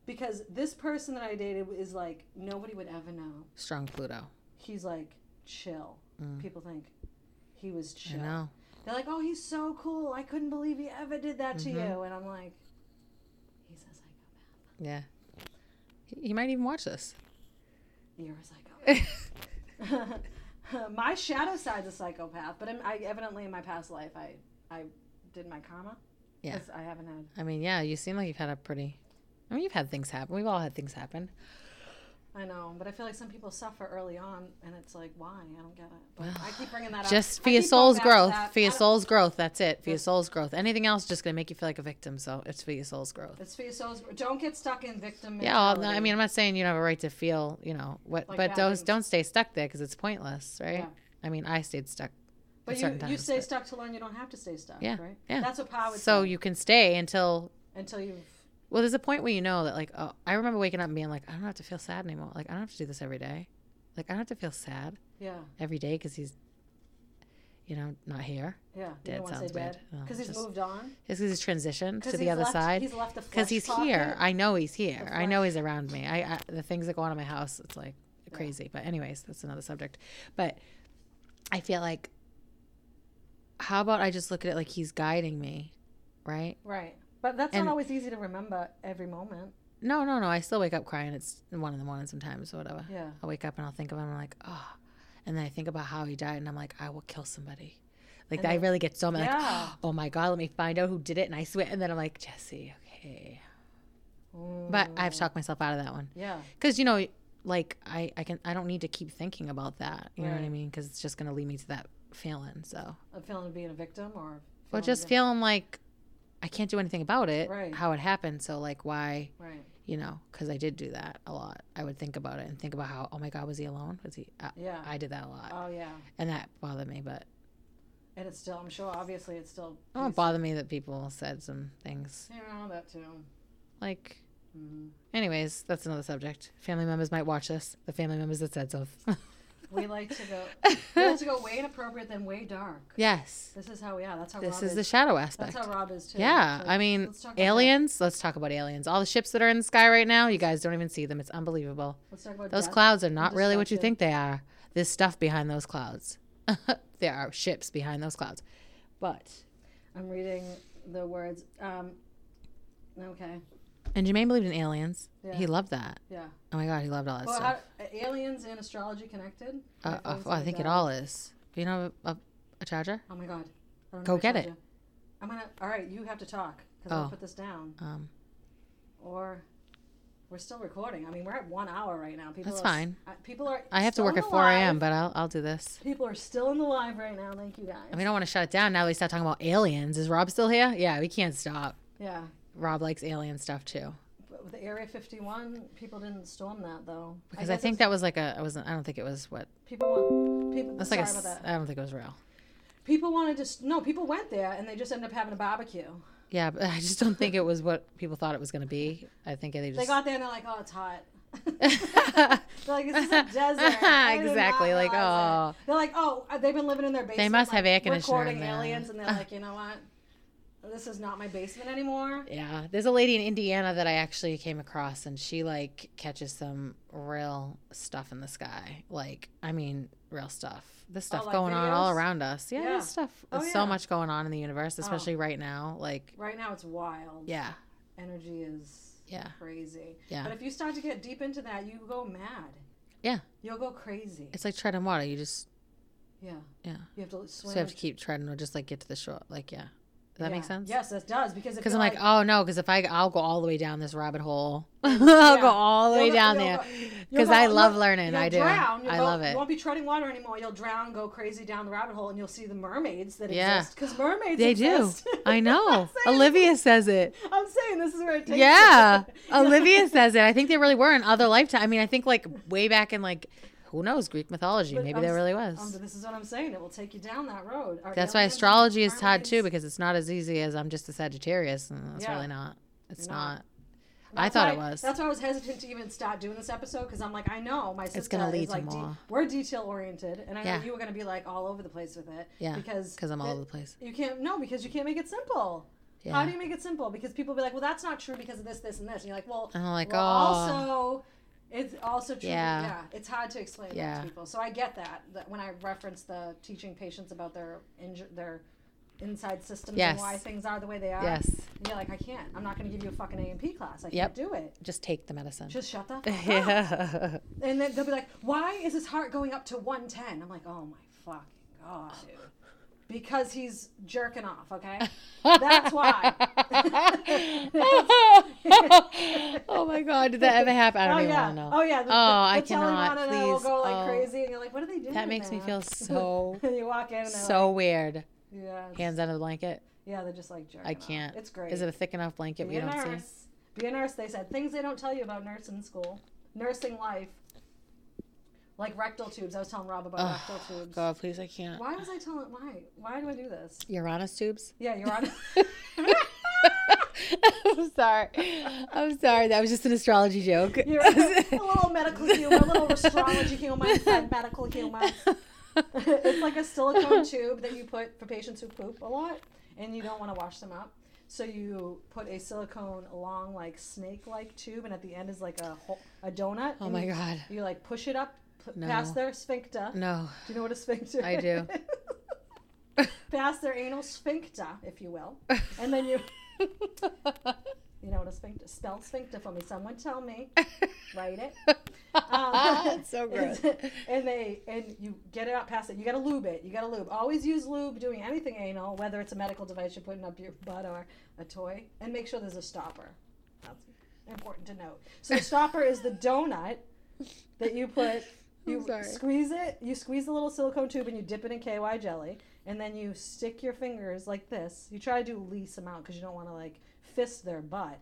[SPEAKER 1] Because this person that I dated is like nobody would ever know.
[SPEAKER 2] strong Pluto.
[SPEAKER 1] He's like chill. People think he was chill.
[SPEAKER 2] Mm. I know.
[SPEAKER 1] They're like, "Oh, he's so cool. I couldn't believe he ever did that
[SPEAKER 2] Mm-hmm.
[SPEAKER 1] to you." And I'm like, "He's a psychopath.
[SPEAKER 2] Yeah. He, he might even watch this.
[SPEAKER 1] You're a psychopath." my shadow side's a psychopath, but I'm, I evidently in my past life I I did my karma.
[SPEAKER 2] Yeah.
[SPEAKER 1] 'Cause I haven't had.
[SPEAKER 2] I mean, yeah, you seem like you've had a pretty. I mean, you've had things happen. We've all had things happen.
[SPEAKER 1] I know, but I feel like some people suffer early on, and it's like, why? I don't get it. But
[SPEAKER 2] Well,
[SPEAKER 1] I keep bringing that up.
[SPEAKER 2] Just for
[SPEAKER 1] I
[SPEAKER 2] your
[SPEAKER 1] keep going
[SPEAKER 2] soul's
[SPEAKER 1] back to
[SPEAKER 2] growth.
[SPEAKER 1] that.
[SPEAKER 2] For
[SPEAKER 1] I
[SPEAKER 2] your
[SPEAKER 1] don't-
[SPEAKER 2] soul's growth. That's it. For your
[SPEAKER 1] Yeah.
[SPEAKER 2] soul's growth. Anything else is just going to make you feel like a victim. So it's for your soul's growth.
[SPEAKER 1] It's for your soul's. Don't get stuck in victim.
[SPEAKER 2] Yeah. Well, no,
[SPEAKER 1] mentality.
[SPEAKER 2] I mean, I'm not saying you don't have a right to feel, you know, what,
[SPEAKER 1] Like
[SPEAKER 2] but
[SPEAKER 1] bad
[SPEAKER 2] those
[SPEAKER 1] things.
[SPEAKER 2] don't stay stuck there because it's pointless, right?
[SPEAKER 1] Yeah.
[SPEAKER 2] I mean, I stayed stuck.
[SPEAKER 1] but
[SPEAKER 2] at
[SPEAKER 1] you,
[SPEAKER 2] certain
[SPEAKER 1] you
[SPEAKER 2] times,
[SPEAKER 1] stay
[SPEAKER 2] but-
[SPEAKER 1] stuck to learn. You don't have to stay stuck.
[SPEAKER 2] Yeah,
[SPEAKER 1] Right.
[SPEAKER 2] yeah.
[SPEAKER 1] That's what power.
[SPEAKER 2] So you can stay until
[SPEAKER 1] until you.
[SPEAKER 2] Well, there's a point where you know that, like, oh, I remember waking up and being like, I don't have to feel sad anymore. Like, I don't have to do this every day. Like, I don't have to feel sad
[SPEAKER 1] Yeah.
[SPEAKER 2] every day because he's, you know, not here.
[SPEAKER 1] Yeah. You
[SPEAKER 2] Dead
[SPEAKER 1] don't want to
[SPEAKER 2] sounds
[SPEAKER 1] say dead
[SPEAKER 2] weird. No,
[SPEAKER 1] because he's
[SPEAKER 2] just-
[SPEAKER 1] moved on.
[SPEAKER 2] It's because he's transitioned
[SPEAKER 1] 'Cause
[SPEAKER 2] to the
[SPEAKER 1] he's
[SPEAKER 2] other
[SPEAKER 1] left-
[SPEAKER 2] side.
[SPEAKER 1] He's left the.
[SPEAKER 2] Because
[SPEAKER 1] flesh
[SPEAKER 2] he's
[SPEAKER 1] pocket.
[SPEAKER 2] here. I know he's here.
[SPEAKER 1] The
[SPEAKER 2] I know he's around me. I, I the things that go on in my house, it's like crazy. But anyways, that's another subject. But I feel like, how about I just look at it like he's guiding me, right?
[SPEAKER 1] Right. But that's
[SPEAKER 2] And-
[SPEAKER 1] not always easy to remember every moment.
[SPEAKER 2] No, no, no. I still wake up crying. It's one in the morning sometimes or whatever.
[SPEAKER 1] Yeah.
[SPEAKER 2] I'll wake up and I'll think of him. I'm like, oh. And then I think about how he died, and I'm like, I will kill somebody. Like
[SPEAKER 1] And
[SPEAKER 2] I
[SPEAKER 1] then-
[SPEAKER 2] really get so mad. like,
[SPEAKER 1] Yeah.
[SPEAKER 2] oh my god, let me find out who did it. And I swear. And then I'm like, Jesse, okay. But I've talked myself out of that one
[SPEAKER 1] Mm. Yeah.
[SPEAKER 2] because you know, like I, I can, I don't need to keep thinking about that. You know what I
[SPEAKER 1] Right.
[SPEAKER 2] mean? Because it's just gonna lead me to that feeling. So,
[SPEAKER 1] A feeling of being a victim or
[SPEAKER 2] well,
[SPEAKER 1] feeling
[SPEAKER 2] just
[SPEAKER 1] again-
[SPEAKER 2] feeling like I can't do anything about it.
[SPEAKER 1] Right.
[SPEAKER 2] How it happened. So like, why?
[SPEAKER 1] right.
[SPEAKER 2] You know, because I did do that a lot. I would think about it and think about how, oh my god, was he alone? Was he? I,
[SPEAKER 1] Yeah.
[SPEAKER 2] I did that a lot.
[SPEAKER 1] oh yeah.
[SPEAKER 2] and that bothered me. But
[SPEAKER 1] And it's still I'm sure obviously it's still
[SPEAKER 2] it don't
[SPEAKER 1] it's-
[SPEAKER 2] bother me that people said some things
[SPEAKER 1] Yeah, that too.
[SPEAKER 2] like.
[SPEAKER 1] Mhm.
[SPEAKER 2] Anyways, that's another subject. Family members might watch this. The family members that said so.
[SPEAKER 1] We like to go we like to go way inappropriate then way dark.
[SPEAKER 2] yes,
[SPEAKER 1] This is how yeah, that's how
[SPEAKER 2] this
[SPEAKER 1] Rob
[SPEAKER 2] is the shadow aspect.
[SPEAKER 1] that's how Rob is too.
[SPEAKER 2] yeah,
[SPEAKER 1] So
[SPEAKER 2] I mean,
[SPEAKER 1] let's talk about that.
[SPEAKER 2] aliens. Let's talk about aliens. All the ships that are in the sky right now, you guys don't even see them. It's unbelievable.
[SPEAKER 1] Let's talk about
[SPEAKER 2] Those
[SPEAKER 1] death.
[SPEAKER 2] clouds are not really what you
[SPEAKER 1] destructive.
[SPEAKER 2] think they are. There's stuff behind those clouds. there are ships behind those clouds. But
[SPEAKER 1] I'm reading the words. Um okay.
[SPEAKER 2] and Jermaine believed in aliens.
[SPEAKER 1] Yeah.
[SPEAKER 2] He loved that.
[SPEAKER 1] Yeah.
[SPEAKER 2] Oh my god, he loved all that
[SPEAKER 1] Well,
[SPEAKER 2] stuff.
[SPEAKER 1] how, uh, aliens and astrology connected?
[SPEAKER 2] Uh,
[SPEAKER 1] My
[SPEAKER 2] uh,
[SPEAKER 1] phone's
[SPEAKER 2] well, I
[SPEAKER 1] gonna
[SPEAKER 2] think it
[SPEAKER 1] die.
[SPEAKER 2] all is. Do you know a, a, a charger?
[SPEAKER 1] Oh my god. I don't
[SPEAKER 2] Go
[SPEAKER 1] know if I
[SPEAKER 2] get
[SPEAKER 1] told
[SPEAKER 2] it.
[SPEAKER 1] you. I'm gonna. All right, you have to talk because i
[SPEAKER 2] Oh.
[SPEAKER 1] will put this down.
[SPEAKER 2] Um,
[SPEAKER 1] Or We're still recording. I mean, we're at one hour right now. People
[SPEAKER 2] That's
[SPEAKER 1] are,
[SPEAKER 2] fine.
[SPEAKER 1] uh, People are.
[SPEAKER 2] I have to
[SPEAKER 1] still
[SPEAKER 2] work
[SPEAKER 1] in
[SPEAKER 2] at
[SPEAKER 1] the
[SPEAKER 2] 4 a.m.,
[SPEAKER 1] live.
[SPEAKER 2] but I'll, I'll do this.
[SPEAKER 1] People are still in the live right now. Thank you guys.
[SPEAKER 2] And we don't want to shut it down now. They start talking about aliens. Is Rob still here? Yeah, we can't stop.
[SPEAKER 1] yeah.
[SPEAKER 2] Rob likes alien stuff too.
[SPEAKER 1] But with the Area 51, people didn't storm that though.
[SPEAKER 2] Because I,
[SPEAKER 1] guess
[SPEAKER 2] think
[SPEAKER 1] it's-
[SPEAKER 2] that was like a, I wasn't, I don't think it was what,
[SPEAKER 1] people want people.
[SPEAKER 2] that's like
[SPEAKER 1] sorry
[SPEAKER 2] a,
[SPEAKER 1] about
[SPEAKER 2] s-
[SPEAKER 1] that.
[SPEAKER 2] I don't think it was real.
[SPEAKER 1] People wanted to. s- No, people went there and they just ended up having a barbecue.
[SPEAKER 2] Yeah, but I just don't think it was what people thought it was going to be. I think they just.
[SPEAKER 1] They got there and they're like, oh, it's hot. They're like, this is a desert. I did not
[SPEAKER 2] Exactly, like,
[SPEAKER 1] realize it. They're like, oh, uh, they've been living in their basement.
[SPEAKER 2] must have air
[SPEAKER 1] like,
[SPEAKER 2] conditioner in
[SPEAKER 1] Recording
[SPEAKER 2] there.
[SPEAKER 1] aliens, and they're like, you know what? This is not my basement anymore.
[SPEAKER 2] Yeah, there's a lady in Indiana that I actually came across, and she like catches some real stuff in the sky. Like, I mean, real stuff. This stuff
[SPEAKER 1] like
[SPEAKER 2] going on all
[SPEAKER 1] videos?
[SPEAKER 2] around us. Yeah,
[SPEAKER 1] Yeah.
[SPEAKER 2] there's stuff.
[SPEAKER 1] Oh,
[SPEAKER 2] There's so
[SPEAKER 1] yeah. Oh.
[SPEAKER 2] much going on in the universe, especially right now. Like,
[SPEAKER 1] Right now, it's wild.
[SPEAKER 2] yeah,
[SPEAKER 1] Energy is
[SPEAKER 2] yeah,
[SPEAKER 1] crazy.
[SPEAKER 2] yeah.
[SPEAKER 1] But if you start to get deep into that, you go mad.
[SPEAKER 2] Yeah.
[SPEAKER 1] You'll go crazy.
[SPEAKER 2] It's like treading water. You just
[SPEAKER 1] Yeah.
[SPEAKER 2] Yeah.
[SPEAKER 1] You have to swim.
[SPEAKER 2] so you have to keep treading or just like get to the shore. Like, yeah, does that make
[SPEAKER 1] Yeah.
[SPEAKER 2] sense?
[SPEAKER 1] Yes, that does. Because if
[SPEAKER 2] Because
[SPEAKER 1] you're
[SPEAKER 2] I'm like,
[SPEAKER 1] like,
[SPEAKER 2] oh no, because if I I'll go all the way down this rabbit hole, I'll go
[SPEAKER 1] Yeah.
[SPEAKER 2] all the way
[SPEAKER 1] You'll go-
[SPEAKER 2] down
[SPEAKER 1] you'll
[SPEAKER 2] there.
[SPEAKER 1] go- you'll
[SPEAKER 2] Because
[SPEAKER 1] go-
[SPEAKER 2] I
[SPEAKER 1] you'll-
[SPEAKER 2] love learning.
[SPEAKER 1] You'll
[SPEAKER 2] I do.
[SPEAKER 1] Drown. You'll
[SPEAKER 2] I
[SPEAKER 1] go-
[SPEAKER 2] love it.
[SPEAKER 1] You won't be treading water anymore. You'll drown, go crazy down the rabbit hole, and you'll see the mermaids that
[SPEAKER 2] Yeah.
[SPEAKER 1] exist. Because mermaids
[SPEAKER 2] They do.
[SPEAKER 1] exist.
[SPEAKER 2] I know.
[SPEAKER 1] I'm saying-
[SPEAKER 2] Olivia says it.
[SPEAKER 1] I'm saying this is where it takes
[SPEAKER 2] Yeah.
[SPEAKER 1] you. You know?
[SPEAKER 2] Olivia says it. I think they really were in other lifetime. I mean, I think like way back in like who knows Greek mythology.
[SPEAKER 1] But
[SPEAKER 2] Maybe
[SPEAKER 1] I'm
[SPEAKER 2] there
[SPEAKER 1] s-
[SPEAKER 2] really
[SPEAKER 1] Um,
[SPEAKER 2] was.
[SPEAKER 1] but this is what I'm saying. It will take you down that road. Are
[SPEAKER 2] That's why
[SPEAKER 1] aliens
[SPEAKER 2] astrology is tied too
[SPEAKER 1] mermaids?
[SPEAKER 2] because it's not as easy as I'm just a Sagittarius, and that's
[SPEAKER 1] Yeah.
[SPEAKER 2] really not. It's
[SPEAKER 1] You're
[SPEAKER 2] not.
[SPEAKER 1] not.
[SPEAKER 2] I
[SPEAKER 1] That's
[SPEAKER 2] thought
[SPEAKER 1] why-
[SPEAKER 2] it was.
[SPEAKER 1] That's why I was hesitant to even start doing this episode because I'm like, I know my sister
[SPEAKER 2] gonna lead
[SPEAKER 1] is
[SPEAKER 2] to
[SPEAKER 1] like, de-
[SPEAKER 2] more.
[SPEAKER 1] we're detail oriented, and I
[SPEAKER 2] Yeah.
[SPEAKER 1] know you were gonna be like all over the place with it.
[SPEAKER 2] Yeah,
[SPEAKER 1] Because
[SPEAKER 2] Because I'm all
[SPEAKER 1] it-
[SPEAKER 2] over the place.
[SPEAKER 1] You can't no because you can't make it simple. How
[SPEAKER 2] Yeah.
[SPEAKER 1] do you make it simple? Because people be like, well, that's not true because of this, this, and this. And you're like, well,
[SPEAKER 2] And I'm like,
[SPEAKER 1] well,
[SPEAKER 2] oh,
[SPEAKER 1] also, it's also true.
[SPEAKER 2] Yeah.
[SPEAKER 1] Yeah. It's hard to explain that
[SPEAKER 2] Yeah.
[SPEAKER 1] to people. So I get that, that when I reference the teaching patients about their inju- their inside systems
[SPEAKER 2] Yes.
[SPEAKER 1] and why things are the way they are.
[SPEAKER 2] yes.
[SPEAKER 1] And you're like, I can't. I'm not going to give you a fucking A and P class. I
[SPEAKER 2] Yep.
[SPEAKER 1] can't do it.
[SPEAKER 2] Just take the medicine.
[SPEAKER 1] Just shut the fuck up.
[SPEAKER 2] Yeah.
[SPEAKER 1] And then they'll be like, why is his heart going up to 110? I'm like, oh my fucking God, dude. Because he's jerking off, okay? That's why.
[SPEAKER 2] oh my god, did that ever happen? I don't
[SPEAKER 1] oh,
[SPEAKER 2] even
[SPEAKER 1] yeah.
[SPEAKER 2] want to know.
[SPEAKER 1] Oh, yeah. The,
[SPEAKER 2] Oh, I
[SPEAKER 1] the telly
[SPEAKER 2] cannot,
[SPEAKER 1] monitor Will
[SPEAKER 2] please.
[SPEAKER 1] go like
[SPEAKER 2] Oh.
[SPEAKER 1] crazy, and you're like, what are they doing?
[SPEAKER 2] that makes me
[SPEAKER 1] now?
[SPEAKER 2] feel so
[SPEAKER 1] you walk in and they're
[SPEAKER 2] Oh, so weird.
[SPEAKER 1] like, yeah, it's-
[SPEAKER 2] Hands under the blanket.
[SPEAKER 1] yeah, they're just like jerking
[SPEAKER 2] I
[SPEAKER 1] off.
[SPEAKER 2] can't.
[SPEAKER 1] It's great.
[SPEAKER 2] Is it a thick enough blanket
[SPEAKER 1] Be
[SPEAKER 2] we
[SPEAKER 1] a
[SPEAKER 2] don't see?
[SPEAKER 1] nurse. Be a nurse. They said things they don't tell you about nursing school, nursing life, like rectal tubes. I was telling Rob about
[SPEAKER 2] Ugh,
[SPEAKER 1] rectal tubes.
[SPEAKER 2] God, please, I can't.
[SPEAKER 1] Why was I telling? Why? Why do I do this?
[SPEAKER 2] Uranus tubes.
[SPEAKER 1] Yeah, you're on.
[SPEAKER 2] I'm sorry. I'm sorry. That was just an astrology joke.
[SPEAKER 1] You're on a little medical humor, a little astrology humor, inside medical humor. it's like a silicone tube that you put for patients who poop a lot and you don't want to wash them up. So you put a silicone long, like snake-like tube, and at the end is like a ho- a donut.
[SPEAKER 2] Oh
[SPEAKER 1] and
[SPEAKER 2] my
[SPEAKER 1] you-
[SPEAKER 2] god.
[SPEAKER 1] You like push it up p-
[SPEAKER 2] No.
[SPEAKER 1] past their sphincter.
[SPEAKER 2] No.
[SPEAKER 1] Do you know what a sphincter?
[SPEAKER 2] I do.
[SPEAKER 1] is? past their anal sphincter, if you will, and then you. You know what a sphincter? Spell sphincter for me. Someone tell me. Write it. Uh,
[SPEAKER 2] It's so gross.
[SPEAKER 1] and they and you get it up past it. You gotta lube it. You gotta lube. Always use lube doing anything anal, whether it's a medical device you're putting up your butt or a toy, and make sure there's a stopper. That's important to note. So the stopper is the donut that you put.
[SPEAKER 2] I'm
[SPEAKER 1] You
[SPEAKER 2] sorry.
[SPEAKER 1] squeeze it. You squeeze the little silicone tube and you dip it in KY jelly, and then you stick your fingers like this. You try to do least amount because you don't want to like fist their butt.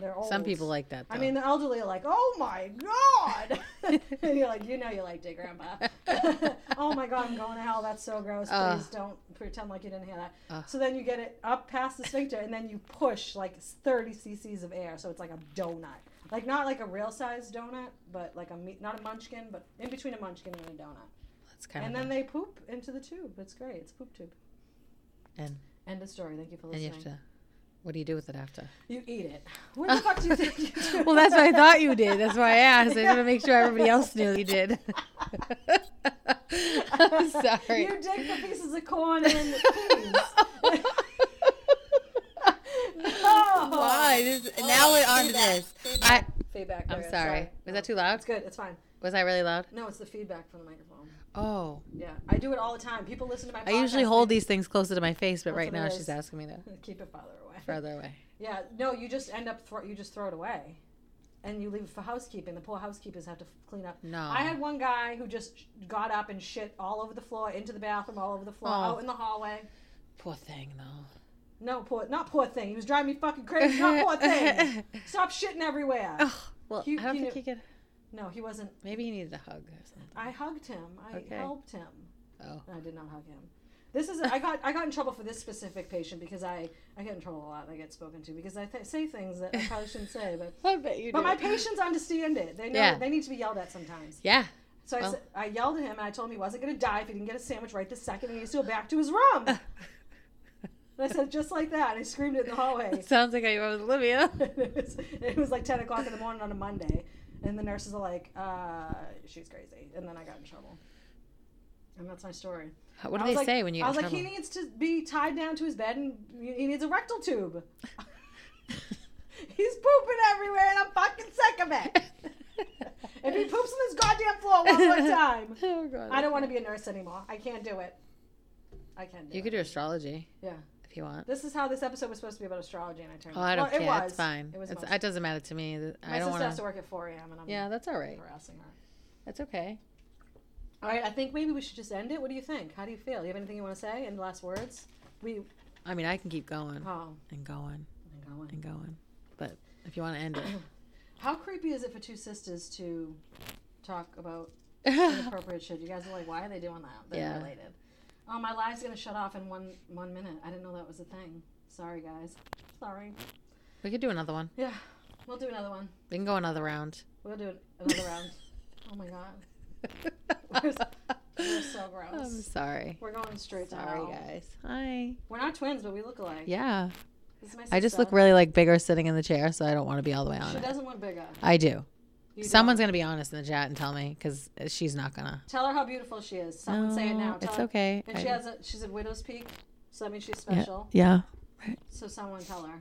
[SPEAKER 1] They're old.
[SPEAKER 2] Some people like that. Though.
[SPEAKER 1] I mean, the elderly are like, "Oh my god!" and you're like, "You know, you liked it, Grandpa." oh my god, I'm going to hell. That's so gross. Please
[SPEAKER 2] Ugh.
[SPEAKER 1] don't pretend like you didn't hear that.
[SPEAKER 2] Ugh.
[SPEAKER 1] So then you get it up past the sphincter, and then you push like 30 cc's of air, so it's like a donut, like not like a real sized donut, but like a me- not a munchkin, but in between a munchkin and a donut.
[SPEAKER 2] that's kind
[SPEAKER 1] and
[SPEAKER 2] of.
[SPEAKER 1] then they poop into the tube. It's great. It's a poop tube.
[SPEAKER 2] And-
[SPEAKER 1] end of story. Thank you for
[SPEAKER 2] and you
[SPEAKER 1] listening.
[SPEAKER 2] have to. What do you do with it after?
[SPEAKER 1] You, eat it. What the fuck do you think? You do?
[SPEAKER 2] well, that's what I thought you did. That's why I asked. I want to make sure everybody else knew you did. I'm sorry.
[SPEAKER 1] You dig the pieces of corn in, please. no.
[SPEAKER 2] Why? This- now we're on to
[SPEAKER 1] Feedback.
[SPEAKER 2] this. I,
[SPEAKER 1] Feedback. Feedback.
[SPEAKER 2] I'm
[SPEAKER 1] period.
[SPEAKER 2] sorry. Was that too loud?
[SPEAKER 1] It's good. It's fine.
[SPEAKER 2] Was I really loud?
[SPEAKER 1] No, it's the feedback from the microphone.
[SPEAKER 2] Oh.
[SPEAKER 1] Yeah, I do it all the time. People listen to my.
[SPEAKER 2] I
[SPEAKER 1] Podcast
[SPEAKER 2] usually
[SPEAKER 1] and
[SPEAKER 2] hold these things closer to my face, but
[SPEAKER 1] That's
[SPEAKER 2] right
[SPEAKER 1] what it
[SPEAKER 2] now
[SPEAKER 1] is.
[SPEAKER 2] she's asking me to
[SPEAKER 1] Keep it farther away.
[SPEAKER 2] further away.
[SPEAKER 1] Yeah. No, you just end up throw. You just throw it away. and you leave it for housekeeping. The poor housekeepers have to f- clean up.
[SPEAKER 2] No.
[SPEAKER 1] I had one guy who just sh- got up and shit all over the floor, into the bathroom, all over the floor,
[SPEAKER 2] Oh.
[SPEAKER 1] out in the hallway.
[SPEAKER 2] Poor thing, though.
[SPEAKER 1] No, poor, not poor thing. He was driving me fucking crazy. Not poor thing. Stop shitting everywhere.
[SPEAKER 2] Ugh, well,
[SPEAKER 1] You-
[SPEAKER 2] I don't
[SPEAKER 1] you
[SPEAKER 2] think
[SPEAKER 1] know-
[SPEAKER 2] he could.
[SPEAKER 1] No, he wasn't.
[SPEAKER 2] Maybe he needed a hug or something.
[SPEAKER 1] I hugged him. I
[SPEAKER 2] Okay.
[SPEAKER 1] helped him.
[SPEAKER 2] Oh.
[SPEAKER 1] No, I did not hug him. This is I got I got in trouble for this specific patient because I I get in trouble a lot. and I get spoken to because I th- say things that I probably shouldn't say, but
[SPEAKER 2] I bet you
[SPEAKER 1] but my patients understand it. They know
[SPEAKER 2] Yeah.
[SPEAKER 1] they need to be yelled at sometimes.
[SPEAKER 2] Yeah.
[SPEAKER 1] So I,
[SPEAKER 2] Well-
[SPEAKER 1] s- I yelled at him and I told him he wasn't going to die if he didn't get a sandwich right this second. And he needs to go back to his room. and I said just like that. And I screamed it in the hallway.
[SPEAKER 2] It sounds like I was Olivia.
[SPEAKER 1] it, was, it was like ten o'clock in the morning on a Monday, and the nurses are like, uh, "She's crazy," and then I got in trouble. And that's my story.
[SPEAKER 2] How- What do
[SPEAKER 1] I was
[SPEAKER 2] they
[SPEAKER 1] like-
[SPEAKER 2] say when you
[SPEAKER 1] I
[SPEAKER 2] get
[SPEAKER 1] was
[SPEAKER 2] in
[SPEAKER 1] like,
[SPEAKER 2] trouble?
[SPEAKER 1] he needs to be tied down to his bed and he needs a rectal tube. He's pooping everywhere and I'm fucking sick of it. if he poops on this goddamn floor one more time,
[SPEAKER 2] oh, God.
[SPEAKER 1] I don't want to be a nurse anymore. I can't do it. I can't do
[SPEAKER 2] You
[SPEAKER 1] it.
[SPEAKER 2] could do astrology
[SPEAKER 1] yeah.
[SPEAKER 2] if you want.
[SPEAKER 1] This is how this episode was supposed to be about astrology and I turned
[SPEAKER 2] Oh, I don't
[SPEAKER 1] well,
[SPEAKER 2] care.
[SPEAKER 1] It was.
[SPEAKER 2] It's fine.
[SPEAKER 1] It was
[SPEAKER 2] it's,
[SPEAKER 1] mostly-
[SPEAKER 2] it doesn't matter to me. Th-
[SPEAKER 1] My
[SPEAKER 2] I don't
[SPEAKER 1] sister
[SPEAKER 2] want
[SPEAKER 1] has
[SPEAKER 2] to.
[SPEAKER 1] to work at 4 a.m. and I'm
[SPEAKER 2] Yeah, that's all right.
[SPEAKER 1] harassing her.
[SPEAKER 2] That's okay.
[SPEAKER 1] All right, I think maybe we should just end it. What do you think? How do you feel? You have anything you want to say? Any last words? We,
[SPEAKER 2] I mean, I can keep going
[SPEAKER 1] oh,
[SPEAKER 2] and going
[SPEAKER 1] I'm going.
[SPEAKER 2] and going. But if you want to end
[SPEAKER 1] How creepy is it for two sisters to talk about
[SPEAKER 2] it,
[SPEAKER 1] inappropriate shit? You guys are like, why are they doing that? They're
[SPEAKER 2] Yeah.
[SPEAKER 1] related. Oh, my live's gonna shut off in one one minute. I didn't know that was a thing. Sorry, guys. Sorry.
[SPEAKER 2] we could do another one.
[SPEAKER 1] Yeah, we'll do another one.
[SPEAKER 2] We can go another round.
[SPEAKER 1] We'll do an- another round. Oh my god, we're so
[SPEAKER 2] I'm
[SPEAKER 1] gross.
[SPEAKER 2] sorry.
[SPEAKER 1] We're going straight to
[SPEAKER 2] Um, Sorry,
[SPEAKER 1] hell.
[SPEAKER 2] guys. Hi.
[SPEAKER 1] We're not twins, but we look alike.
[SPEAKER 2] Yeah.
[SPEAKER 1] This is my
[SPEAKER 2] I just
[SPEAKER 1] sister.
[SPEAKER 2] look really like bigger sitting in the chair, so I don't want to be all the way on
[SPEAKER 1] She
[SPEAKER 2] it.
[SPEAKER 1] doesn't want bigger.
[SPEAKER 2] I do.
[SPEAKER 1] You
[SPEAKER 2] Someone's going to be honest in the chat and tell me because she's not going to.
[SPEAKER 1] don't. tell her how beautiful she is. Someone say it now. Tell
[SPEAKER 2] It's
[SPEAKER 1] her.
[SPEAKER 2] okay.
[SPEAKER 1] And
[SPEAKER 2] I-
[SPEAKER 1] she has a she's a widow's peak, so that means she's special.
[SPEAKER 2] yeah.
[SPEAKER 1] So someone tell her.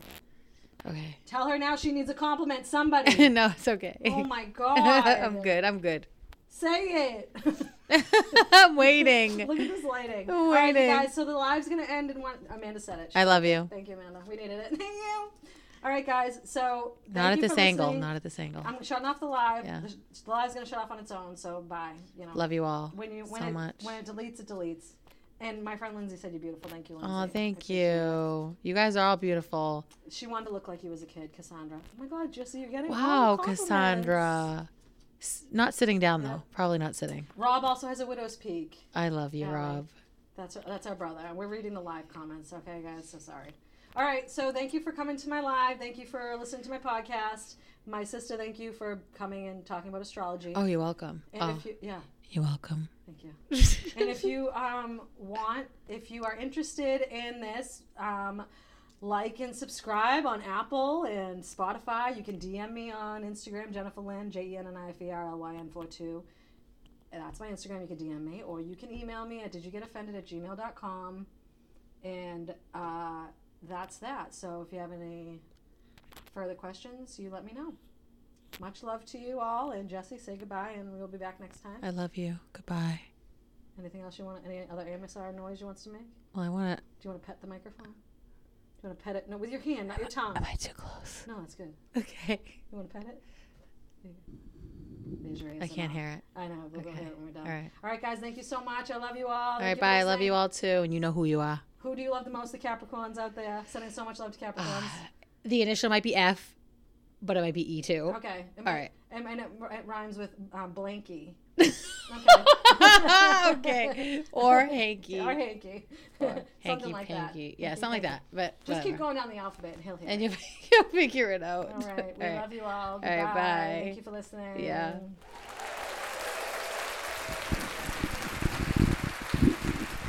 [SPEAKER 2] Okay.
[SPEAKER 1] Tell her now she needs a compliment. Somebody.
[SPEAKER 2] no, it's okay.
[SPEAKER 1] oh my god.
[SPEAKER 2] I'm good. I'm good.
[SPEAKER 1] Say it.
[SPEAKER 2] I'm waiting.
[SPEAKER 1] Look at this lighting. All right, you
[SPEAKER 2] Waiting. Uh,
[SPEAKER 1] guys. So the live's gonna end in one. Amanda said it.
[SPEAKER 2] I love you.
[SPEAKER 1] Thank you, Amanda. We needed it. Thank you. All right, guys. So thank
[SPEAKER 2] Not at
[SPEAKER 1] you
[SPEAKER 2] this
[SPEAKER 1] for
[SPEAKER 2] angle.
[SPEAKER 1] listening. Uh-huh.
[SPEAKER 2] Not at this angle.
[SPEAKER 1] I'm shutting off the live.
[SPEAKER 2] Yeah.
[SPEAKER 1] The, the live's gonna shut off on its own. So bye. You know.
[SPEAKER 2] Love you all.
[SPEAKER 1] when you when
[SPEAKER 2] so
[SPEAKER 1] it
[SPEAKER 2] much.
[SPEAKER 1] when it deletes, it deletes. And my friend Lindsay said you're beautiful. Thank you, Lindsay. I
[SPEAKER 2] Oh, thank
[SPEAKER 1] appreciate it.
[SPEAKER 2] you. You guys are all beautiful.
[SPEAKER 1] She wanted to look like you was a kid, Cassandra. Oh my God, Jesse, you're getting all
[SPEAKER 2] Wow,
[SPEAKER 1] the compliments.
[SPEAKER 2] Cassandra. S- Not sitting down
[SPEAKER 1] Yeah.
[SPEAKER 2] though. Probably not sitting.
[SPEAKER 1] Rob also has a widow's peak.
[SPEAKER 2] I love you,
[SPEAKER 1] Yeah, right.
[SPEAKER 2] Rob.
[SPEAKER 1] That's that's our brother. We're reading the live comments. Okay, guys, so sorry. All right, so thank you for coming to my live. Thank you for listening to my podcast. My sister, thank you for coming and talking about astrology.
[SPEAKER 2] Oh, you're welcome.
[SPEAKER 1] and
[SPEAKER 2] Oh,
[SPEAKER 1] if you, yeah,
[SPEAKER 2] you're welcome.
[SPEAKER 1] thank you. and if you um, want, if you are interested in this, um, like and subscribe on Apple and Spotify. You can DM me on Instagram, Jennifer Lynn, J E N N I F E R L Y N 42. And That's my Instagram. You can DM me, or you can email me at did you get offended at gmail.com. And uh, that's that. So if you have any further questions, you let me know. Much love to you all, and Jesse, say goodbye, and we'll be back next time.
[SPEAKER 2] I love you. Goodbye.
[SPEAKER 1] Anything else you want? Any other MSR noise you wants to make?
[SPEAKER 2] Well, I want to.
[SPEAKER 1] Do you want to pet the microphone? Do you want to pet it? No, with your hand, not your tongue.
[SPEAKER 2] Am I too close?
[SPEAKER 1] No, that's good.
[SPEAKER 2] Okay.
[SPEAKER 1] You want to pet it? There you go. There's your
[SPEAKER 2] I can't
[SPEAKER 1] ASMR.
[SPEAKER 2] hear it.
[SPEAKER 1] I know. We'll go
[SPEAKER 2] Okay.
[SPEAKER 1] hear it when we're done.
[SPEAKER 2] All right.
[SPEAKER 1] All right, guys. Thank you so much. I love you all.
[SPEAKER 2] All right. Bye. I love you all too. And you know who you are.
[SPEAKER 1] Who do you love the most? The Capricorns out there. Sending so much love to Capricorns.
[SPEAKER 2] The initial might be F, but it might be E too.
[SPEAKER 1] okay. All
[SPEAKER 2] All right.
[SPEAKER 1] And, and it, it rhymes with um, blanky.
[SPEAKER 2] okay. Or hanky.
[SPEAKER 1] Or hanky.
[SPEAKER 2] Or
[SPEAKER 1] something
[SPEAKER 2] hanky
[SPEAKER 1] like
[SPEAKER 2] panky.
[SPEAKER 1] that.
[SPEAKER 2] Yeah, something like that. But
[SPEAKER 1] Just keep
[SPEAKER 2] whatever.
[SPEAKER 1] going down the alphabet and he'll hear
[SPEAKER 2] And
[SPEAKER 1] it.
[SPEAKER 2] you, you'll figure it out.
[SPEAKER 1] All right. We
[SPEAKER 2] All right.
[SPEAKER 1] love you all.
[SPEAKER 2] right,
[SPEAKER 1] Goodbye.
[SPEAKER 2] bye.
[SPEAKER 1] Thank you for listening.
[SPEAKER 2] Yeah.